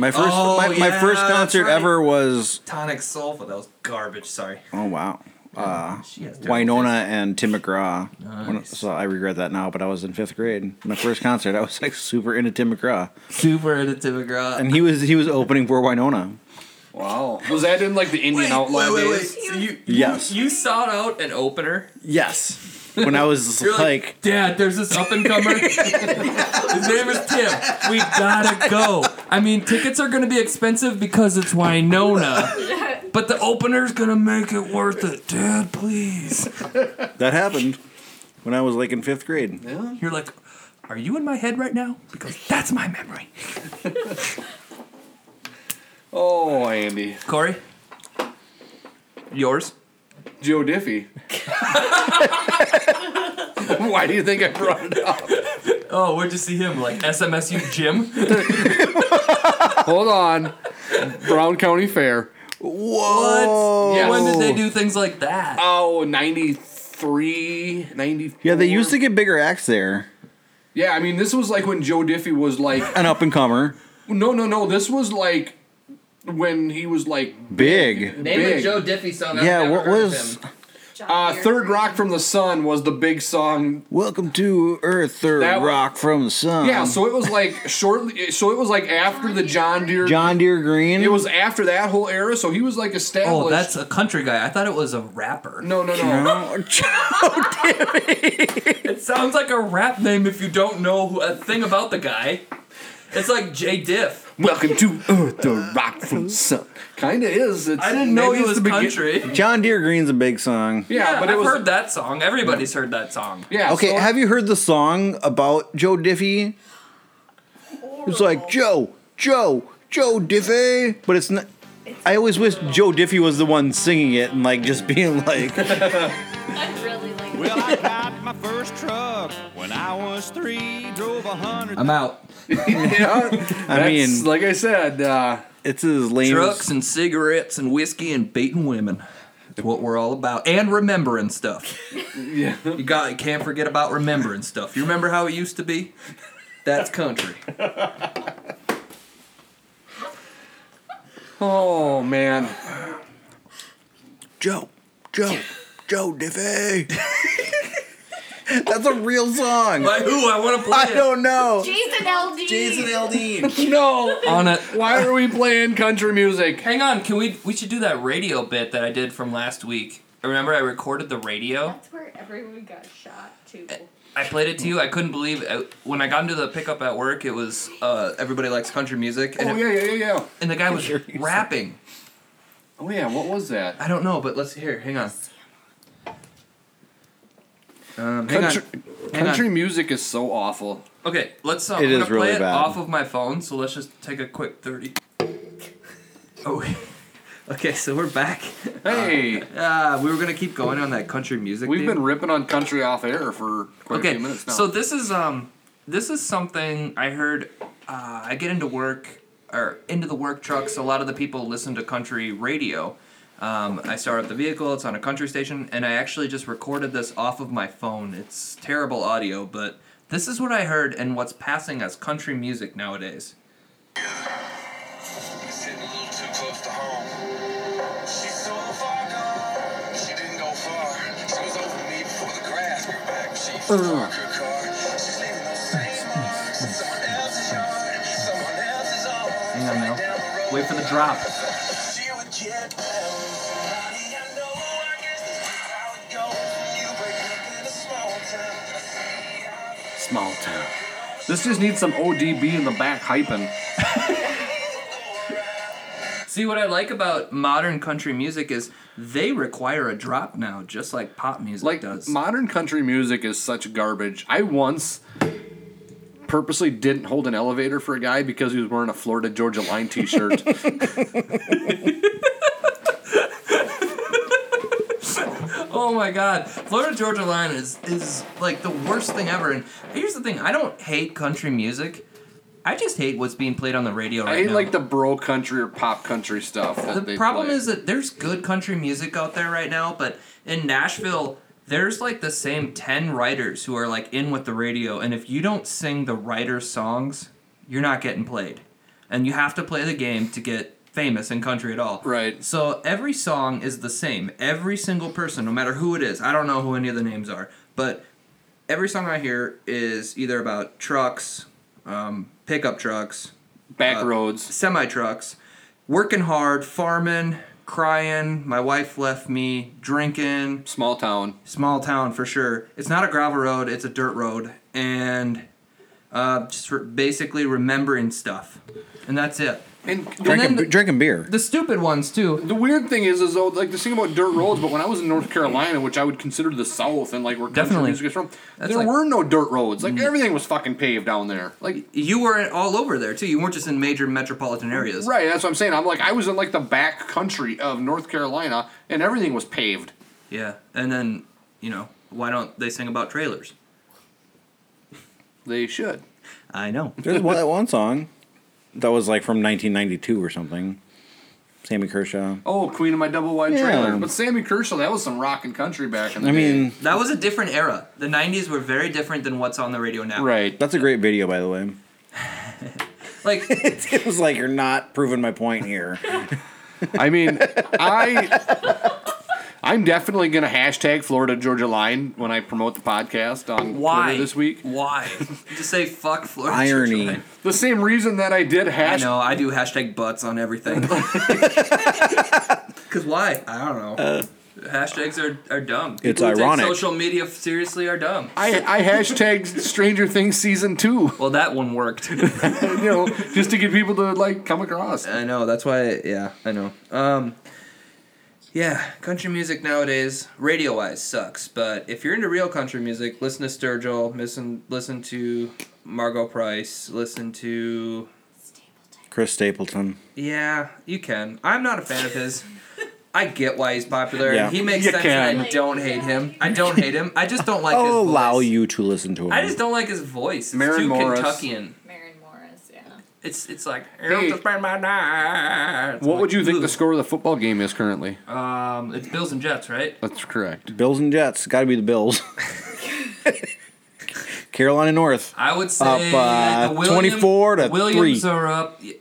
[SPEAKER 4] my first,
[SPEAKER 8] Oh,
[SPEAKER 4] my, my
[SPEAKER 8] yeah,
[SPEAKER 4] first
[SPEAKER 8] that's
[SPEAKER 4] concert
[SPEAKER 8] right.
[SPEAKER 4] ever was
[SPEAKER 8] Tonic Sulfa. That was garbage. Sorry.
[SPEAKER 4] oh wow, uh,
[SPEAKER 8] She has terrible
[SPEAKER 4] Winona and Tim McGraw. When-
[SPEAKER 8] Nice.
[SPEAKER 4] so I regret that now, but I was in fifth grade. My first concert, I was like super into Tim McGraw,
[SPEAKER 8] Super into Tim McGraw.
[SPEAKER 4] and he was he was opening for Winona.
[SPEAKER 2] Wow. Was that in like the Indian
[SPEAKER 8] Wait,
[SPEAKER 2] Outlaw
[SPEAKER 8] wait, wait, wait.
[SPEAKER 2] days?
[SPEAKER 8] So you,
[SPEAKER 4] Yes,
[SPEAKER 8] you sought out an opener.
[SPEAKER 4] yes. When I was
[SPEAKER 8] You're
[SPEAKER 4] like,
[SPEAKER 8] like, Dad, there's this up and comer. His name is Tim. We gotta go. I mean, tickets are gonna be expensive because it's Winona, but the opener's gonna make it worth it. Dad, please.
[SPEAKER 4] that happened when I was like in fifth grade.
[SPEAKER 7] You're like, are you in my head right now? Because that's my memory.
[SPEAKER 2] Oh, Andy.
[SPEAKER 8] Corey, yours.
[SPEAKER 2] Joe Diffie. Why do you think I brought it up?
[SPEAKER 7] Oh, where'd you see him? Like SMSU Jim?
[SPEAKER 2] Hold on. Brown County Fair.
[SPEAKER 4] Whoa!
[SPEAKER 2] Yes.
[SPEAKER 7] When did they do things like that?
[SPEAKER 2] Oh, 93, 94.
[SPEAKER 4] Yeah, they used to get bigger acts there.
[SPEAKER 2] Yeah, I mean, this was like when Joe Diffie was like.
[SPEAKER 4] An up and comer,
[SPEAKER 2] No, no, no. This was like when he was like
[SPEAKER 4] big.
[SPEAKER 8] Name
[SPEAKER 2] big.
[SPEAKER 8] a Joe Diffie song. I've
[SPEAKER 4] Yeah,
[SPEAKER 8] never
[SPEAKER 4] what
[SPEAKER 8] heard of
[SPEAKER 4] was?
[SPEAKER 8] him.
[SPEAKER 2] Uh, Third Rock from the Sun was the big song.
[SPEAKER 4] Welcome to Earth, third
[SPEAKER 2] That-
[SPEAKER 4] rock from the sun.
[SPEAKER 2] Yeah, so it was like shortly. So it was like after the John Deere.
[SPEAKER 4] John Deere Green.
[SPEAKER 2] It was after that whole era, so he was like established.
[SPEAKER 7] Oh, that's a country guy. I thought it was a rapper.
[SPEAKER 2] no, no, no.
[SPEAKER 7] It sounds like a rap name if you don't know who- a thing about the guy. It's like J Diff.
[SPEAKER 2] Welcome to Earth, the Rock from the Sun. Kind of is. It's,
[SPEAKER 7] I didn't know
[SPEAKER 2] maybe
[SPEAKER 7] he
[SPEAKER 2] it's
[SPEAKER 7] was
[SPEAKER 2] the begin-
[SPEAKER 7] country.
[SPEAKER 4] John Deere Green's a big song.
[SPEAKER 2] Yeah, but it
[SPEAKER 7] I've
[SPEAKER 2] was.
[SPEAKER 7] heard that song. Everybody's heard that song.
[SPEAKER 2] Yeah.
[SPEAKER 4] Okay,
[SPEAKER 2] so-
[SPEAKER 4] have you heard the song about Joe Diffie? It's like Joe, Joe, Joe Diffie, but it's not. I always wish Joe Diffie was the one singing it and like just being like,
[SPEAKER 12] I really like
[SPEAKER 15] Well, I got my first truck when I was three, drove a hundred.
[SPEAKER 8] I'm out.
[SPEAKER 2] yeah,
[SPEAKER 4] I mean,
[SPEAKER 2] that's- like I said, uh,
[SPEAKER 4] it's as lame.
[SPEAKER 8] Trucks
[SPEAKER 4] as-
[SPEAKER 8] and cigarettes and whiskey and beating women. It's what we're all about. And remembering stuff.
[SPEAKER 2] yeah.
[SPEAKER 8] You got you can't forget about remembering stuff. You remember how it used to be? That's country.
[SPEAKER 2] Oh man.
[SPEAKER 4] Joe, Joe, Joe Diffie. That's a real song.
[SPEAKER 8] By who? I want to play
[SPEAKER 4] I don't know.
[SPEAKER 12] Jason LD.
[SPEAKER 4] Jason Aldean.
[SPEAKER 2] No.
[SPEAKER 8] it. on it.
[SPEAKER 2] Why are we playing country music?
[SPEAKER 7] Hang on, can we? We should do that radio bit that I did from last week. Remember, I recorded the radio.
[SPEAKER 12] That's where everyone got shot too.
[SPEAKER 7] I played it to you. I couldn't believe it. when I got into the pickup at work. It was,
[SPEAKER 8] Uh, everybody likes country music. And,
[SPEAKER 2] Oh yeah, yeah, yeah, yeah.
[SPEAKER 7] and the guy was
[SPEAKER 8] rapping.
[SPEAKER 2] Oh yeah, what was that?
[SPEAKER 8] I don't know, but let's hear. Hang on. Um, hang
[SPEAKER 2] Country,
[SPEAKER 8] on. Hang
[SPEAKER 2] country
[SPEAKER 8] on.
[SPEAKER 2] music is so awful.
[SPEAKER 7] okay. Let's. Uh,
[SPEAKER 4] It
[SPEAKER 7] I'm
[SPEAKER 4] is
[SPEAKER 7] gonna play
[SPEAKER 4] really
[SPEAKER 7] it
[SPEAKER 4] bad.
[SPEAKER 7] off of my phone. So let's just take a quick thirty.
[SPEAKER 8] Oh, okay, so we're back.
[SPEAKER 2] Hey,
[SPEAKER 8] Uh, we were gonna keep going on that country music.
[SPEAKER 2] we've
[SPEAKER 8] thing.
[SPEAKER 2] been ripping on country off air for quite a
[SPEAKER 7] Okay,
[SPEAKER 2] few minutes now.
[SPEAKER 7] so this is um, this is something I heard. Uh, I get into work or into the work trucks. A lot of the people listen to country radio. Um, I start up the vehicle. It's on a country station, and I actually just recorded this off of my phone. It's terrible audio, but this is what I heard and what's passing as country music nowadays.
[SPEAKER 3] sitting a little too close to home. She's so far gone. She didn't go far. She was over me before the grass grew back. She parked her car. She's leaving those same marks. Someone else's yard. Someone else's home.
[SPEAKER 7] Hang on now.
[SPEAKER 3] Down the road.
[SPEAKER 7] Wait for the drop.
[SPEAKER 3] She would get down. Somebody I know. I guess this is how it goes. You break up in a small town. I see how
[SPEAKER 2] small town. This just needs some ODB in the back hyping.
[SPEAKER 7] See what I like about modern country music is they require a drop now, just like pop music
[SPEAKER 2] Like
[SPEAKER 7] does.
[SPEAKER 2] modern country music is such garbage. I once purposely didn't hold an elevator for a guy because he was wearing a Florida Georgia Line T-shirt.
[SPEAKER 8] oh my god. Florida Georgia Line is is like the worst thing ever. And here's the thing, I don't hate country music. I just hate what's being played on the radio right
[SPEAKER 2] I hate
[SPEAKER 8] now.
[SPEAKER 2] like the bro country or pop country stuff. That
[SPEAKER 8] the
[SPEAKER 2] they
[SPEAKER 8] problem
[SPEAKER 2] play.
[SPEAKER 8] is that there's good country music out there right now, but in Nashville, there's like the same 10 writers who are like in with the radio, and if you don't sing the writer's songs, you're not getting played. And you have to play the game to get famous in country at all. Right. So every song is the same. Every single person, no matter who it is, I don't know who any of the names are, but every song I hear is either about trucks, um, pickup trucks,
[SPEAKER 2] back
[SPEAKER 8] roads, semi trucks, working hard, farming, crying. My wife left me, drinking.
[SPEAKER 2] Small town.
[SPEAKER 8] Small town for sure. It's not a gravel road; it's a dirt road, and uh, just re- basically remembering stuff, and that's it.
[SPEAKER 2] And,
[SPEAKER 4] Drinking, drinking beer.
[SPEAKER 8] the stupid ones too.
[SPEAKER 2] The weird thing is, is though, like the thing about dirt roads. But when I was in North Carolina, which I would consider the South, and like where country
[SPEAKER 8] Definitely.
[SPEAKER 2] music is from,
[SPEAKER 8] That's
[SPEAKER 2] there
[SPEAKER 8] like-
[SPEAKER 2] were no dirt roads. Like everything was fucking paved down there. Like
[SPEAKER 8] you were all over there too. You weren't just in major metropolitan areas.
[SPEAKER 2] Right. That's what I'm saying. I'm like I was in like the back country of North Carolina, and everything was paved.
[SPEAKER 8] Yeah, and then you know why don't they sing about trailers?
[SPEAKER 2] They should.
[SPEAKER 8] I know.
[SPEAKER 4] There's one, that one song that was like from 1992 or something. Sammy Kershaw.
[SPEAKER 2] Oh, Queen of My Double Wide
[SPEAKER 4] Yeah.
[SPEAKER 2] Trailer. But Sammy Kershaw, that was some rock and country back in the
[SPEAKER 4] I
[SPEAKER 2] day.
[SPEAKER 4] mean-
[SPEAKER 8] That was a different era. The '90s were very different than what's on the radio now.
[SPEAKER 2] Right.
[SPEAKER 4] That's a great video, by the way.
[SPEAKER 8] Like
[SPEAKER 4] it was like you're not proving my point here.
[SPEAKER 2] I mean, I I'm definitely gonna hashtag Florida Georgia Line when I promote the podcast on
[SPEAKER 8] Why
[SPEAKER 2] Twitter this week.
[SPEAKER 8] Why? Just say fuck Florida.
[SPEAKER 4] Irony.
[SPEAKER 2] The same reason that I did hash.
[SPEAKER 8] I know. I do hashtag butts on everything. Cause why? I don't know. Hashtags are, are dumb.
[SPEAKER 4] It's
[SPEAKER 8] People who take
[SPEAKER 4] ironic.
[SPEAKER 8] social media f- seriously are dumb.
[SPEAKER 2] I, I hashtagged Stranger Things season two.
[SPEAKER 8] Well, that one worked.
[SPEAKER 2] you know, just to get people to like come across.
[SPEAKER 8] I know. That's why. Yeah, I know. Um, yeah, country music nowadays, radio wise, sucks. But if you're into real country music, listen to Sturgill. Listen, listen to Margot Price. Listen to
[SPEAKER 4] Chris Stapleton.
[SPEAKER 8] yeah, you can. I'm not a fan of his. I get why he's popular.
[SPEAKER 4] Yeah.
[SPEAKER 8] He makes
[SPEAKER 4] You
[SPEAKER 8] sense, and I
[SPEAKER 4] can.
[SPEAKER 8] don't hate him. I don't hate him. I just don't like his
[SPEAKER 4] I'll
[SPEAKER 8] voice.
[SPEAKER 4] allow you to listen to him.
[SPEAKER 8] I just don't like his voice. It's
[SPEAKER 4] Maren
[SPEAKER 8] too
[SPEAKER 4] Morris.
[SPEAKER 8] Kentuckian.
[SPEAKER 12] Maren Morris, yeah.
[SPEAKER 8] It's it's like "Hey, just spend my night." It's
[SPEAKER 2] What
[SPEAKER 8] like,
[SPEAKER 2] would you think the score of the football game is currently?
[SPEAKER 8] Um, it's Bills and Jets, right?
[SPEAKER 2] That's correct.
[SPEAKER 4] Bills and Jets. Got to be the Bills. Carolina North.
[SPEAKER 8] I would say
[SPEAKER 4] Up, uh,
[SPEAKER 8] the William-
[SPEAKER 4] 24 to
[SPEAKER 8] Williams uh,
[SPEAKER 4] 3.
[SPEAKER 8] are up. Yeah,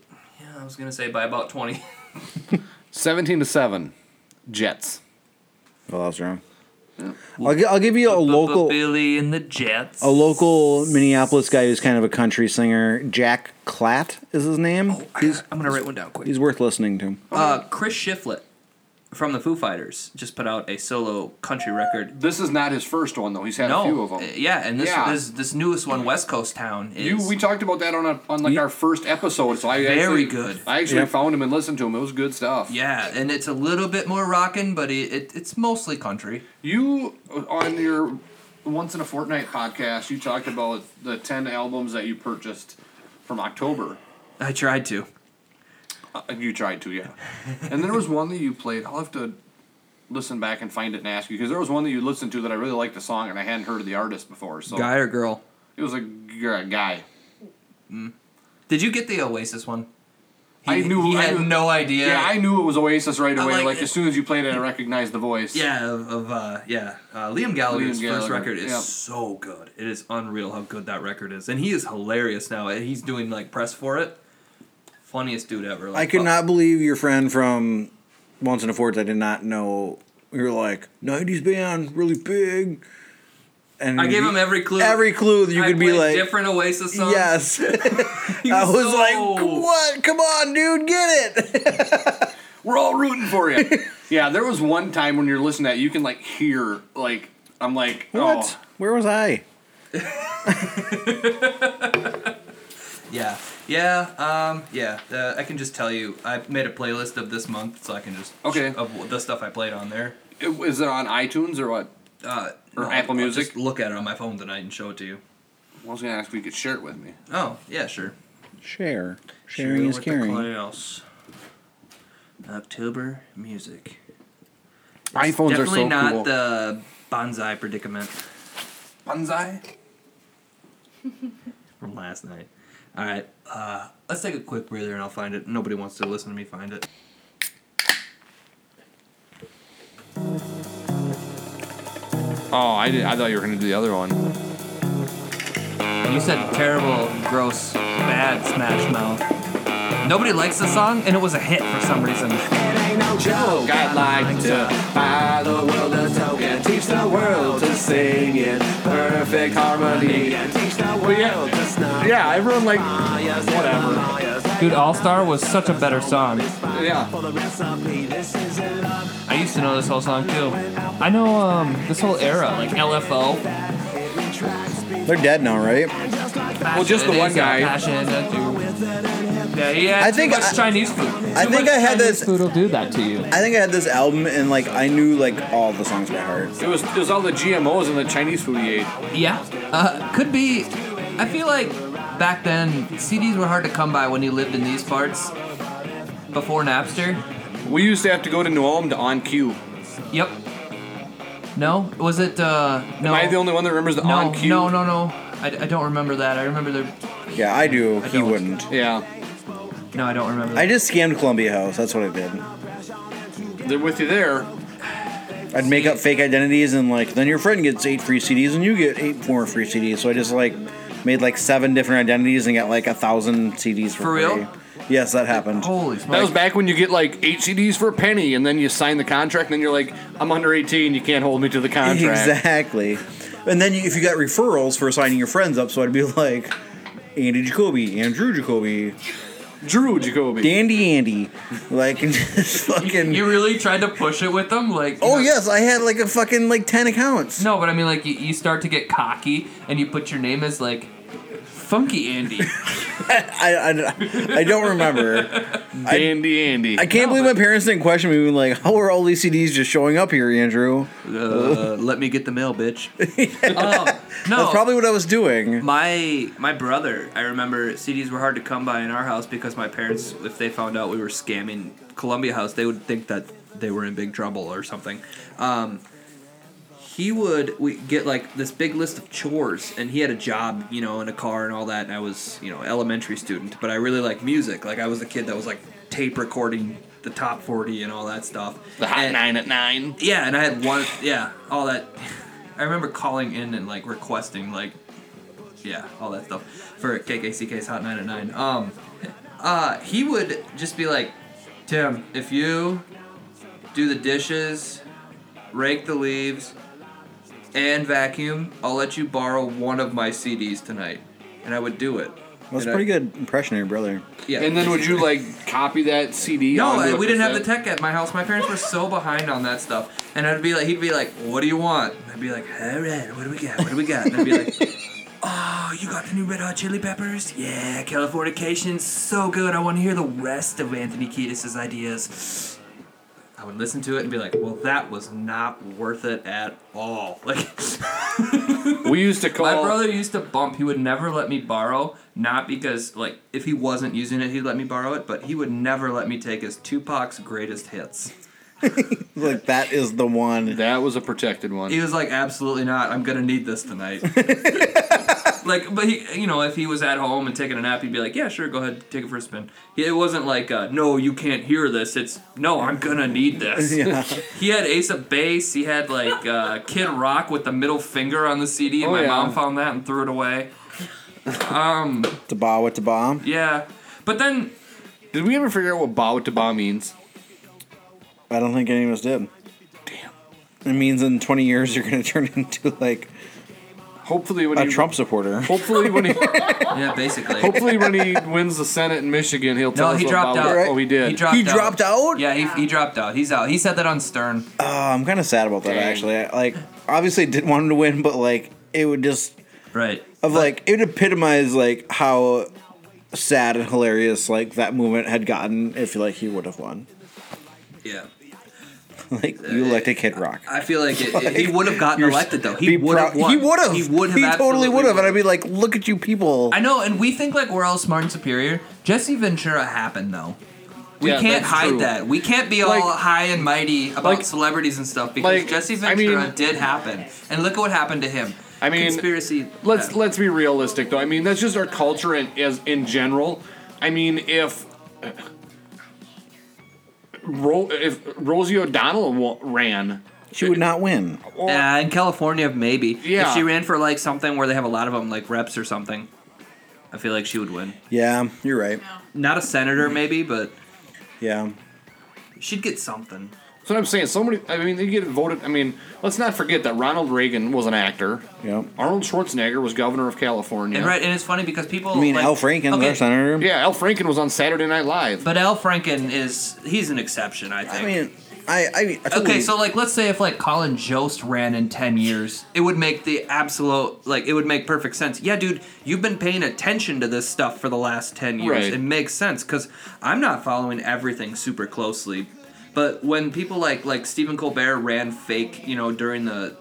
[SPEAKER 8] I was gonna say by about twenty.
[SPEAKER 2] Seventeen to seven, Jets.
[SPEAKER 4] Well, that was wrong. I'll, gi- I'll give you a local,
[SPEAKER 8] Billy and the Jets.
[SPEAKER 4] a local Minneapolis guy who's kind of a country singer. Jack Clatt is his name. he's,
[SPEAKER 8] Oh, I'm gonna write one down quick.
[SPEAKER 4] he's worth listening to.
[SPEAKER 8] Uh, Chris Shiflett from the Foo Fighters just put out a solo country record.
[SPEAKER 2] This is not his first one though. He's had
[SPEAKER 8] no,
[SPEAKER 2] a few of them.
[SPEAKER 8] uh, Yeah, and this
[SPEAKER 2] Yeah.
[SPEAKER 8] this this newest one, West Coast Town, is
[SPEAKER 2] You we talked about that on a, on like our first episode. So I
[SPEAKER 8] Very
[SPEAKER 2] actually,
[SPEAKER 8] good.
[SPEAKER 2] I actually
[SPEAKER 8] Yep.
[SPEAKER 2] found him and listened to him. It was good stuff.
[SPEAKER 8] yeah, and it's a little bit more rockin', but it, it it's mostly country.
[SPEAKER 2] You on your once in a fortnight podcast, you talked about the ten albums that you purchased from October.
[SPEAKER 8] I tried to.
[SPEAKER 2] Uh, you tried to, yeah. and there was one that you played. I'll have to listen back and find it and ask you because there was one that you listened to that I really liked the song and I hadn't heard of the artist before. So
[SPEAKER 8] Guy or girl?
[SPEAKER 2] It was a g- a guy.
[SPEAKER 8] Did you get the Oasis one? He-
[SPEAKER 2] I knew.
[SPEAKER 8] he
[SPEAKER 2] I
[SPEAKER 8] had
[SPEAKER 2] knew-
[SPEAKER 8] no idea.
[SPEAKER 2] Yeah, I knew it was Oasis right
[SPEAKER 8] I
[SPEAKER 2] away.
[SPEAKER 8] like
[SPEAKER 2] Like,
[SPEAKER 8] it.
[SPEAKER 2] as soon as you played it, I recognized the voice.
[SPEAKER 8] Yeah, of, of uh, yeah, uh, Liam Gallagher's
[SPEAKER 2] Liam
[SPEAKER 8] first
[SPEAKER 2] Gallagher,
[SPEAKER 8] record is
[SPEAKER 2] yeah.
[SPEAKER 8] so good. It is unreal how good that record is, and he is hilarious now. and He's doing like press for it. Funniest dude ever.
[SPEAKER 4] I
[SPEAKER 8] Like,
[SPEAKER 4] could
[SPEAKER 8] fuck.
[SPEAKER 4] not believe your friend from Once in a Fort. I did not know. You were like '90s band, really big. And
[SPEAKER 8] I gave
[SPEAKER 4] you-
[SPEAKER 8] him every clue.
[SPEAKER 4] Every clue that you
[SPEAKER 8] I
[SPEAKER 4] could be
[SPEAKER 8] played
[SPEAKER 4] like.
[SPEAKER 8] different Oasis songs.
[SPEAKER 4] Yes.
[SPEAKER 8] He
[SPEAKER 4] I was
[SPEAKER 8] so-
[SPEAKER 4] like, what? Come on, dude, get it.
[SPEAKER 2] We're all rooting for you. yeah, there was one time when you're listening to that you can like hear like I'm like
[SPEAKER 4] What? Where was I?
[SPEAKER 8] Yeah, yeah, um, yeah. Uh, I can just tell you, I made a playlist of this month, so I can just
[SPEAKER 2] Okay.
[SPEAKER 8] of the stuff I played on there.
[SPEAKER 2] Oh, is it on iTunes or what?
[SPEAKER 8] Uh,
[SPEAKER 2] Or
[SPEAKER 8] no,
[SPEAKER 2] Apple
[SPEAKER 8] I'll
[SPEAKER 2] Music?
[SPEAKER 8] just look at it on my phone tonight and show it to you.
[SPEAKER 2] I was gonna ask if you could share it with me.
[SPEAKER 8] Oh, yeah, sure.
[SPEAKER 4] Share. Sharing is caring.
[SPEAKER 8] else. October music.
[SPEAKER 2] iPhones are
[SPEAKER 8] Definitely
[SPEAKER 2] so
[SPEAKER 8] not
[SPEAKER 2] cool.
[SPEAKER 8] the bonsai predicament
[SPEAKER 2] Bonsai.
[SPEAKER 8] from last night. All right, uh, let's take a quick breather and I'll find it. Nobody wants to listen to me find it.
[SPEAKER 2] Oh, I did. I thought you were gonna do the other one.
[SPEAKER 8] You said terrible, gross, bad Smash Mouth. Nobody likes the song, and it was a hit for some reason.
[SPEAKER 3] no joke. I'd like to buy the world a token, teach the world to sing in perfect harmony, and teach the world to snuff.
[SPEAKER 2] Yeah, everyone like
[SPEAKER 3] whatever.
[SPEAKER 7] Dude, All Star was such a better song.
[SPEAKER 2] Yeah.
[SPEAKER 7] I used to know this whole song too. I know um, this whole era, like LFO.
[SPEAKER 4] They're dead now, right?
[SPEAKER 2] Well, just the one guy.
[SPEAKER 7] Yeah, yeah.
[SPEAKER 4] I think
[SPEAKER 7] too much
[SPEAKER 4] I-
[SPEAKER 7] Chinese food.
[SPEAKER 4] I
[SPEAKER 7] Too
[SPEAKER 4] think
[SPEAKER 7] much
[SPEAKER 4] I had
[SPEAKER 7] Chinese
[SPEAKER 4] this-
[SPEAKER 7] Food will do that to you.
[SPEAKER 4] I think I had this album and like I knew like all the songs by heart.
[SPEAKER 2] It was it was all the GMOs and the Chinese food he ate.
[SPEAKER 8] Yeah, uh, could be. I feel like back then CDs were hard to come by when you lived in these parts. Before Napster.
[SPEAKER 2] We used to have to go to New Ulm to On Q.
[SPEAKER 8] Yep. No, was it? Uh, no.
[SPEAKER 2] Am I the only one that remembers the
[SPEAKER 8] no,
[SPEAKER 2] On Q?
[SPEAKER 8] No, no, no. I, I don't remember that. I remember the.
[SPEAKER 4] Yeah, I do. he wouldn't.
[SPEAKER 2] Yeah.
[SPEAKER 8] No, I don't remember. That.
[SPEAKER 4] I just scammed Columbia House. That's what I did.
[SPEAKER 2] They're with you there.
[SPEAKER 4] I'd make up fake identities and like then your friend gets eight free CDs and you get eight more free CDs. So I just like made like seven different identities and got like a thousand CDs for,
[SPEAKER 8] For
[SPEAKER 4] free.
[SPEAKER 8] real?
[SPEAKER 4] Yes, that happened.
[SPEAKER 8] Holy
[SPEAKER 2] That was
[SPEAKER 8] smokes!
[SPEAKER 2] back when you get like eight CDs for a penny, and then you sign the contract, and then you're like, "I'm under 18, you can't hold me to the contract."
[SPEAKER 4] Exactly. And then you, if you got referrals for signing your friends up, so I'd be like Andy Jacoby, Andrew Jacoby,
[SPEAKER 2] Drew Jacoby.
[SPEAKER 4] Dandy Andy, like and just fucking.
[SPEAKER 7] You really tried to push it with them, like.
[SPEAKER 4] oh yes, I had like a fucking like ten accounts.
[SPEAKER 7] No, but I mean, like, you, you start to get cocky, and you put your name as like Funky Andy.
[SPEAKER 4] I, I, I don't remember.
[SPEAKER 2] Dandy Andy.
[SPEAKER 4] I can't believe my parents didn't question me. being Like, how are all these CDs just showing up here, Andrew?
[SPEAKER 8] Uh, let me get the mail, bitch.
[SPEAKER 7] Oh,
[SPEAKER 8] um, no,
[SPEAKER 4] That's probably what I was doing.
[SPEAKER 8] My my brother, I remember CDs were hard to come by in our house because my parents, if they found out we were scamming Columbia House, they would think that they were in big trouble or something. Um, he would we get like this big list of chores, and he had a job, you know, and a car and all that. And I was, you know, elementary student, but I really liked music. Like I was the kid that was like tape recording the top forty and all that stuff.
[SPEAKER 2] The hot
[SPEAKER 8] And-
[SPEAKER 2] nine at nine.
[SPEAKER 8] yeah, and I had one. Yeah, all that. I remember calling in and like requesting like, yeah, all that stuff for KKCK's Hot 909. Um, uh, he would just be like, Tim, if you do the dishes, rake the leaves, and vacuum, I'll let you borrow one of my CDs tonight, and I would do it.
[SPEAKER 4] That's
[SPEAKER 8] And I-
[SPEAKER 4] a pretty good impression of your brother.
[SPEAKER 8] Yeah.
[SPEAKER 2] And then would you like copy that CD?
[SPEAKER 8] No,
[SPEAKER 2] onto
[SPEAKER 8] I-
[SPEAKER 2] a
[SPEAKER 8] we didn't have the
[SPEAKER 2] cassette?
[SPEAKER 8] tech at my house. My parents were so behind on that stuff. And I'd be like, he'd be like, "What do you want?" And I'd be like, "All right, what do we got? What do we got?" And I'd be like, "Oh, you got the new Red Hot Chili Peppers? Yeah, Californication, so good. I want to hear the rest of Anthony Kiedis' ideas." I would listen to it and be like, "Well, that was not worth it at all." Like,
[SPEAKER 2] We used to call.
[SPEAKER 8] my brother used to bump. He would never let me borrow, not because like if he wasn't using it, he'd let me borrow it, but he would never let me take his Tupac's greatest hits.
[SPEAKER 4] Like that is the one.
[SPEAKER 2] That was a protected one.
[SPEAKER 8] He was like, absolutely not. I'm gonna need this tonight. like, but he, you know, if he was at home and taking a nap, he'd be like, yeah, sure, go ahead, take it for a spin. He- It wasn't like, uh, no, you can't hear this. It's no, I'm gonna need this.
[SPEAKER 4] Yeah.
[SPEAKER 8] He had Ace of Base. He had like uh, Kid Rock with the middle finger on the CD.
[SPEAKER 2] Oh,
[SPEAKER 8] my
[SPEAKER 2] yeah.
[SPEAKER 8] mom found that and threw it away. Um,
[SPEAKER 4] To ba with to ba.
[SPEAKER 8] yeah, but then
[SPEAKER 2] Did we ever figure out what bow to bow means?
[SPEAKER 4] I don't think any of us did. Damn. It means in 20 years you're going to turn into like
[SPEAKER 2] Hopefully when
[SPEAKER 4] a
[SPEAKER 2] he
[SPEAKER 4] Trump supporter.
[SPEAKER 2] Hopefully when he
[SPEAKER 8] yeah, basically.
[SPEAKER 4] Oh,
[SPEAKER 2] hopefully when he wins the Senate in Michigan, he'll tell
[SPEAKER 8] No,
[SPEAKER 2] us
[SPEAKER 8] he
[SPEAKER 2] what
[SPEAKER 8] dropped
[SPEAKER 2] bow-
[SPEAKER 8] out.
[SPEAKER 2] Oh, he did.
[SPEAKER 8] He dropped
[SPEAKER 4] He
[SPEAKER 8] out.
[SPEAKER 4] dropped out?
[SPEAKER 8] Yeah, he, he dropped out. He's out. He said that on Stern.
[SPEAKER 4] Oh, I'm kind of sad about that
[SPEAKER 2] Dang.
[SPEAKER 4] actually. I, like, obviously didn't want him to win, but like it would just
[SPEAKER 8] Right.
[SPEAKER 4] of like it would epitomize like how sad and hilarious like that movement had gotten if like he would have won.
[SPEAKER 8] Yeah.
[SPEAKER 4] like you like a Kid Rock.
[SPEAKER 8] I feel like, it, it- he would have gotten
[SPEAKER 4] You're-
[SPEAKER 8] elected though.
[SPEAKER 4] be
[SPEAKER 8] He would have
[SPEAKER 4] proud-
[SPEAKER 8] won.
[SPEAKER 4] He would have.
[SPEAKER 8] He would have.
[SPEAKER 4] He totally
[SPEAKER 8] absolutely
[SPEAKER 4] would have. And I'd be like, look at you people.
[SPEAKER 8] I know, and we think like we're all smart and superior. Jesse Ventura happened though. We
[SPEAKER 2] Yeah,
[SPEAKER 8] can't
[SPEAKER 2] that's
[SPEAKER 8] hide
[SPEAKER 2] true.
[SPEAKER 8] that. We can't be all
[SPEAKER 2] Like-
[SPEAKER 8] high and mighty about
[SPEAKER 2] like-
[SPEAKER 8] celebrities and stuff because
[SPEAKER 2] like,
[SPEAKER 8] Jesse
[SPEAKER 2] I mean-
[SPEAKER 8] Ventura did happen, and look at what happened to him.
[SPEAKER 2] I mean,
[SPEAKER 8] conspiracy.
[SPEAKER 2] Let's let's be realistic though. I mean, that's just our culture and as in general. I mean, if uh, Ro- if Rosie O'Donnell wa- ran,
[SPEAKER 4] she would not win.
[SPEAKER 8] Yeah, in California, maybe.
[SPEAKER 2] Yeah.
[SPEAKER 8] If she ran for like something where they have a lot of them, like reps or something, I feel like she would win.
[SPEAKER 4] Yeah, you're right.
[SPEAKER 8] Not a senator, maybe, but
[SPEAKER 4] Yeah.
[SPEAKER 8] she'd get something.
[SPEAKER 2] That's what I'm saying. So many. I mean, they get voted. I mean, let's not forget that Ronald Reagan was an actor.
[SPEAKER 4] Yep.
[SPEAKER 2] Arnold Schwarzenegger was governor of California.
[SPEAKER 8] And right, and it's funny because people.
[SPEAKER 4] I mean,
[SPEAKER 8] like,
[SPEAKER 4] Al Franken,
[SPEAKER 8] okay,
[SPEAKER 4] their senator.
[SPEAKER 2] Yeah, Al Franken was on Saturday Night Live.
[SPEAKER 8] But Al Franken is he's an exception, I think.
[SPEAKER 4] I mean, I, I, mean, I totally,
[SPEAKER 8] okay, so like let's say if like Colin Jost ran in 10 years, it would make the absolute like it would make perfect sense. Yeah, dude, you've been paying attention to this stuff for the last 10 years.
[SPEAKER 2] Right.
[SPEAKER 8] It makes sense cuz I'm not following everything super closely. But when people like like Stephen Colbert ran fake, you know, during the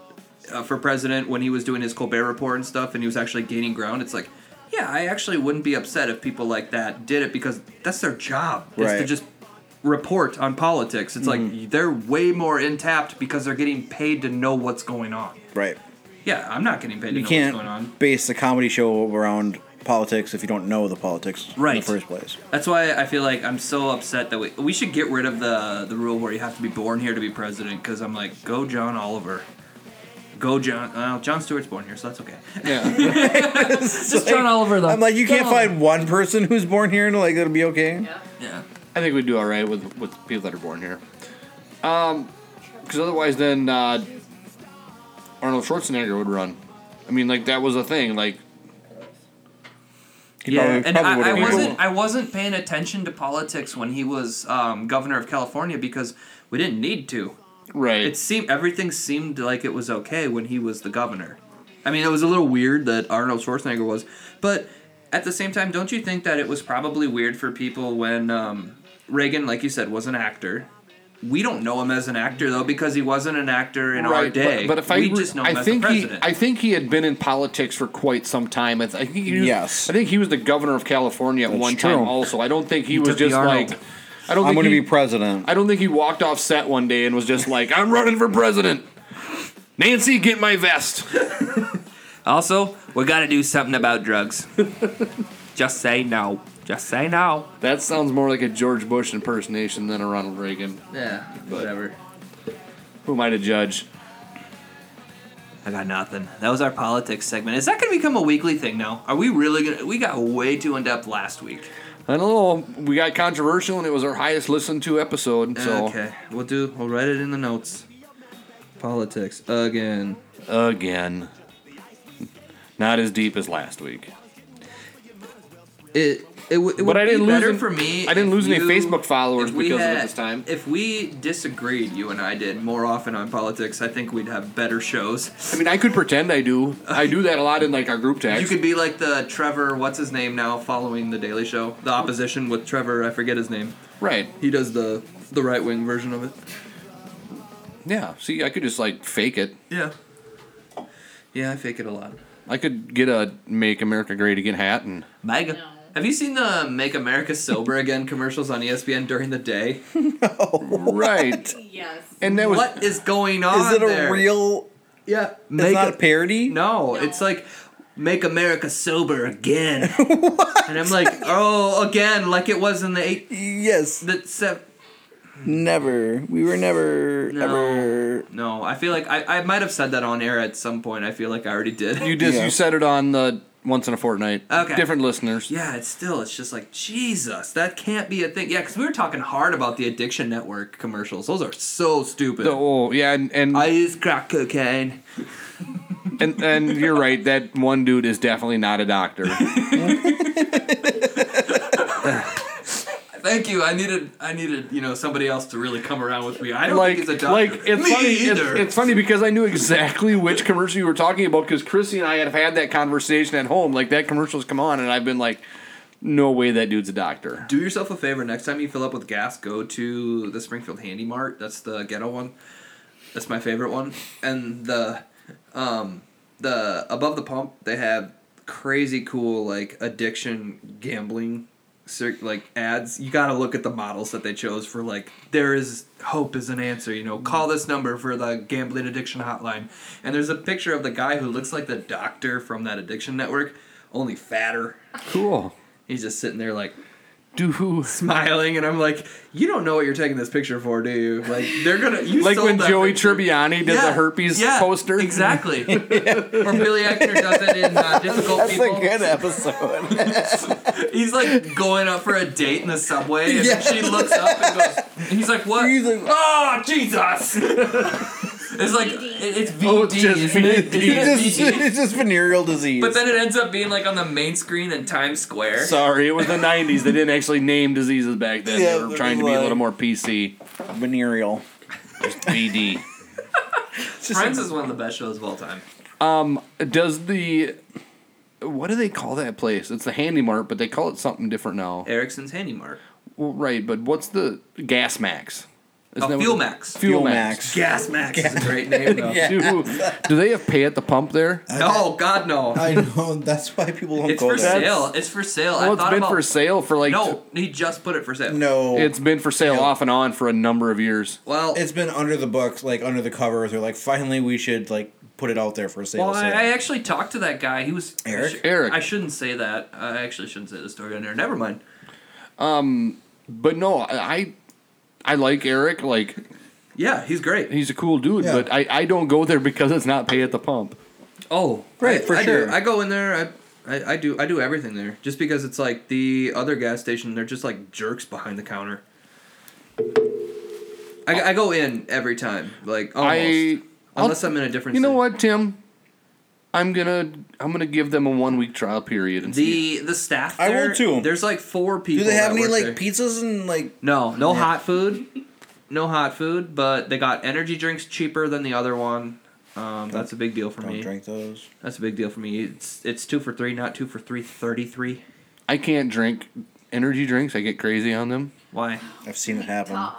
[SPEAKER 8] uh, for president when he was doing his Colbert report and stuff and he was actually gaining ground, it's like yeah, I actually wouldn't be upset if people like that did it because that's their job. It's to
[SPEAKER 4] Right. Mm-hmm.
[SPEAKER 8] just report on politics. It's like they're way more in tapped because they're getting paid to know what's going on.
[SPEAKER 4] right.
[SPEAKER 8] Yeah, I'm not getting paid to
[SPEAKER 4] You
[SPEAKER 8] know what's going on.
[SPEAKER 4] can't base a comedy show around politics if you don't know the politics in
[SPEAKER 8] Right.
[SPEAKER 4] the first place.
[SPEAKER 8] That's why I feel like I'm so upset that we we should get rid of the the rule where you have to be born here to be president. Because I'm like, go John Oliver, go John. Uh, John Stewart's born here, so that's okay.
[SPEAKER 2] Yeah.
[SPEAKER 4] Just John Oliver though. I'm like, you can't find one person who's born here and like it'll be okay.
[SPEAKER 8] Yeah.
[SPEAKER 2] I think we do all right with with people that are born here. Um, because otherwise, then uh, Arnold Schwarzenegger would run. I mean, like that was a thing. Like,
[SPEAKER 4] He probably-
[SPEAKER 8] and
[SPEAKER 4] probably
[SPEAKER 8] I, I
[SPEAKER 4] would've been
[SPEAKER 8] wasn't I wasn't paying attention to politics when he was um, governor of California because we didn't need to.
[SPEAKER 2] Right.
[SPEAKER 8] It seemed everything seemed like it was okay when he was the governor. I mean, it was a little weird that Arnold Schwarzenegger was, but at the same time, don't you think that it was probably weird for people when um, Reagan, like you said, was an actor. We don't know him as an actor though because he wasn't an actor in our
[SPEAKER 2] right,
[SPEAKER 8] day.
[SPEAKER 2] But, but if I,
[SPEAKER 8] we
[SPEAKER 2] re-
[SPEAKER 8] just know him
[SPEAKER 2] I
[SPEAKER 8] as
[SPEAKER 2] think
[SPEAKER 8] the
[SPEAKER 2] he,
[SPEAKER 8] president.
[SPEAKER 2] I think he had been in politics for quite some time. I, th- I think he was,
[SPEAKER 4] Yes.
[SPEAKER 2] I think he was the governor of California at
[SPEAKER 4] That's
[SPEAKER 2] one
[SPEAKER 4] true.
[SPEAKER 2] time. Also, I don't think he,
[SPEAKER 8] He
[SPEAKER 2] was
[SPEAKER 8] took the
[SPEAKER 2] just
[SPEAKER 8] Arnold.
[SPEAKER 2] like. I don't
[SPEAKER 4] "Oh,
[SPEAKER 2] think
[SPEAKER 4] I'm going to
[SPEAKER 2] he,
[SPEAKER 4] be president.
[SPEAKER 2] I don't think he walked off set one day and was just like, "I'm running for president." Nancy, get my vest.
[SPEAKER 8] Also, we got to do something about drugs. Just say no. Just say no.
[SPEAKER 2] That sounds more like a George Bush impersonation than a Ronald Reagan.
[SPEAKER 8] Yeah, whatever.
[SPEAKER 2] Who am I to judge?
[SPEAKER 8] I got nothing. That was our politics segment. Is that going to become a weekly thing now? Are we really going to? We got way too in depth last week.
[SPEAKER 2] I don't know. We got controversial, and it was our highest listened to episode. So
[SPEAKER 8] Okay, we'll do. We'll write it in the notes.
[SPEAKER 16] Politics again.
[SPEAKER 2] again, not as deep as last week.
[SPEAKER 8] It it, w- it
[SPEAKER 2] But
[SPEAKER 8] would
[SPEAKER 2] I didn't
[SPEAKER 8] be
[SPEAKER 2] lose
[SPEAKER 8] better
[SPEAKER 2] any-
[SPEAKER 8] for me.
[SPEAKER 2] I didn't
[SPEAKER 8] if
[SPEAKER 2] lose any
[SPEAKER 8] you-
[SPEAKER 2] Facebook followers
[SPEAKER 8] if we
[SPEAKER 2] because of it
[SPEAKER 8] had-
[SPEAKER 2] this time.
[SPEAKER 8] If we disagreed, you and I did more often on politics, I think we'd have better shows.
[SPEAKER 2] I mean, I could pretend I do. I do that a lot in like our group text.
[SPEAKER 8] You could be like the Trevor, what's his name now, following the Daily Show, the opposition with Trevor. I forget his name.
[SPEAKER 2] right?
[SPEAKER 8] He does the the right wing version of it.
[SPEAKER 2] Yeah. See, I could just like fake it.
[SPEAKER 8] Yeah. Yeah, I fake it a lot.
[SPEAKER 2] I could get a "Make America Great Again" hat and
[SPEAKER 8] Mega. Have you seen the "Make America Sober Again" commercials on E ESPN during the day?
[SPEAKER 4] Oh,
[SPEAKER 2] right.
[SPEAKER 12] Yes.
[SPEAKER 2] And that was
[SPEAKER 8] What is going on?
[SPEAKER 4] Is it a
[SPEAKER 8] there?
[SPEAKER 4] real?
[SPEAKER 8] Yeah.
[SPEAKER 4] It's not a parody.
[SPEAKER 8] No, it's like make America sober again. And I'm like, oh, again, like it was in the eight,
[SPEAKER 4] Yes,
[SPEAKER 8] the seven,
[SPEAKER 4] never. We were never
[SPEAKER 8] No.
[SPEAKER 4] ever.
[SPEAKER 8] No, I feel like I, I might have said that on air at some point. I feel like I already did.
[SPEAKER 2] you just
[SPEAKER 4] Yeah.
[SPEAKER 2] you said it on the once in a fortnight.
[SPEAKER 8] Okay.
[SPEAKER 2] Different listeners.
[SPEAKER 8] yeah, it's still, it's just like, Jesus, that can't be a thing. Yeah, because we were talking hard about the Addiction Network commercials. Those are so stupid.
[SPEAKER 2] The- oh yeah, and and
[SPEAKER 8] I use crack cocaine.
[SPEAKER 2] And and you're right. That one dude is definitely not a doctor.
[SPEAKER 8] Thank you. I needed, I needed, you know, somebody else to really come around with me. I don't
[SPEAKER 2] like
[SPEAKER 8] think it's a
[SPEAKER 2] like
[SPEAKER 8] doctor.
[SPEAKER 2] it's
[SPEAKER 8] me
[SPEAKER 2] funny. It's,
[SPEAKER 8] either.
[SPEAKER 2] it's funny because I knew exactly which commercial you were talking about because Chrissy and I have had that conversation at home. Like that commercial's come on, and I've been like, no way that dude's a doctor.
[SPEAKER 8] Do yourself a favor. Next time you fill up with gas, go to the Springfield Handy Mart. That's the ghetto one. That's my favorite one. And the, um, the above the pump, they have crazy cool like addiction gambling, cir- like ads. You gotta look at the models that they chose for like there is hope is an answer. You know, call this number for the gambling addiction hotline. And there's a picture of the guy who looks like the doctor from that addiction network, only fatter.
[SPEAKER 2] Cool.
[SPEAKER 8] He's just sitting there like
[SPEAKER 2] do
[SPEAKER 8] smiling, and I'm like, you don't know what you're taking this picture for, do you? Like they're gonna you
[SPEAKER 2] like
[SPEAKER 8] sold
[SPEAKER 2] when
[SPEAKER 8] that
[SPEAKER 2] Joey
[SPEAKER 8] picture.
[SPEAKER 2] Tribbiani did
[SPEAKER 8] Yeah,
[SPEAKER 2] the herpes
[SPEAKER 8] yeah,
[SPEAKER 2] poster.
[SPEAKER 8] Exactly. or Billy Eichner does it in uh, Difficult
[SPEAKER 17] That's
[SPEAKER 8] People.
[SPEAKER 17] a good episode.
[SPEAKER 8] He's like going up for a date in the subway, and
[SPEAKER 17] Yeah.
[SPEAKER 8] she looks up and goes, and he's like, what? He's like, oh Jesus! it's like it- it's VD, isn't it?
[SPEAKER 17] it's, just, it's just venereal disease.
[SPEAKER 8] But then it ends up being like on the main screen in Times Square.
[SPEAKER 2] Sorry, it was the '90s. They didn't actually name diseases back then.
[SPEAKER 17] Yeah,
[SPEAKER 2] they were
[SPEAKER 17] they're
[SPEAKER 2] trying to be
[SPEAKER 17] like-
[SPEAKER 2] a little more PC.
[SPEAKER 17] venereal.
[SPEAKER 2] Just VD.
[SPEAKER 8] Friends is one of the best shows of all time.
[SPEAKER 2] Um, does the what do they call that place? It's the Handy Mart, but they call it something different now.
[SPEAKER 8] Erickson's Handy Mart.
[SPEAKER 2] Well, right, but what's the Gas Max?
[SPEAKER 8] Oh,
[SPEAKER 2] that what-
[SPEAKER 8] Fuel Max.
[SPEAKER 2] Fuel
[SPEAKER 17] Fuel
[SPEAKER 2] Max.
[SPEAKER 8] Gas Max is a great name though.
[SPEAKER 2] Do, do they have pay at the pump there?
[SPEAKER 8] No, Oh, God no.
[SPEAKER 4] I know. That's why people don't
[SPEAKER 8] It's
[SPEAKER 4] go
[SPEAKER 8] for
[SPEAKER 4] there.
[SPEAKER 8] sale. It's for sale. I
[SPEAKER 2] Well, it's
[SPEAKER 8] thought
[SPEAKER 2] been
[SPEAKER 8] about,
[SPEAKER 2] for sale for like
[SPEAKER 8] No, he just put it for sale.
[SPEAKER 4] No,
[SPEAKER 2] It's been for sale off and on for a number of years.
[SPEAKER 8] Well,
[SPEAKER 4] it's been under the books, like under the covers. They're like, finally, we should like put it out there for sale.
[SPEAKER 8] well, I,
[SPEAKER 4] sale.
[SPEAKER 8] I actually talked to that guy. He was
[SPEAKER 4] Eric?
[SPEAKER 8] I sh-
[SPEAKER 2] Eric.
[SPEAKER 8] I shouldn't say that. I actually shouldn't say the story on there. Never mind.
[SPEAKER 2] Um, but no, I I like Eric. Like
[SPEAKER 8] Yeah, he's great.
[SPEAKER 2] he's a cool dude,
[SPEAKER 4] Yeah.
[SPEAKER 2] but I I don't go there because it's not pay at the pump.
[SPEAKER 8] Oh,
[SPEAKER 4] Right,
[SPEAKER 8] I-
[SPEAKER 4] for
[SPEAKER 8] I do.
[SPEAKER 4] sure.
[SPEAKER 8] I go in there. I, I I do I do everything there just because it's like the other gas station. They're just like jerks behind the counter. I, I go in every time, like almost,
[SPEAKER 2] I I'll-
[SPEAKER 8] unless I'm in a different.
[SPEAKER 2] You know
[SPEAKER 8] city.
[SPEAKER 2] what, Tim? I'm gonna I'm gonna give them a one week trial period and see.
[SPEAKER 8] The the staff.
[SPEAKER 4] I will
[SPEAKER 8] there,
[SPEAKER 4] too.
[SPEAKER 8] There's like four people.
[SPEAKER 4] Do they have
[SPEAKER 8] that
[SPEAKER 4] any
[SPEAKER 8] work
[SPEAKER 4] like
[SPEAKER 8] there.
[SPEAKER 4] pizzas and like?
[SPEAKER 8] No, no hot food. No hot food, but they got energy drinks cheaper than the other one. Um, that's a big deal for
[SPEAKER 4] Don't
[SPEAKER 8] me.
[SPEAKER 4] drink those.
[SPEAKER 8] That's a big deal for me. It's it's two for three, not two for three thirty three.
[SPEAKER 2] I can't drink energy drinks. I get crazy on them.
[SPEAKER 8] Why?
[SPEAKER 4] I've seen it happen.
[SPEAKER 18] God.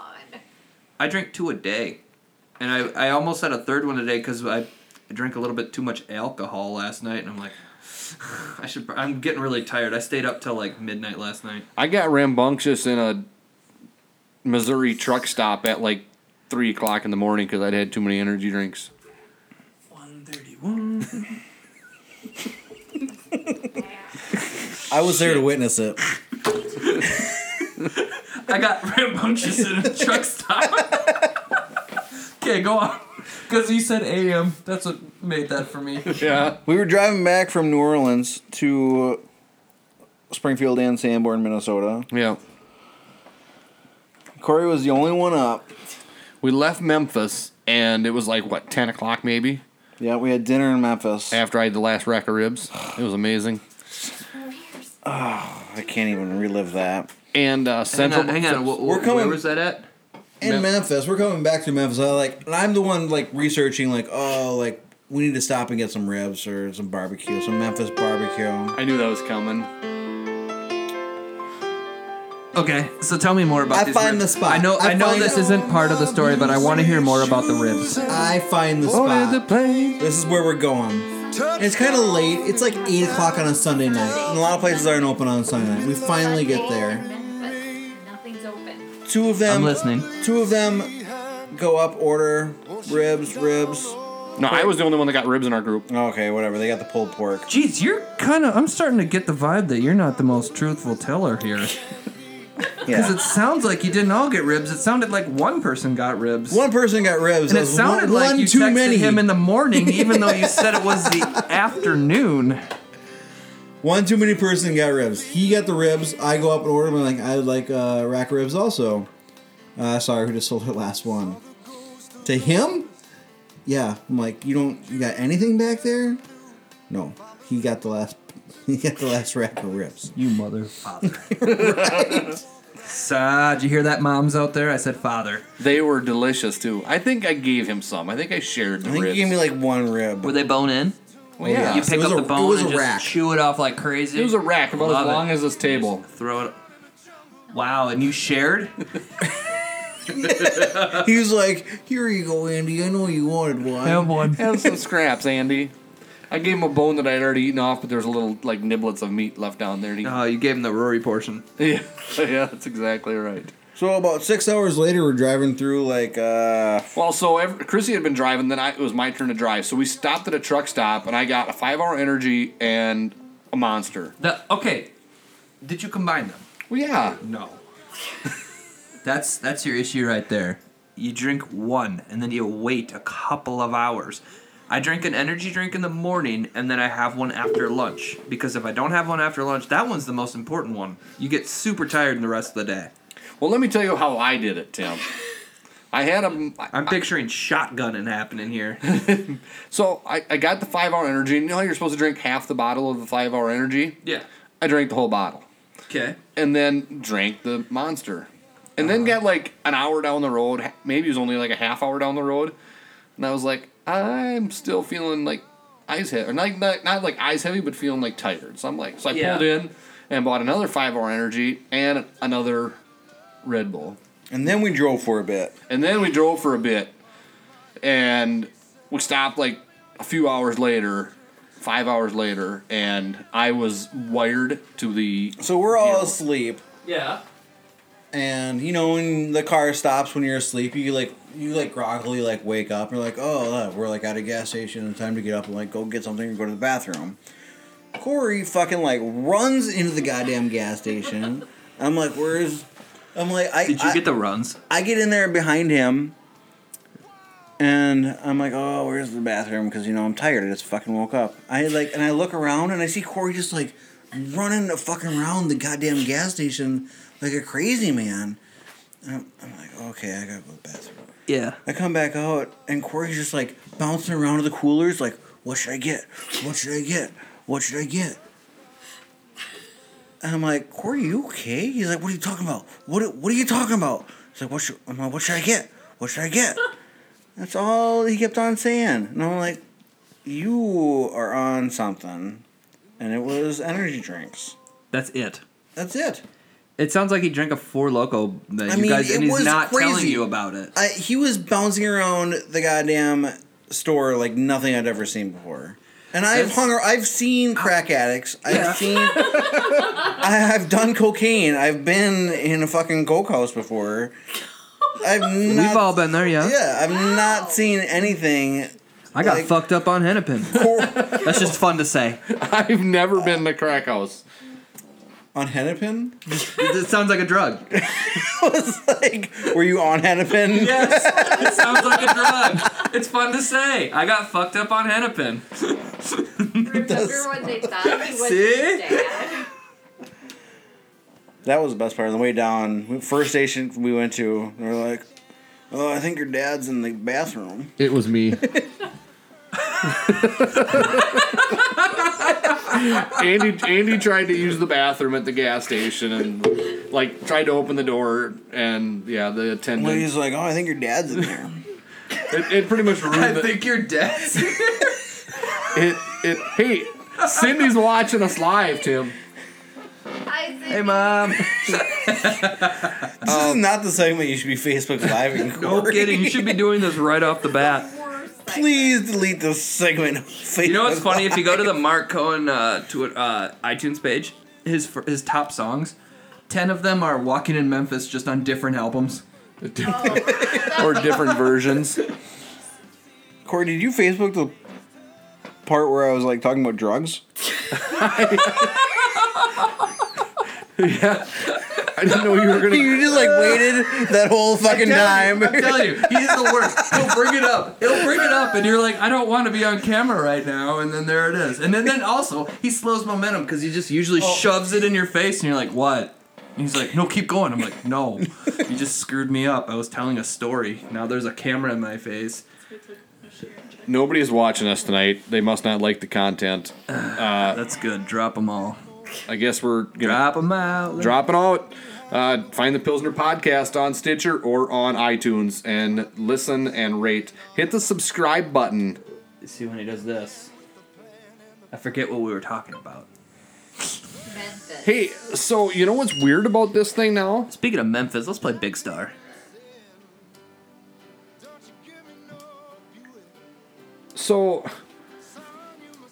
[SPEAKER 8] I drink two a day, and I I almost had a third one today because I drank a little bit too much alcohol last night, and I'm like, I should. pr- I'm getting really tired. I stayed up till like midnight last night.
[SPEAKER 2] I got rambunctious in a Missouri truck stop at like three o'clock in the morning because I'd had too many energy drinks.
[SPEAKER 8] One thirty one.
[SPEAKER 4] I was there to witness it.
[SPEAKER 8] I got rambunctious in a truck stop. okay, go on. Because you said AM. That's what made that for me.
[SPEAKER 2] Yeah.
[SPEAKER 17] We were driving back from New Orleans to Springfield and Sanborn, Minnesota.
[SPEAKER 2] Yeah.
[SPEAKER 17] Corey was the only one up.
[SPEAKER 2] We left Memphis and it was like what ten o'clock maybe
[SPEAKER 17] Yeah, we had dinner in Memphis.
[SPEAKER 2] after I had the last rack of ribs. It was amazing.
[SPEAKER 17] I can't even relive that.
[SPEAKER 2] And uh,
[SPEAKER 8] Hang
[SPEAKER 2] Central.
[SPEAKER 8] on, hang on. What,
[SPEAKER 4] We're coming-
[SPEAKER 8] Where was that at?
[SPEAKER 4] In Memphis, we're coming back to Memphis. I like, and I'm the one like researching, like, oh, like we need to stop and get some ribs or some barbecue, some Memphis barbecue.
[SPEAKER 2] I knew that was coming.
[SPEAKER 8] Okay, so tell me more about
[SPEAKER 4] I
[SPEAKER 8] these
[SPEAKER 4] find
[SPEAKER 8] ribs.
[SPEAKER 4] the spot.
[SPEAKER 8] I know, I,
[SPEAKER 4] I
[SPEAKER 8] know
[SPEAKER 4] find-
[SPEAKER 8] this isn't part of the story, but I want to hear more about the ribs.
[SPEAKER 19] Um,
[SPEAKER 4] I find the
[SPEAKER 2] Wanted to
[SPEAKER 4] spot.
[SPEAKER 2] play.
[SPEAKER 4] This is where we're going. And it's kind of late. It's like eight o'clock on a Sunday night. And a lot of places aren't open on Sunday night. We finally get there.
[SPEAKER 18] Nothing's open.
[SPEAKER 4] Two of them.
[SPEAKER 8] I'm listening.
[SPEAKER 4] Two of them go up, order ribs, ribs.
[SPEAKER 2] No, I was the only one that got ribs in our group.
[SPEAKER 4] Okay, whatever. They got the pulled pork.
[SPEAKER 19] Jeez, you're kind of. I'm starting to get the vibe that you're not the most truthful teller here. Because
[SPEAKER 4] Yeah.
[SPEAKER 19] it sounds like you didn't all get ribs. It sounded like one person got ribs.
[SPEAKER 4] One person got
[SPEAKER 19] and
[SPEAKER 4] ribs. That
[SPEAKER 19] it
[SPEAKER 4] was
[SPEAKER 19] sounded
[SPEAKER 4] one,
[SPEAKER 19] like
[SPEAKER 4] one
[SPEAKER 19] you
[SPEAKER 4] too
[SPEAKER 19] texted
[SPEAKER 4] many.
[SPEAKER 19] him in the morning, even though you said it was the afternoon.
[SPEAKER 4] One too many person got ribs. He got the ribs. I go up and order them. Like I would like uh, rack of ribs also. Uh, sorry, who just sold her last one? To him? Yeah. I'm like, you don't. You got anything back there? No. He got the last. He got the last rack of ribs.
[SPEAKER 19] You mother father. So, did you hear that, moms out there? I said father.
[SPEAKER 2] They were delicious too. I think I gave him some. I think I shared the
[SPEAKER 4] I think
[SPEAKER 2] ribs.
[SPEAKER 4] he gave me like one rib. oh,
[SPEAKER 8] Were they bone in? Well, yeah.
[SPEAKER 4] You pick up the bone and just
[SPEAKER 8] chew it off like crazy.
[SPEAKER 2] It was a rack about
[SPEAKER 8] Love
[SPEAKER 2] as
[SPEAKER 8] it.
[SPEAKER 2] long as this table.
[SPEAKER 8] Throw it. Wow, and you shared?
[SPEAKER 4] he was like, "Here you go, Andy. I know you wanted one.
[SPEAKER 2] Have some scraps, Andy. I gave him a bone that I had already eaten off, but there was a little like niblets of meat left down there.
[SPEAKER 8] Uh-huh.
[SPEAKER 20] Oh, you gave him the Rory portion.
[SPEAKER 2] Yeah, yeah, that's exactly right.
[SPEAKER 4] So about six hours later, we're driving through like uh,
[SPEAKER 2] Well, so ev Chrissy had been driving, then I, it was my turn to drive. So we stopped at a truck stop, and I got a five hour energy and a monster.
[SPEAKER 8] The, okay. Did you combine them?
[SPEAKER 2] Well, yeah.
[SPEAKER 8] No. that's that's your issue right there. You drink one and then you wait a couple of hours. I drink an energy drink in the morning and then I have one after lunch because if I don't have one after lunch, that one's the most important one. You get super tired in the rest of the day.
[SPEAKER 2] Well, let me tell you how I did it, Tim. I had a.
[SPEAKER 8] I'm picturing shotgunning happening here.
[SPEAKER 2] So I, I got the five hour energy, and you know how you're supposed to drink half the bottle of the five hour energy?
[SPEAKER 8] Yeah.
[SPEAKER 2] I drank the whole bottle.
[SPEAKER 8] Okay.
[SPEAKER 2] And then drank the monster. And then got like an hour down the road, ha- maybe it was only like a half hour down the road. And I was like, I'm still feeling like eyes heavy. Or not, not, not like eyes heavy, but feeling like tired. So I'm like, so I
[SPEAKER 8] Yeah.
[SPEAKER 2] pulled in and bought another five hour energy and another Red Bull.
[SPEAKER 4] and then we drove for a bit.
[SPEAKER 2] And then we drove for a bit, and we stopped like a few hours later, five hours later, and I was wired to the.
[SPEAKER 4] So we're all asleep,
[SPEAKER 8] Yeah.
[SPEAKER 4] and you know when the car stops when you're asleep, you like you like groggily like wake up. You're like, oh, uh, we're like at a gas station. and time to get up and like go get something and go to the bathroom. Corey fucking like runs into the goddamn gas station. I'm like, where's? I'm like, I
[SPEAKER 8] Did you
[SPEAKER 4] I-
[SPEAKER 8] get the runs?
[SPEAKER 4] I get in there behind him, and I'm like, "Oh, where's the bathroom?" Because you know I'm tired. I just fucking woke up. I like, and I look around, and I see Corey just like running the fucking around the goddamn gas station like a crazy man. And I'm, I'm like, "Okay, I gotta go to the bathroom."
[SPEAKER 8] Yeah.
[SPEAKER 4] I come back out, and Corey's just like bouncing around to the coolers, like, "What should I get? What should I get? What should I get?" And I'm like, Corey, you okay? He's like, what are you talking about? What What are you talking about? He's like, what should I'm like, what should I get? What should I get? That's all he kept on saying, and I'm like, you are on something, and it was energy drinks.
[SPEAKER 8] That's it.
[SPEAKER 4] That's it.
[SPEAKER 8] It sounds like he drank a four loco that
[SPEAKER 4] I
[SPEAKER 8] you
[SPEAKER 4] mean,
[SPEAKER 8] guys
[SPEAKER 4] it
[SPEAKER 8] and he's
[SPEAKER 4] was
[SPEAKER 8] not telling
[SPEAKER 4] crazy.
[SPEAKER 8] you about it.
[SPEAKER 4] I, he was bouncing around the goddamn store like nothing I'd ever seen before. And I've
[SPEAKER 8] That's-
[SPEAKER 4] hung. ar- I've seen crack addicts. I've
[SPEAKER 8] Yeah.
[SPEAKER 4] seen. I, I've done cocaine. I've been in a fucking coke house before. I've not,
[SPEAKER 20] We've all been there, yeah.
[SPEAKER 4] Yeah, I've not seen anything.
[SPEAKER 20] I got
[SPEAKER 4] like-
[SPEAKER 20] fucked up on hennepin. That's just fun to say.
[SPEAKER 2] I've never been to crack house.
[SPEAKER 4] On hennepin?
[SPEAKER 20] It sounds like a drug.
[SPEAKER 4] I was like, were you on hennepin?
[SPEAKER 8] Yes, it sounds like a drug. It's fun to say. I got fucked up on hennepin.
[SPEAKER 12] Remember when they thought he was
[SPEAKER 8] See?
[SPEAKER 12] his dad?
[SPEAKER 4] That was the best part. On the way down, we- first station we went to, they were like, "Oh, I think your dad's in the bathroom."
[SPEAKER 21] It was me.
[SPEAKER 2] Andy Andy tried to use the bathroom at the gas station and like tried to open the door and yeah the
[SPEAKER 4] Well,
[SPEAKER 2] attendant
[SPEAKER 4] he's like, "Oh, I think your dad's in there."
[SPEAKER 2] it, it pretty much ruined
[SPEAKER 8] I
[SPEAKER 2] the,
[SPEAKER 8] think you're dead.
[SPEAKER 2] it it hey Cindy's watching us live Tim
[SPEAKER 12] I think
[SPEAKER 20] Hey, mom.
[SPEAKER 4] This is not the segment you should be Facebook Live in.
[SPEAKER 20] No
[SPEAKER 4] Corey.
[SPEAKER 20] kidding. You should be doing this right off the bat.
[SPEAKER 4] Please delete this segment.
[SPEAKER 8] You know what's funny? If you go to the Mark Cohen uh, to, uh, iTunes page, his fir- his top songs, ten of them are "Walking in Memphis" just on different albums.
[SPEAKER 2] or different versions.
[SPEAKER 4] Corey, did you Facebook the part where I was like talking about drugs?
[SPEAKER 2] Yeah, I didn't know you were gonna.
[SPEAKER 4] You just like waited that whole fucking time.
[SPEAKER 8] I'm telling you, he's the worst. He'll bring it up. He'll bring it up, and you're like, I don't want to be on camera right now. And then there it is. And then, then also, he slows momentum because he just usually shoves it in your face, and you're like, what? And he's like, no, keep going. I'm like, no, you just screwed me up. I was telling a story. Now there's a camera in my face.
[SPEAKER 2] Nobody is watching us tonight. They must not like the content. Uh,
[SPEAKER 8] That's good. Drop them all.
[SPEAKER 2] I guess we're gonna
[SPEAKER 8] Drop them out.
[SPEAKER 2] drop it out. Uh, find the Pilsner podcast on Stitcher or on iTunes and listen and rate. Hit the subscribe button.
[SPEAKER 8] See when he does this. I forget what we were talking about.
[SPEAKER 2] Hey, so you know what's weird about this thing now?
[SPEAKER 8] Speaking of Memphis, let's play Big Star.
[SPEAKER 2] So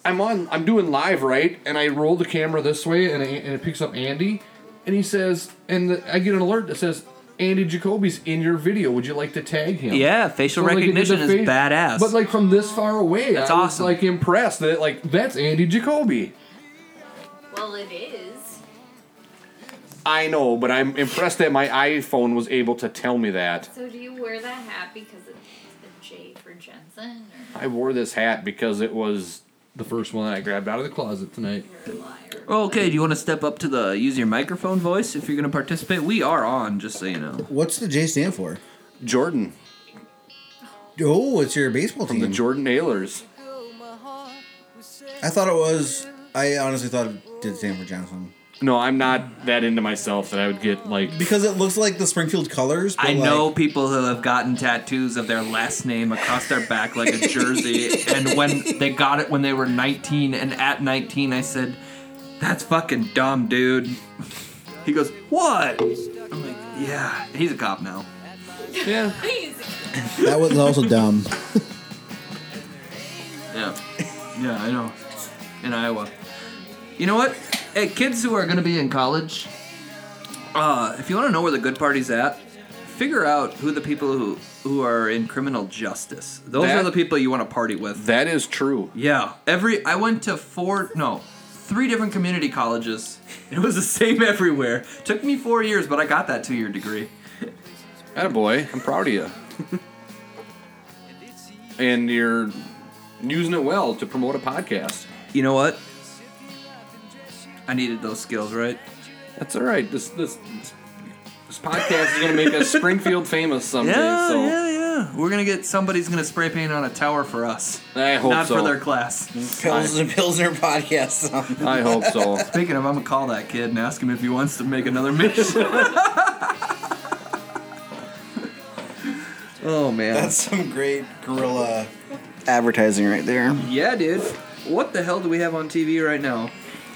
[SPEAKER 2] I'm on I'm doing live, right? And I roll the camera this way and, I, and it picks up Andy and he says and the, I get an alert that says Andy Jacoby's in your video. Would you like to tag him?
[SPEAKER 8] Yeah, facial
[SPEAKER 2] like, it did the
[SPEAKER 8] recognition is badass.
[SPEAKER 2] But like from this far away,
[SPEAKER 8] That's
[SPEAKER 2] I was,
[SPEAKER 8] awesome.
[SPEAKER 2] like impressed that like that's Andy Jacoby.
[SPEAKER 12] Well, it is.
[SPEAKER 2] I know, but I'm impressed that my iPhone was able to tell me that.
[SPEAKER 12] So do you wear that hat because it's a J for Jensen?
[SPEAKER 2] I wore this hat because it was the first one I grabbed out of the closet tonight.
[SPEAKER 8] Okay, do you want to step up to the use your microphone voice if you're going to participate? We are on, just so you know.
[SPEAKER 11] What's the J stand for?
[SPEAKER 2] Jordan.
[SPEAKER 11] Oh, it's your baseball team.
[SPEAKER 2] the Jordan Ailers.
[SPEAKER 11] I thought it was. I honestly thought it did stand for Johnson
[SPEAKER 2] No, I'm not that into myself that I would get like.
[SPEAKER 11] because it looks like the Springfield colors. But
[SPEAKER 8] I
[SPEAKER 11] like,
[SPEAKER 8] know people who have gotten tattoos of their last name across their back like a jersey, and when they got it when they were 19, and at 19, I said, That's fucking dumb, dude. He goes, What? I'm like, Yeah, he's a cop now.
[SPEAKER 2] Yeah.
[SPEAKER 11] that was also dumb.
[SPEAKER 8] Yeah. Yeah, I know. In Iowa. You know what? Hey, kids who are going to be in college, uh, if you want to know where the good party's at, figure out who the people who, who are in criminal justice. Those
[SPEAKER 2] That-
[SPEAKER 8] are the people you want to party with.
[SPEAKER 2] That is true.
[SPEAKER 8] Yeah. Every I went to four no, three different community colleges. It was the same everywhere. Took me 4 years, but I got that 2-year degree.
[SPEAKER 2] boy, I'm proud of you. and you're using it well to promote a podcast.
[SPEAKER 8] You know what? I needed those skills, right?
[SPEAKER 2] That's all right. This this this podcast is gonna make us Springfield famous someday.
[SPEAKER 8] yeah,
[SPEAKER 2] so
[SPEAKER 8] yeah, yeah. We're going to get somebody's going to spray paint on a tower for us.
[SPEAKER 2] I hope
[SPEAKER 8] Not
[SPEAKER 2] so.
[SPEAKER 8] for their class.
[SPEAKER 11] Pills and Pilsner podcast. song.
[SPEAKER 2] I hope so.
[SPEAKER 8] Speaking of, I'm going to call that kid and ask him if he wants to make another mission. oh man.
[SPEAKER 11] That's some great gorilla.
[SPEAKER 4] Advertising right there.
[SPEAKER 8] Yeah, dude. What the hell do we have on TV right now?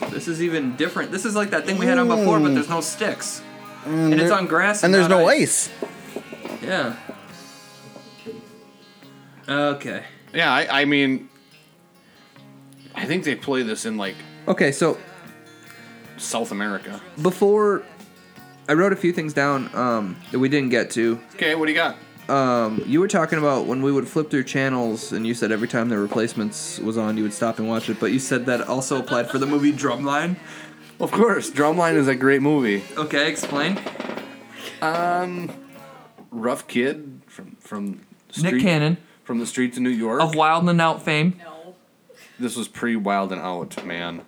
[SPEAKER 8] This is even different. This is like that thing we had on before, but there's no sticks. And it's
[SPEAKER 4] there-
[SPEAKER 8] on grass.
[SPEAKER 4] And there's
[SPEAKER 8] not
[SPEAKER 4] no
[SPEAKER 8] ice.
[SPEAKER 4] ice.
[SPEAKER 8] Yeah. Okay.
[SPEAKER 2] Yeah, I, I mean, I think they play this in like
[SPEAKER 16] Okay, so
[SPEAKER 2] South America.
[SPEAKER 16] before I wrote a few things down um, that we didn't get to.
[SPEAKER 2] Okay, what do you got?
[SPEAKER 16] Um, you were talking about when we would flip through channels, and you said every time the replacements was on, you would stop and watch it. But you said that also applied for the movie Drumline.
[SPEAKER 2] Of course, Drumline is a great movie.
[SPEAKER 8] Okay, explain.
[SPEAKER 2] Um, rough kid from from
[SPEAKER 7] Nick Cannon
[SPEAKER 2] from the streets of New York.
[SPEAKER 7] of Wild and Out fame.
[SPEAKER 2] This was pre Wild and Out, man.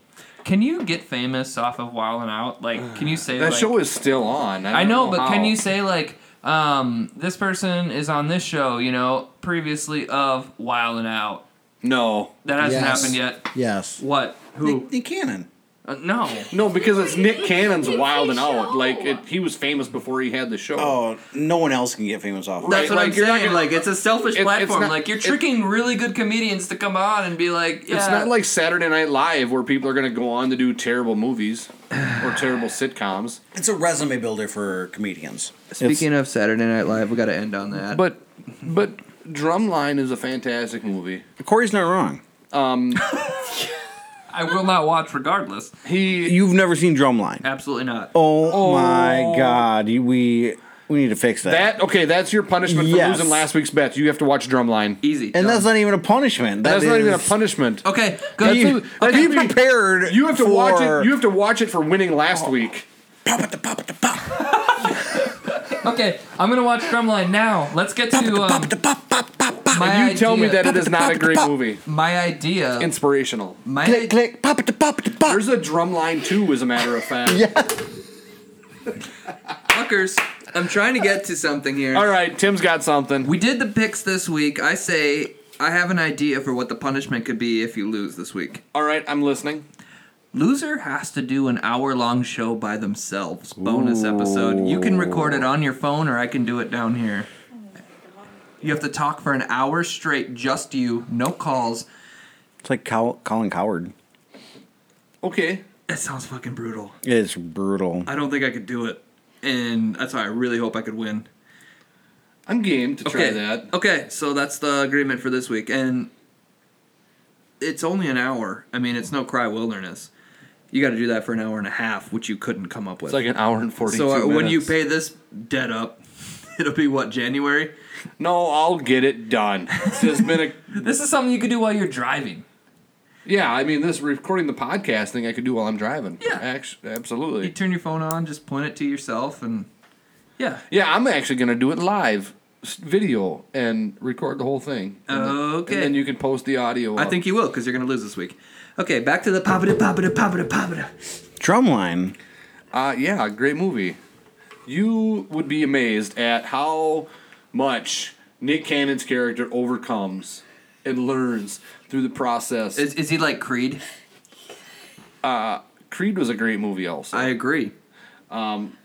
[SPEAKER 7] Can you get famous off of Wild and Out? Like, can you say
[SPEAKER 2] That
[SPEAKER 7] like,
[SPEAKER 2] show is still on.
[SPEAKER 7] I,
[SPEAKER 2] don't
[SPEAKER 7] know, but can
[SPEAKER 2] how.
[SPEAKER 7] you say like um, this person is on this show? You know, previously of Wild and Out.
[SPEAKER 2] No,
[SPEAKER 7] That hasn't
[SPEAKER 11] Yes.
[SPEAKER 7] happened yet.
[SPEAKER 11] Yes.
[SPEAKER 7] What? Who?
[SPEAKER 11] Nick, Nick Cannon.
[SPEAKER 7] Uh, no.
[SPEAKER 2] No, because it's Nick Cannon's Wild and Out. Like it, he was famous before he had the show.
[SPEAKER 4] Oh, no one else can get famous off. of
[SPEAKER 2] Right,
[SPEAKER 4] it.
[SPEAKER 7] That's what
[SPEAKER 2] like,
[SPEAKER 7] I'm
[SPEAKER 2] you're not
[SPEAKER 7] saying.
[SPEAKER 2] gonna-
[SPEAKER 7] like, it's a selfish
[SPEAKER 2] It- it's
[SPEAKER 7] platform.
[SPEAKER 2] not-
[SPEAKER 7] like, you're
[SPEAKER 2] it-
[SPEAKER 7] tricking really good comedians to come on and be like, yeah.
[SPEAKER 2] It's not like Saturday Night Live where people are going to go on to do terrible movies or terrible sitcoms.
[SPEAKER 4] It's a resume builder for comedians.
[SPEAKER 16] Speaking of Saturday Night Live, we got to end on that.
[SPEAKER 2] But but Drumline is a fantastic movie.
[SPEAKER 4] Corey's not wrong.
[SPEAKER 2] Um,
[SPEAKER 7] I will not watch regardless.
[SPEAKER 2] he
[SPEAKER 4] You've never seen Drumline.
[SPEAKER 8] Absolutely not.
[SPEAKER 4] Oh, my God, you- we we need to fix that.
[SPEAKER 2] that okay. That's your punishment for
[SPEAKER 4] Yes.
[SPEAKER 2] losing last week's bet. You have to watch Drumline.
[SPEAKER 8] Easy.
[SPEAKER 4] and that's not even a punishment. That
[SPEAKER 2] that's not even a
[SPEAKER 4] is-
[SPEAKER 2] punishment.
[SPEAKER 8] Okay,
[SPEAKER 2] That's a-
[SPEAKER 8] good.
[SPEAKER 2] that's
[SPEAKER 4] Be
[SPEAKER 2] a-
[SPEAKER 4] prepared.
[SPEAKER 2] You have to
[SPEAKER 4] for-
[SPEAKER 2] watch it. You have to watch it for winning last week.
[SPEAKER 7] Okay, I'm gonna watch Drumline now. Let's get to um, my
[SPEAKER 2] And you tell me
[SPEAKER 7] idea-
[SPEAKER 2] that it is not a great movie.
[SPEAKER 8] My idea.
[SPEAKER 2] Inspirational.
[SPEAKER 8] my
[SPEAKER 4] click click pop it pop it pop.
[SPEAKER 2] There's a Drumline too, as a matter of fact.
[SPEAKER 4] Yeah.
[SPEAKER 8] fuckers. I'm trying to get to something here.
[SPEAKER 2] All right, Tim's got something.
[SPEAKER 8] We did the picks this week. I say I have an idea for what the punishment could be if you lose this week.
[SPEAKER 2] All right, I'm listening.
[SPEAKER 8] Loser has to do an hour long show by themselves. Bonus episode. You can record it on your phone or I can do it down here. You have to talk for an hour straight, just you, no calls.
[SPEAKER 4] It's like Cow- Colin Coward.
[SPEAKER 2] Okay.
[SPEAKER 8] That sounds fucking brutal.
[SPEAKER 4] It's brutal.
[SPEAKER 8] I don't think I could do it, and that's why I really hope I could win.
[SPEAKER 2] I'm game to try
[SPEAKER 8] okay.
[SPEAKER 2] that.
[SPEAKER 8] Okay, so that's the agreement for this week, and it's only an hour. I mean, it's no Cry Wilderness. You got to do that for an hour and a half, which you couldn't come up with.
[SPEAKER 2] It's like an hour and 42
[SPEAKER 8] So uh, when you
[SPEAKER 2] minutes.
[SPEAKER 8] pay this debt up, it'll be what January.
[SPEAKER 2] No, I'll get it done. It's just been a.
[SPEAKER 7] this is something you could do while you're driving.
[SPEAKER 2] Yeah, I mean, this recording the podcast thing I could do while I'm driving. Yeah, actually, absolutely.
[SPEAKER 8] You turn your phone on, just point it to yourself, and yeah.
[SPEAKER 2] Yeah, I'm actually gonna do it live, s- video, and record the whole thing. And then-
[SPEAKER 8] Okay.
[SPEAKER 2] and then you can post the audio.
[SPEAKER 8] I think you will because you're going to lose this week. Okay, back to the popita popita popita popita.
[SPEAKER 4] Drumline.
[SPEAKER 2] Uh, yeah, great movie. You would be amazed at how much Nick Cannon's character overcomes and learns through the process.
[SPEAKER 8] Is, is he like Creed?
[SPEAKER 2] Uh, Creed was a great movie, also. I
[SPEAKER 8] agree.
[SPEAKER 2] Um,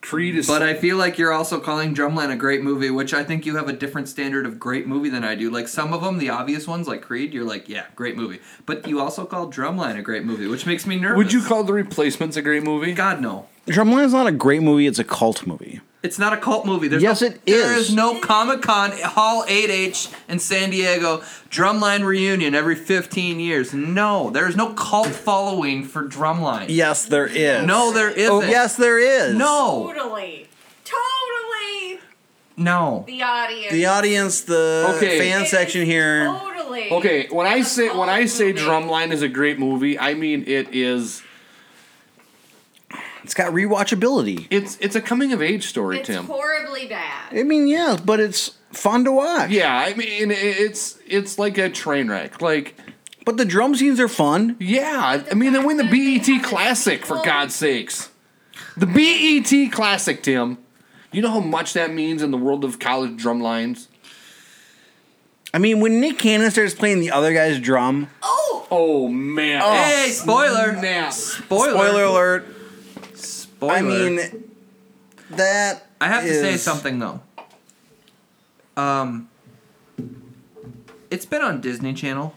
[SPEAKER 2] Creed is.
[SPEAKER 8] But I feel like you're also calling Drumline a great movie, which I think you have a different standard of great movie than I do. Like some of them, the obvious ones, like Creed, you're like, yeah, great movie. But you also call Drumline a great movie, which makes me nervous.
[SPEAKER 2] Would you call The Replacements a great movie?
[SPEAKER 8] God no.
[SPEAKER 4] Drumline's not a great movie, it's a cult movie.
[SPEAKER 8] It's not a cult movie. There's
[SPEAKER 4] Yes,
[SPEAKER 8] no,
[SPEAKER 4] it
[SPEAKER 8] There
[SPEAKER 4] is.
[SPEAKER 8] is no Comic Con Hall 8H in San Diego Drumline reunion every 15 years. No, there is no cult following for Drumline.
[SPEAKER 4] Yes, there is.
[SPEAKER 8] No, there isn't.
[SPEAKER 4] Oh, yes, there is.
[SPEAKER 8] No.
[SPEAKER 12] Totally. Totally.
[SPEAKER 8] No.
[SPEAKER 12] The audience.
[SPEAKER 4] The audience, the
[SPEAKER 2] Okay.
[SPEAKER 4] fan section here.
[SPEAKER 12] Totally.
[SPEAKER 2] Okay, when I say when I say Drumline is a great movie, I mean it is.
[SPEAKER 4] It's got rewatchability.
[SPEAKER 2] It's it's a coming of age story,
[SPEAKER 12] It's
[SPEAKER 2] Tim.
[SPEAKER 12] horribly bad.
[SPEAKER 4] I mean, yes, but it's fun to watch.
[SPEAKER 2] Yeah, I mean i- it's it's like a train wreck. Like,
[SPEAKER 4] but the drum scenes are fun.
[SPEAKER 2] Yeah, I mean they win the BET Classic for God's sakes. The BET Classic, Tim. You know how much that means in the world of college drumlines.
[SPEAKER 4] I mean, when Nick Cannon starts playing the other guy's drum,
[SPEAKER 2] Oh. Oh man.
[SPEAKER 4] Oh,
[SPEAKER 8] Hey, spoiler.
[SPEAKER 2] Snap.
[SPEAKER 8] Spoiler.
[SPEAKER 4] spoiler alert.
[SPEAKER 8] Spoiler.
[SPEAKER 4] I mean, that.
[SPEAKER 8] I have to say
[SPEAKER 4] is-
[SPEAKER 8] something though. Um, it's been on Disney Channel.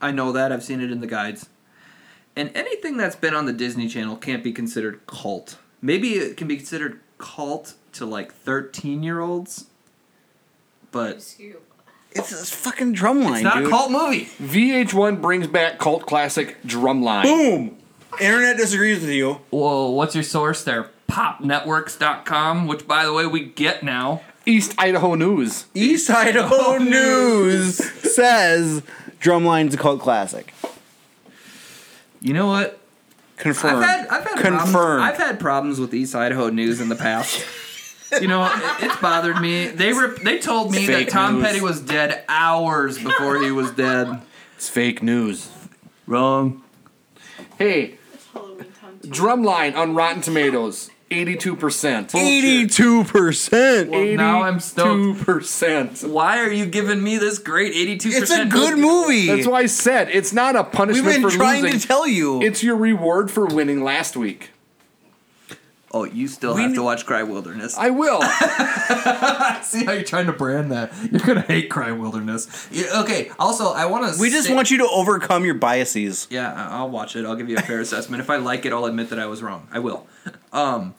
[SPEAKER 8] I know that I've seen it in the guides, and anything that's been on the Disney Channel can't be considered cult. Maybe it can be considered cult to like thirteen-year-olds, but
[SPEAKER 4] It's a fucking drumline.
[SPEAKER 8] it's not
[SPEAKER 4] dude.
[SPEAKER 8] a cult movie.
[SPEAKER 2] VH1 brings back cult classic Drumline.
[SPEAKER 4] Boom. Internet disagrees with you.
[SPEAKER 7] Whoa, what's your source there? Popnetworks.com, which by the way we get now.
[SPEAKER 2] East Idaho News.
[SPEAKER 4] East Idaho
[SPEAKER 8] Oh,
[SPEAKER 4] News says Drumline's a cult classic.
[SPEAKER 8] You know what?
[SPEAKER 4] Confirmed.
[SPEAKER 8] I've had, I've had Problems,
[SPEAKER 4] Confirmed.
[SPEAKER 8] I've had problems with East Idaho news in the past. you know, it- it's bothered me. They re- they told me
[SPEAKER 2] Fake
[SPEAKER 8] that Tom
[SPEAKER 2] news.
[SPEAKER 8] Petty was dead hours before he was dead.
[SPEAKER 2] It's fake news.
[SPEAKER 8] Wrong.
[SPEAKER 2] Hey. Drumline on Rotten Tomatoes, 82%.
[SPEAKER 4] 82%.
[SPEAKER 2] Well,
[SPEAKER 8] now I'm
[SPEAKER 2] stoked. 82%.
[SPEAKER 8] Why are you giving me this great 82%?
[SPEAKER 4] It's a good movie.
[SPEAKER 2] That's why I said it's not a punishment
[SPEAKER 4] We've been
[SPEAKER 2] for
[SPEAKER 4] trying
[SPEAKER 2] losing.
[SPEAKER 4] to tell you.
[SPEAKER 2] It's your reward for winning last week.
[SPEAKER 8] Oh, you still have to watch Cry Wilderness.
[SPEAKER 2] I will.
[SPEAKER 8] See how you're trying to brand that. You're gonna hate Cry Wilderness. Yeah, okay. Also, I want to.
[SPEAKER 4] we just want you to overcome your biases.
[SPEAKER 8] Yeah, I- I'll watch it. I'll give you a fair assessment. If I like it, I'll admit that I was wrong. I will. Um,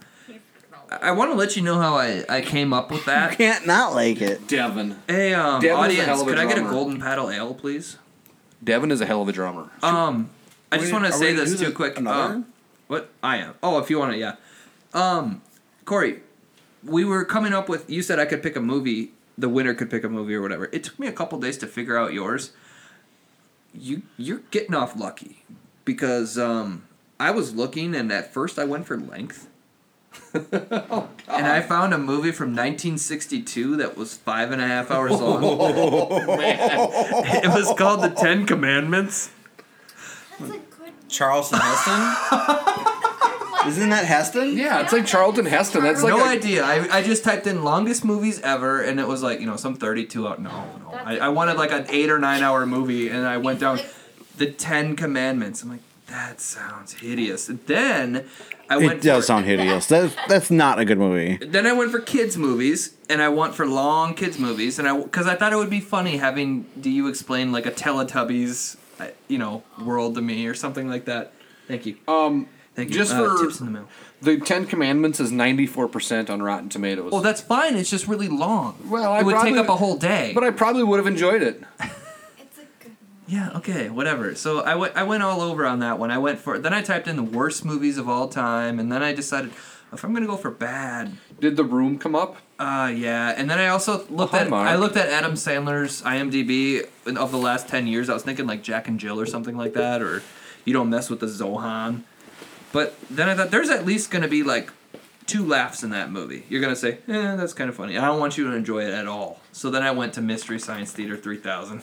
[SPEAKER 8] I want to let you know how I, I came up with that.
[SPEAKER 4] You can't not like it.
[SPEAKER 2] Devin.
[SPEAKER 8] Hey, um,
[SPEAKER 2] Devin's a hell
[SPEAKER 8] audience,
[SPEAKER 2] of a
[SPEAKER 8] could I get a
[SPEAKER 2] drummer.
[SPEAKER 8] golden paddle ale, please?
[SPEAKER 2] Devin is a hell of a drummer.
[SPEAKER 8] Um, I
[SPEAKER 2] We-
[SPEAKER 8] just want
[SPEAKER 2] are
[SPEAKER 8] to say
[SPEAKER 2] we
[SPEAKER 8] this
[SPEAKER 2] using
[SPEAKER 8] too quick.
[SPEAKER 2] another
[SPEAKER 8] Um, what I am? Oh, if you want to, yeah. Um, Corey, we were coming up with. You said I could pick a movie. The winner could pick a movie or whatever. It took me a couple days to figure out yours. You you're getting off lucky because um, I was looking and at first I went for length. Oh, and I found a movie from 1962 that was five and a half hours long. It was called The Ten Commandments.
[SPEAKER 4] Charleston Heston? Isn't that Heston?
[SPEAKER 2] Yeah, it's like Charlton Heston. That's like
[SPEAKER 8] no
[SPEAKER 2] a-
[SPEAKER 8] idea. I, I just typed in longest movies ever, and it was like you know some thirty-two out. No, no. I, I wanted like an eight or nine-hour movie, and I went down the Ten Commandments. I'm like, that sounds hideous. Then I
[SPEAKER 4] It
[SPEAKER 8] went.
[SPEAKER 4] does sound hideous. That's, that's not a good movie.
[SPEAKER 8] Then I went for kids movies, and I went for long kids movies, and I because I thought it would be funny having. Do you explain like a Teletubbies I- you know, world to me or something like that. Thank you.
[SPEAKER 2] Um,
[SPEAKER 8] Thank you.
[SPEAKER 2] Just
[SPEAKER 8] Uh,
[SPEAKER 2] for
[SPEAKER 8] tips in the mail.
[SPEAKER 2] the Ten Commandments is ninety four percent on Rotten Tomatoes.
[SPEAKER 8] Well, Oh, that's fine. It's just really long.
[SPEAKER 2] Well, I
[SPEAKER 8] it would
[SPEAKER 2] probably-
[SPEAKER 8] take up a whole day.
[SPEAKER 2] but I probably would have enjoyed it.
[SPEAKER 8] Yeah, okay, whatever. So I went I went all over on that one. I went for then I typed in the worst movies of all time and then I decided if I'm going to go for bad.
[SPEAKER 2] Did The Room come up?
[SPEAKER 8] Uh yeah, and then I also looked at
[SPEAKER 2] Hallmark.
[SPEAKER 8] I looked at Adam Sandler's IMDb in- of the last 10 years. I was thinking like Jack and Jill or something like that or You Don't Mess with the Zohan. But then I thought there's at least going to be like two laughs in that movie. You're going to say, "Eh, that's kind of funny." I don't want you to enjoy it at all. So then I went to Mystery Science Theater 3000.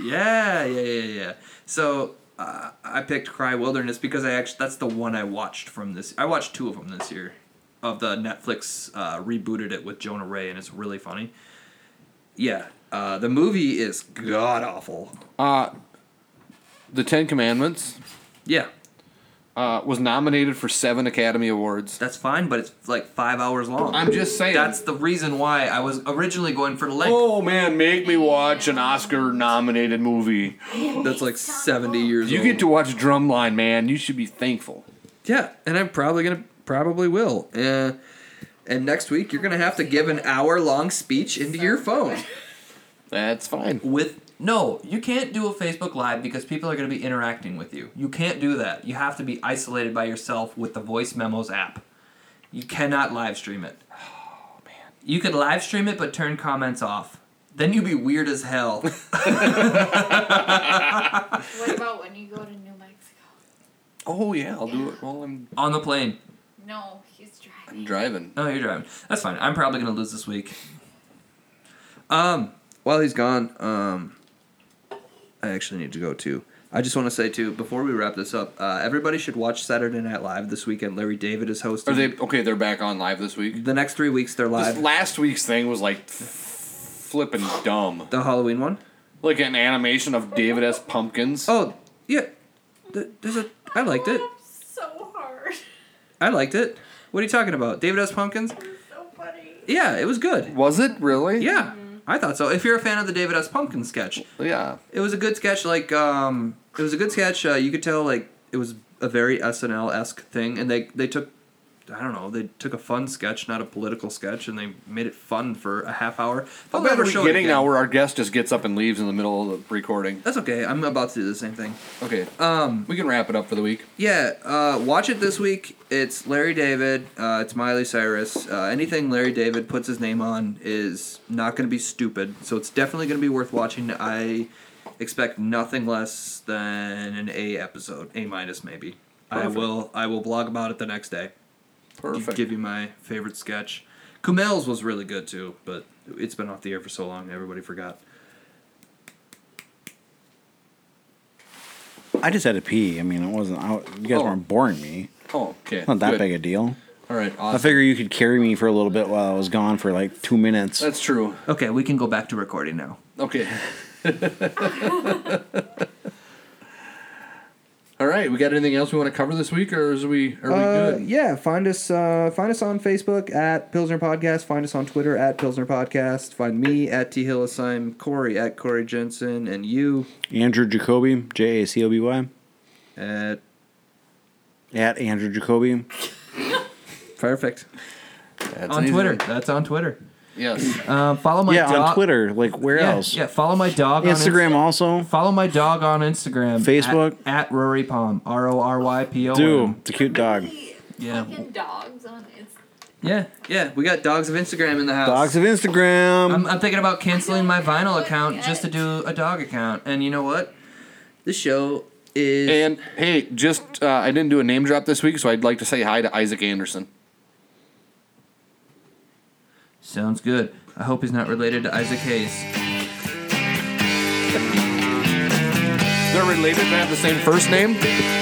[SPEAKER 8] Yeah, yeah, yeah, yeah. So uh, I picked Cry Wilderness because I actually that's the one I watched from this. I watched two of them this year, of the Netflix uh, rebooted it with Jonah Ray, and it's really funny. Yeah, uh, the movie is god awful.
[SPEAKER 2] Uh, the Ten Commandments.
[SPEAKER 8] Yeah.
[SPEAKER 2] Uh, was nominated for seven Academy Awards.
[SPEAKER 8] That's fine, but it's like five hours long.
[SPEAKER 2] I'm just saying.
[SPEAKER 8] That's the reason why I was originally going for the length.
[SPEAKER 2] Oh man, make me watch an Oscar-nominated movie.
[SPEAKER 8] That's like seventy years.
[SPEAKER 2] You
[SPEAKER 8] old.
[SPEAKER 2] get to watch Drumline, man. You should be thankful.
[SPEAKER 8] Yeah, and I'm probably gonna probably will. Uh, and next week you're gonna have to give an hour long speech into your phone.
[SPEAKER 2] That's fine.
[SPEAKER 8] With no, you can't do a Facebook Live because people are gonna be interacting with you. You can't do that. You have to be isolated by yourself with the voice memos app. You cannot live stream it. Oh man. You could live stream it but turn comments off. Then you'd be weird as hell.
[SPEAKER 12] What about when you go to New Mexico?
[SPEAKER 2] Oh yeah, I'll do it while I'm
[SPEAKER 8] On the plane.
[SPEAKER 12] No, he's driving.
[SPEAKER 2] driving.
[SPEAKER 8] No, Oh, you're driving. That's fine. I'm probably gonna lose this week. Um, while he's gone, um, I actually need to go too. I just want to say too before we wrap this up, uh, everybody should watch Saturday Night Live this weekend. Larry David is hosting.
[SPEAKER 2] Are they okay? They're back on live this week.
[SPEAKER 8] The next three weeks they're live.
[SPEAKER 2] This last week's thing was like f- flipping dumb.
[SPEAKER 8] The Halloween one.
[SPEAKER 2] Like an animation of David S. Pumpkins.
[SPEAKER 8] Oh yeah, Th- there's a. I liked it.
[SPEAKER 12] Oh, So hard.
[SPEAKER 8] I liked it. What are you talking about? David S. Pumpkins.
[SPEAKER 12] So funny.
[SPEAKER 8] Yeah, it was good.
[SPEAKER 2] Was it really?
[SPEAKER 8] Yeah, I thought so. If you're a fan of the David S. Pumpkin sketch,
[SPEAKER 2] yeah,
[SPEAKER 8] it was a good sketch. Like, um, it was a good sketch. Uh, you could tell like it was a very SNL esque thing, and they they took, I don't know, they took a fun sketch, not a political sketch, and they made it fun for a half hour.
[SPEAKER 2] How
[SPEAKER 8] They'll
[SPEAKER 2] bad
[SPEAKER 8] never
[SPEAKER 2] are we
[SPEAKER 8] show it
[SPEAKER 2] getting
[SPEAKER 8] again.
[SPEAKER 2] now where our guest just gets up and leaves in the middle of the recording?
[SPEAKER 8] That's okay. I'm about to do the same thing.
[SPEAKER 2] Okay,
[SPEAKER 8] Um,
[SPEAKER 2] we can wrap it up for the week.
[SPEAKER 8] Yeah, uh, watch it this week. It's Larry David. Uh, it's Miley Cyrus. Uh, anything Larry David puts his name on is not going to be stupid. So it's definitely going to be worth watching. I expect nothing less than an A episode, A minus maybe. I
[SPEAKER 2] Perfect.
[SPEAKER 8] will. I will blog about it the next day.
[SPEAKER 2] Perfect.
[SPEAKER 8] Give you my favorite sketch. Kumel's was really good too, but it's been off the air for so long, everybody forgot.
[SPEAKER 4] I just had to pee. I mean, it wasn't. I, you guys
[SPEAKER 2] Oh.
[SPEAKER 4] weren't boring me.
[SPEAKER 2] Oh, okay.
[SPEAKER 4] Not that
[SPEAKER 2] good.
[SPEAKER 4] big a deal.
[SPEAKER 2] All right,
[SPEAKER 4] I
[SPEAKER 2] awesome.
[SPEAKER 4] figure you could carry me for a little bit while I was gone for like two minutes.
[SPEAKER 2] That's true.
[SPEAKER 8] Okay, we can go back to recording now.
[SPEAKER 2] Okay. All right, we got anything else we want to cover this week, or is we are we
[SPEAKER 8] Uh,
[SPEAKER 2] good?
[SPEAKER 8] Yeah, find us uh, find us on Facebook at Pilsner Podcast. Find us on Twitter at Pilsner Podcast. Find me at T Hillisheim, Corey at Corey Jensen, and you
[SPEAKER 4] Andrew Jacoby, J A C O B Y,
[SPEAKER 8] at
[SPEAKER 4] at Andrew Jacoby.
[SPEAKER 8] Perfect
[SPEAKER 2] That's
[SPEAKER 8] on
[SPEAKER 2] an easy
[SPEAKER 8] Twitter.
[SPEAKER 2] one.
[SPEAKER 8] That's on Twitter.
[SPEAKER 2] Yes.
[SPEAKER 8] Um, follow my
[SPEAKER 4] yeah, on
[SPEAKER 8] dog-
[SPEAKER 4] Twitter. Like where
[SPEAKER 8] yeah,
[SPEAKER 4] else?
[SPEAKER 8] Yeah, follow my dog
[SPEAKER 4] Instagram
[SPEAKER 8] on Inst-
[SPEAKER 4] also.
[SPEAKER 8] Follow my dog on Instagram.
[SPEAKER 4] Facebook.
[SPEAKER 8] at, at Rory Palm. R O R Y P O. M.
[SPEAKER 4] Do it's a cute dog.
[SPEAKER 8] Yeah.
[SPEAKER 12] Fucking dogs on Instagram.
[SPEAKER 8] Yeah. Yeah. We got dogs of Instagram in the house.
[SPEAKER 4] Dogs of Instagram.
[SPEAKER 8] I'm, I'm thinking about canceling my vinyl account just to do a dog account. And you know what? This show is.
[SPEAKER 2] And hey, just uh, I didn't do a name drop this week, so I'd like to say hi to Isaac Anderson.
[SPEAKER 8] Sounds good. I hope he's not related to Isaac Hayes.
[SPEAKER 2] They're related. They have the same first name.